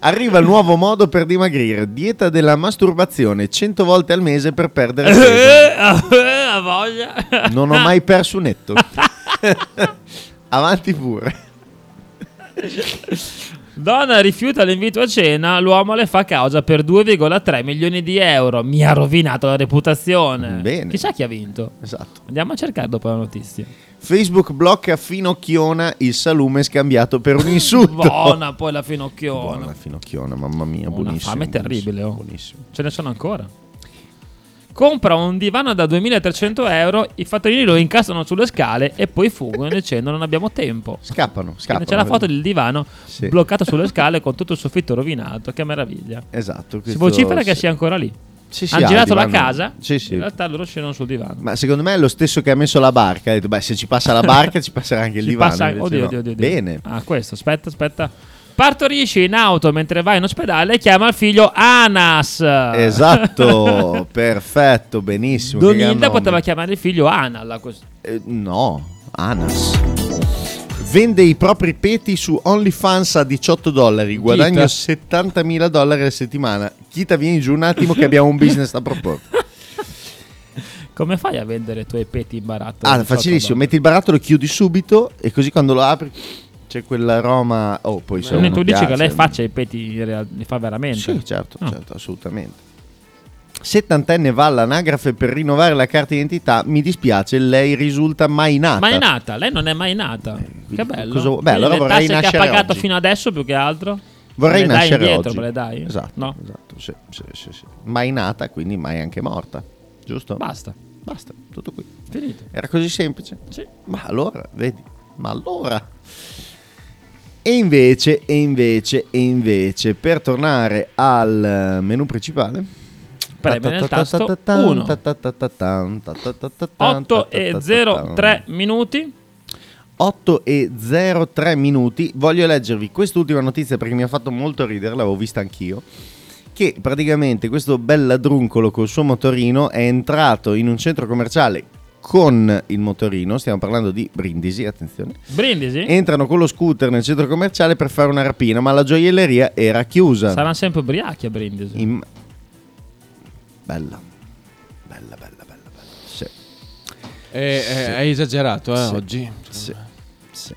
[SPEAKER 4] Arriva il nuovo modo per dimagrire, dieta della masturbazione 100 volte al mese per perdere peso.
[SPEAKER 5] Ha voglia.
[SPEAKER 4] Non ho mai perso un netto. Avanti pure.
[SPEAKER 5] Donna rifiuta l'invito a cena, l'uomo le fa causa per 2,3 milioni di euro. Mi ha rovinato la reputazione.
[SPEAKER 4] Bene.
[SPEAKER 5] Chissà chi ha vinto.
[SPEAKER 4] Esatto.
[SPEAKER 5] Andiamo a cercare dopo la notizia.
[SPEAKER 4] Facebook blocca Finocchiona il salume scambiato per un insulto.
[SPEAKER 5] Buona poi la finocchiona.
[SPEAKER 4] Buona Finocchiona, mamma mia,
[SPEAKER 5] Ho Una
[SPEAKER 4] buonissima.
[SPEAKER 5] fame terribile, oh.
[SPEAKER 4] Buonissimo.
[SPEAKER 5] ce ne sono ancora. Compra un divano da 2300 euro, i fattorini lo incastrano sulle scale e poi fuggono dicendo non abbiamo tempo.
[SPEAKER 4] Scappano,
[SPEAKER 5] Quindi
[SPEAKER 4] scappano.
[SPEAKER 5] C'è la foto del divano
[SPEAKER 4] Sì.
[SPEAKER 5] bloccato sulle scale con tutto il soffitto rovinato, che meraviglia.
[SPEAKER 4] Esatto.
[SPEAKER 5] Si
[SPEAKER 4] questo-
[SPEAKER 5] vocifera che
[SPEAKER 4] sì.
[SPEAKER 5] sia ancora lì.
[SPEAKER 4] Sì, sì,
[SPEAKER 5] Hanno
[SPEAKER 4] ha
[SPEAKER 5] girato la
[SPEAKER 4] divano.
[SPEAKER 5] casa, Eh,
[SPEAKER 4] Sì, sì.
[SPEAKER 5] in realtà loro scendono sul divano.
[SPEAKER 4] Ma secondo me è lo stesso che ha messo la barca. Ha detto, beh, se ci passa la barca ci passerà anche il
[SPEAKER 5] Ci
[SPEAKER 4] divano.
[SPEAKER 5] passa-
[SPEAKER 4] invece
[SPEAKER 5] oddio,
[SPEAKER 4] no.
[SPEAKER 5] oddio, oddio, oddio.
[SPEAKER 4] Bene.
[SPEAKER 5] Ah, questo, aspetta, aspetta. Partorisci in auto mentre vai in ospedale e chiama il figlio Anas.
[SPEAKER 4] Ah. Esatto, perfetto, benissimo. che gran
[SPEAKER 5] Donilda
[SPEAKER 4] nome.
[SPEAKER 5] poteva chiamare il figlio Anal. a questo-
[SPEAKER 4] Eh, no, Anas. Vende i propri peti su OnlyFans a 18 dollari, guadagno 70.000 dollari a settimana. Chita, vieni giù un attimo che abbiamo un business da proporre.
[SPEAKER 5] Come fai a vendere i tuoi peti in barattolo?
[SPEAKER 4] Ah,
[SPEAKER 5] Non so
[SPEAKER 4] facilissimo,
[SPEAKER 5] cosa-
[SPEAKER 4] metti il barattolo, chiudi subito e così quando lo apri c'è quell'aroma... Oh, poi se
[SPEAKER 5] Quindi
[SPEAKER 4] uno
[SPEAKER 5] tu dici
[SPEAKER 4] piace-
[SPEAKER 5] che lei faccia i peti, in real- li fa veramente?
[SPEAKER 4] Sì, certo,
[SPEAKER 5] Ah.
[SPEAKER 4] certo, assolutamente. Settantenne va all'anagrafe per rinnovare la carta d'identità. Mi dispiace, lei risulta mai nata. Eh,
[SPEAKER 5] Ma è nata, lei non è mai nata. che bello.
[SPEAKER 4] cosa vuoi-
[SPEAKER 5] Quindi
[SPEAKER 4] beh, allora
[SPEAKER 5] le
[SPEAKER 4] vorrei
[SPEAKER 5] tasse che ha
[SPEAKER 4] nascere
[SPEAKER 5] pagato
[SPEAKER 4] oggi.
[SPEAKER 5] fino adesso più che altro.
[SPEAKER 4] Vorrei
[SPEAKER 5] me le dai
[SPEAKER 4] nascere
[SPEAKER 5] indietro,
[SPEAKER 4] oggi.
[SPEAKER 5] me le dai?
[SPEAKER 4] Esatto,
[SPEAKER 5] No,
[SPEAKER 4] esatto, sì, sì, sì, sì. Mai nata, quindi mai anche morta. Giusto?
[SPEAKER 5] basta.
[SPEAKER 4] Basta, tutto qui.
[SPEAKER 5] Finito.
[SPEAKER 4] Era così semplice.
[SPEAKER 5] Sì.
[SPEAKER 4] Ma allora, vedi, ma allora. E invece, e invece, e invece, per tornare al eh, menu principale.
[SPEAKER 5] Premere il tasto
[SPEAKER 4] Tatatatan,
[SPEAKER 5] 1.
[SPEAKER 4] tatatatan, tatatatan,
[SPEAKER 5] 8 e 03 minuti.
[SPEAKER 4] 8 e 03 minuti. Voglio leggervi quest'ultima notizia perché mi ha fatto molto ridere, l'avevo vista anch'io. Che praticamente questo bel ladruncolo col suo motorino è entrato in un centro commerciale con il motorino. Stiamo parlando di Brindisi, attenzione.
[SPEAKER 5] Brindisi?
[SPEAKER 4] Entrano con lo scooter nel centro commerciale per fare una rapina, ma la gioielleria era chiusa.
[SPEAKER 5] Saranno sempre ubriachi a Brindisi.
[SPEAKER 4] In- Bella, bella, bella, bella, bella. Sì.
[SPEAKER 3] Eh, eh, hai esagerato eh,
[SPEAKER 4] Sì.
[SPEAKER 3] oggi.
[SPEAKER 4] Sì. Sì.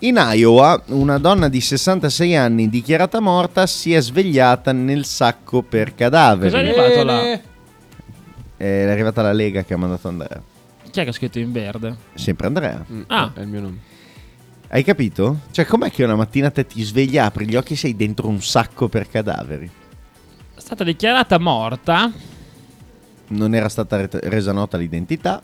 [SPEAKER 4] In Iowa, una donna di 66 anni dichiarata morta si è svegliata nel sacco per cadaveri.
[SPEAKER 5] Cos'è arrivato là?
[SPEAKER 4] Eh, È arrivata la Lega che ha mandato Andrea.
[SPEAKER 5] Chi è che ha scritto in verde?
[SPEAKER 4] Sempre Andrea.
[SPEAKER 3] Mm,
[SPEAKER 5] Ah.
[SPEAKER 3] È il mio nome.
[SPEAKER 4] Hai capito? Cioè, com'è che una mattina te ti svegli, apri gli occhi e sei dentro un sacco per cadaveri?
[SPEAKER 5] È stata dichiarata morta.
[SPEAKER 4] Non era stata ret- resa nota l'identità.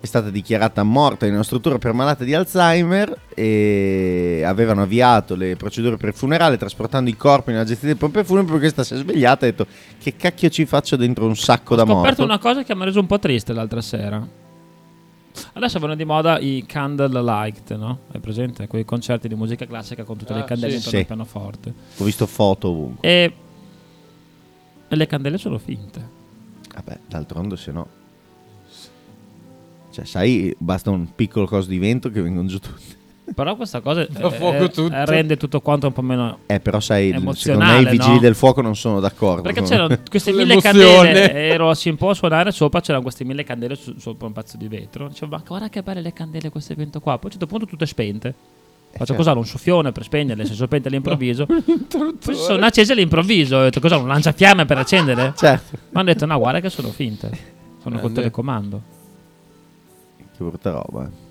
[SPEAKER 4] È stata dichiarata morta in una struttura per malata di Alzheimer e avevano avviato le procedure per il funerale trasportando il corpo in una gestita di pompe funebri perché questa si è svegliata e ha detto che cacchio ci faccio dentro un sacco da
[SPEAKER 5] Ho scoperto
[SPEAKER 4] morto.
[SPEAKER 5] una cosa che mi ha reso un po' triste l'altra sera. Adesso vanno di moda i candle light, no? Hai presente? Quei concerti di musica classica con tutte le
[SPEAKER 3] Ah,
[SPEAKER 5] candele
[SPEAKER 3] sì.
[SPEAKER 5] intorno al
[SPEAKER 4] Sì.
[SPEAKER 5] pianoforte.
[SPEAKER 4] Ho visto foto ovunque.
[SPEAKER 5] E... e le candele sono finte.
[SPEAKER 4] Vabbè, d'altronde se no... Cioè, sai, basta un piccolo coso di vento che vengono giù tutti.
[SPEAKER 5] Però questa cosa eh,
[SPEAKER 3] Da fuoco
[SPEAKER 5] eh,
[SPEAKER 3] tutto.
[SPEAKER 5] rende tutto quanto un po' meno...
[SPEAKER 4] Eh, però sai,
[SPEAKER 5] È
[SPEAKER 4] secondo me i
[SPEAKER 5] emozionale,
[SPEAKER 4] vigili
[SPEAKER 5] no?
[SPEAKER 4] del fuoco non sono d'accordo.
[SPEAKER 5] Perché
[SPEAKER 4] con-
[SPEAKER 5] c'erano queste mille
[SPEAKER 3] L'emozione.
[SPEAKER 5] candele, ero si un po' a suonare sopra, c'erano queste mille candele su- sopra un pezzo di vetro. Dicevo, ma guarda che belle le candele questo evento qua. Poi a un certo punto tutte spente. Faccio
[SPEAKER 4] certo.
[SPEAKER 5] cos'hanno? Un soffione per spegnerle, se sospente all'improvviso. Poi sono accese all'improvviso. Ho detto, cos'hanno? Un lanciafiamme per accendere?
[SPEAKER 4] Certo.
[SPEAKER 5] Ma hanno detto, no, guarda che sono finte. Sono col
[SPEAKER 3] Grande.
[SPEAKER 5] telecomando.
[SPEAKER 4] Che brutta roba. eh.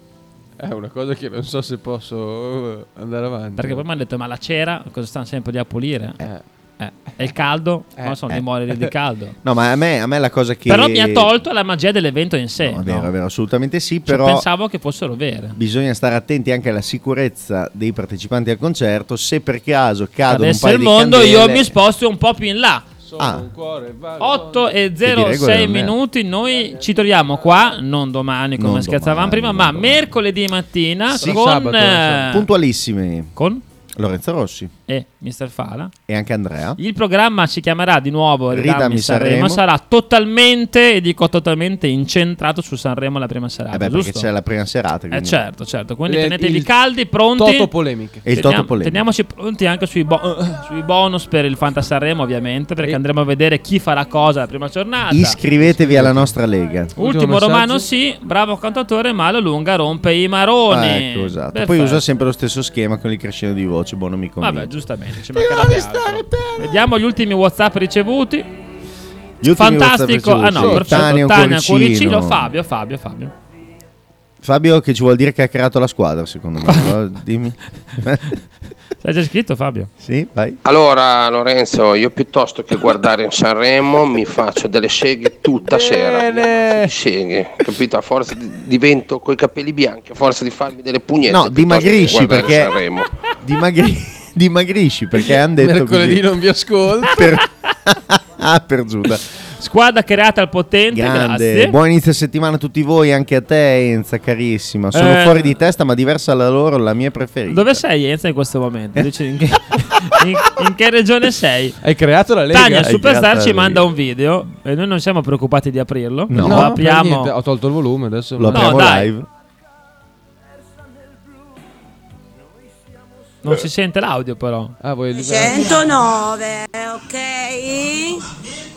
[SPEAKER 3] È una cosa che non so se posso eh, andare avanti.
[SPEAKER 5] Perché poi mi hanno detto, ma la cera, cosa stanno sempre lì a pulire?
[SPEAKER 3] Eh.
[SPEAKER 5] Eh. E il caldo? no, sono
[SPEAKER 4] Eh.
[SPEAKER 5] di morire di caldo.
[SPEAKER 4] No, ma a me, a me la cosa che...
[SPEAKER 5] Però mi ha tolto la magia dell'evento in sé.
[SPEAKER 4] No, è vero,
[SPEAKER 5] no?
[SPEAKER 4] è vero, assolutamente sì,
[SPEAKER 5] Cioè,
[SPEAKER 4] però...
[SPEAKER 5] pensavo che fossero vere.
[SPEAKER 4] Bisogna stare attenti anche alla sicurezza dei partecipanti al concerto. Se per caso cadono un
[SPEAKER 5] Adesso
[SPEAKER 4] paio
[SPEAKER 5] il
[SPEAKER 4] di
[SPEAKER 5] mondo io
[SPEAKER 4] candele-
[SPEAKER 5] mi sposto un po' più in là.
[SPEAKER 3] Sono
[SPEAKER 4] Ah.
[SPEAKER 3] un cuore, vago.
[SPEAKER 5] 8 e
[SPEAKER 4] regole non è.
[SPEAKER 5] 06 minuti, noi ci troviamo qua, non domani come
[SPEAKER 4] Non
[SPEAKER 5] scherzavamo
[SPEAKER 4] domani,
[SPEAKER 5] prima,
[SPEAKER 4] non
[SPEAKER 5] ma
[SPEAKER 4] domani.
[SPEAKER 5] mercoledì mattina
[SPEAKER 3] Sì,
[SPEAKER 5] con,
[SPEAKER 3] sabato,
[SPEAKER 5] eh,
[SPEAKER 3] insomma.
[SPEAKER 4] Puntualissimi.
[SPEAKER 5] con
[SPEAKER 4] Lorenzo Rossi
[SPEAKER 5] eh, Mr. Fala.
[SPEAKER 4] e anche Andrea. Eh
[SPEAKER 5] Il programma si chiamerà di nuovo Ridammi,
[SPEAKER 4] Ridammi
[SPEAKER 5] Sanremo.
[SPEAKER 4] Sanremo.
[SPEAKER 5] sarà totalmente, e dico totalmente, incentrato su Sanremo la prima serata,
[SPEAKER 4] Eh beh, perché
[SPEAKER 5] giusto?
[SPEAKER 4] c'è la prima serata.
[SPEAKER 5] Eh
[SPEAKER 4] quindi-
[SPEAKER 5] certo, certo, quindi
[SPEAKER 3] Le-
[SPEAKER 5] tenetevi
[SPEAKER 3] Eh, il
[SPEAKER 5] caldi, pronti.
[SPEAKER 3] Toto polemiche.
[SPEAKER 4] E il
[SPEAKER 5] Teniamo-
[SPEAKER 4] Toto Polemico.
[SPEAKER 5] Teniamoci pronti anche sui, bo- eh, sui bonus per il Fanta Sanremo, ovviamente, perché andremo a vedere chi farà cosa la prima giornata.
[SPEAKER 4] Iscrivetevi alla nostra lega.
[SPEAKER 5] Ultimo
[SPEAKER 3] Ultimo
[SPEAKER 5] romano
[SPEAKER 3] messaggio.
[SPEAKER 5] sì, bravo cantatore, ma la lunga rompe i
[SPEAKER 4] Ah,
[SPEAKER 5] maroni.
[SPEAKER 4] ecco, esatto. Poi
[SPEAKER 5] Perfetto.
[SPEAKER 4] usa sempre lo stesso schema con il crescendo di voce. Buono mi convince.
[SPEAKER 5] Vabbè, giustamente, ci mancherebbe altro. Vediamo gli ultimi WhatsApp ricevuti.
[SPEAKER 4] Gli ultimi
[SPEAKER 5] Fantastico. Ah
[SPEAKER 4] WhatsApp
[SPEAKER 5] no,
[SPEAKER 4] ricevuti.
[SPEAKER 5] perfetto.
[SPEAKER 4] Taneo
[SPEAKER 5] Tania
[SPEAKER 4] Coricino.
[SPEAKER 5] Coricino, Fabio, Fabio, Fabio.
[SPEAKER 4] Fabio che ci vuol dire che ha creato la squadra, secondo me. no? Dimmi.
[SPEAKER 5] L'hai già scritto Fabio?
[SPEAKER 4] sì, vai.
[SPEAKER 6] Allora Lorenzo, io piuttosto che guardare in Sanremo mi faccio delle seghe tutta sera. Seghe, capito? A forza di, divento coi capelli bianchi, a forza di farmi delle pugnette.
[SPEAKER 4] No,
[SPEAKER 6] piuttosto che
[SPEAKER 4] dimagrisci
[SPEAKER 6] guardare
[SPEAKER 4] perché-
[SPEAKER 6] Sanremo.
[SPEAKER 4] Dimagri- dimagrisci perché hanno detto
[SPEAKER 3] Mercoledì
[SPEAKER 4] così.
[SPEAKER 3] non vi ascolto.
[SPEAKER 4] Per... ah, per Giuda.
[SPEAKER 5] Squadra creata al potente,
[SPEAKER 4] Grande,
[SPEAKER 5] grazie.
[SPEAKER 4] buon inizio settimana a tutti voi, anche a te Enza carissima. Sono
[SPEAKER 5] Eh.
[SPEAKER 4] fuori di testa ma diversa la loro, la mia preferita.
[SPEAKER 5] Dove sei Enza in questo
[SPEAKER 4] Eh.
[SPEAKER 5] momento? Dici in, che, in- in che regione sei?
[SPEAKER 3] Hai creato la Lega.
[SPEAKER 5] Tania
[SPEAKER 4] hai
[SPEAKER 5] Superstar
[SPEAKER 4] creato
[SPEAKER 5] ci
[SPEAKER 4] la
[SPEAKER 5] manda
[SPEAKER 4] Lega.
[SPEAKER 5] un video e noi non siamo preoccupati di aprirlo.
[SPEAKER 4] No.
[SPEAKER 5] lo
[SPEAKER 4] No,
[SPEAKER 3] per niente.
[SPEAKER 5] apriamo.
[SPEAKER 3] Ho tolto il volume adesso.
[SPEAKER 4] Lo apriamo
[SPEAKER 5] dai.
[SPEAKER 4] live.
[SPEAKER 5] Non si sente l'audio però.
[SPEAKER 3] Ah, vuoi liberare?
[SPEAKER 1] 109, ok?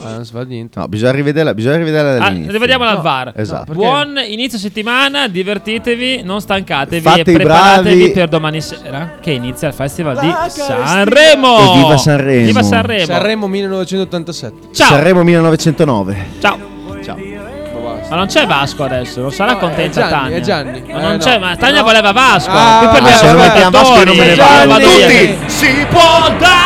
[SPEAKER 3] Ah, non si fa niente.
[SPEAKER 4] No, bisogna rivederla, bisogna rivederla
[SPEAKER 5] Ah,
[SPEAKER 4] dall'inizio.
[SPEAKER 5] rivediamola al VAR.
[SPEAKER 4] Esatto.
[SPEAKER 3] No,
[SPEAKER 5] Buon inizio settimana, divertitevi, non stancatevi
[SPEAKER 4] Fate
[SPEAKER 5] e
[SPEAKER 4] i
[SPEAKER 5] preparatevi
[SPEAKER 4] bravi.
[SPEAKER 5] per domani sera che inizia il festival di Sanremo.
[SPEAKER 4] E viva Sanremo.
[SPEAKER 5] Viva Sanremo.
[SPEAKER 3] Sanremo 1987.
[SPEAKER 5] Ciao.
[SPEAKER 4] Sanremo 1909.
[SPEAKER 5] Ciao.
[SPEAKER 3] Ma basta.
[SPEAKER 5] Ma non c'è Vasco adesso, non sarà
[SPEAKER 3] No,
[SPEAKER 5] contenta
[SPEAKER 3] è Gianni,
[SPEAKER 5] Tania.
[SPEAKER 3] è Gianni.
[SPEAKER 5] Ma
[SPEAKER 3] Eh,
[SPEAKER 5] non
[SPEAKER 3] no.
[SPEAKER 5] c'è, ma Tania
[SPEAKER 3] No.
[SPEAKER 5] voleva Vasco.
[SPEAKER 3] Ah,
[SPEAKER 5] Qui
[SPEAKER 3] ah,
[SPEAKER 5] parliamo
[SPEAKER 3] se non
[SPEAKER 5] di
[SPEAKER 4] mettiamo Vasco io non me ne
[SPEAKER 5] spettatori.
[SPEAKER 4] vado.
[SPEAKER 5] Vado via.
[SPEAKER 4] Tutti
[SPEAKER 5] si può dare.
[SPEAKER 10] certo certo certo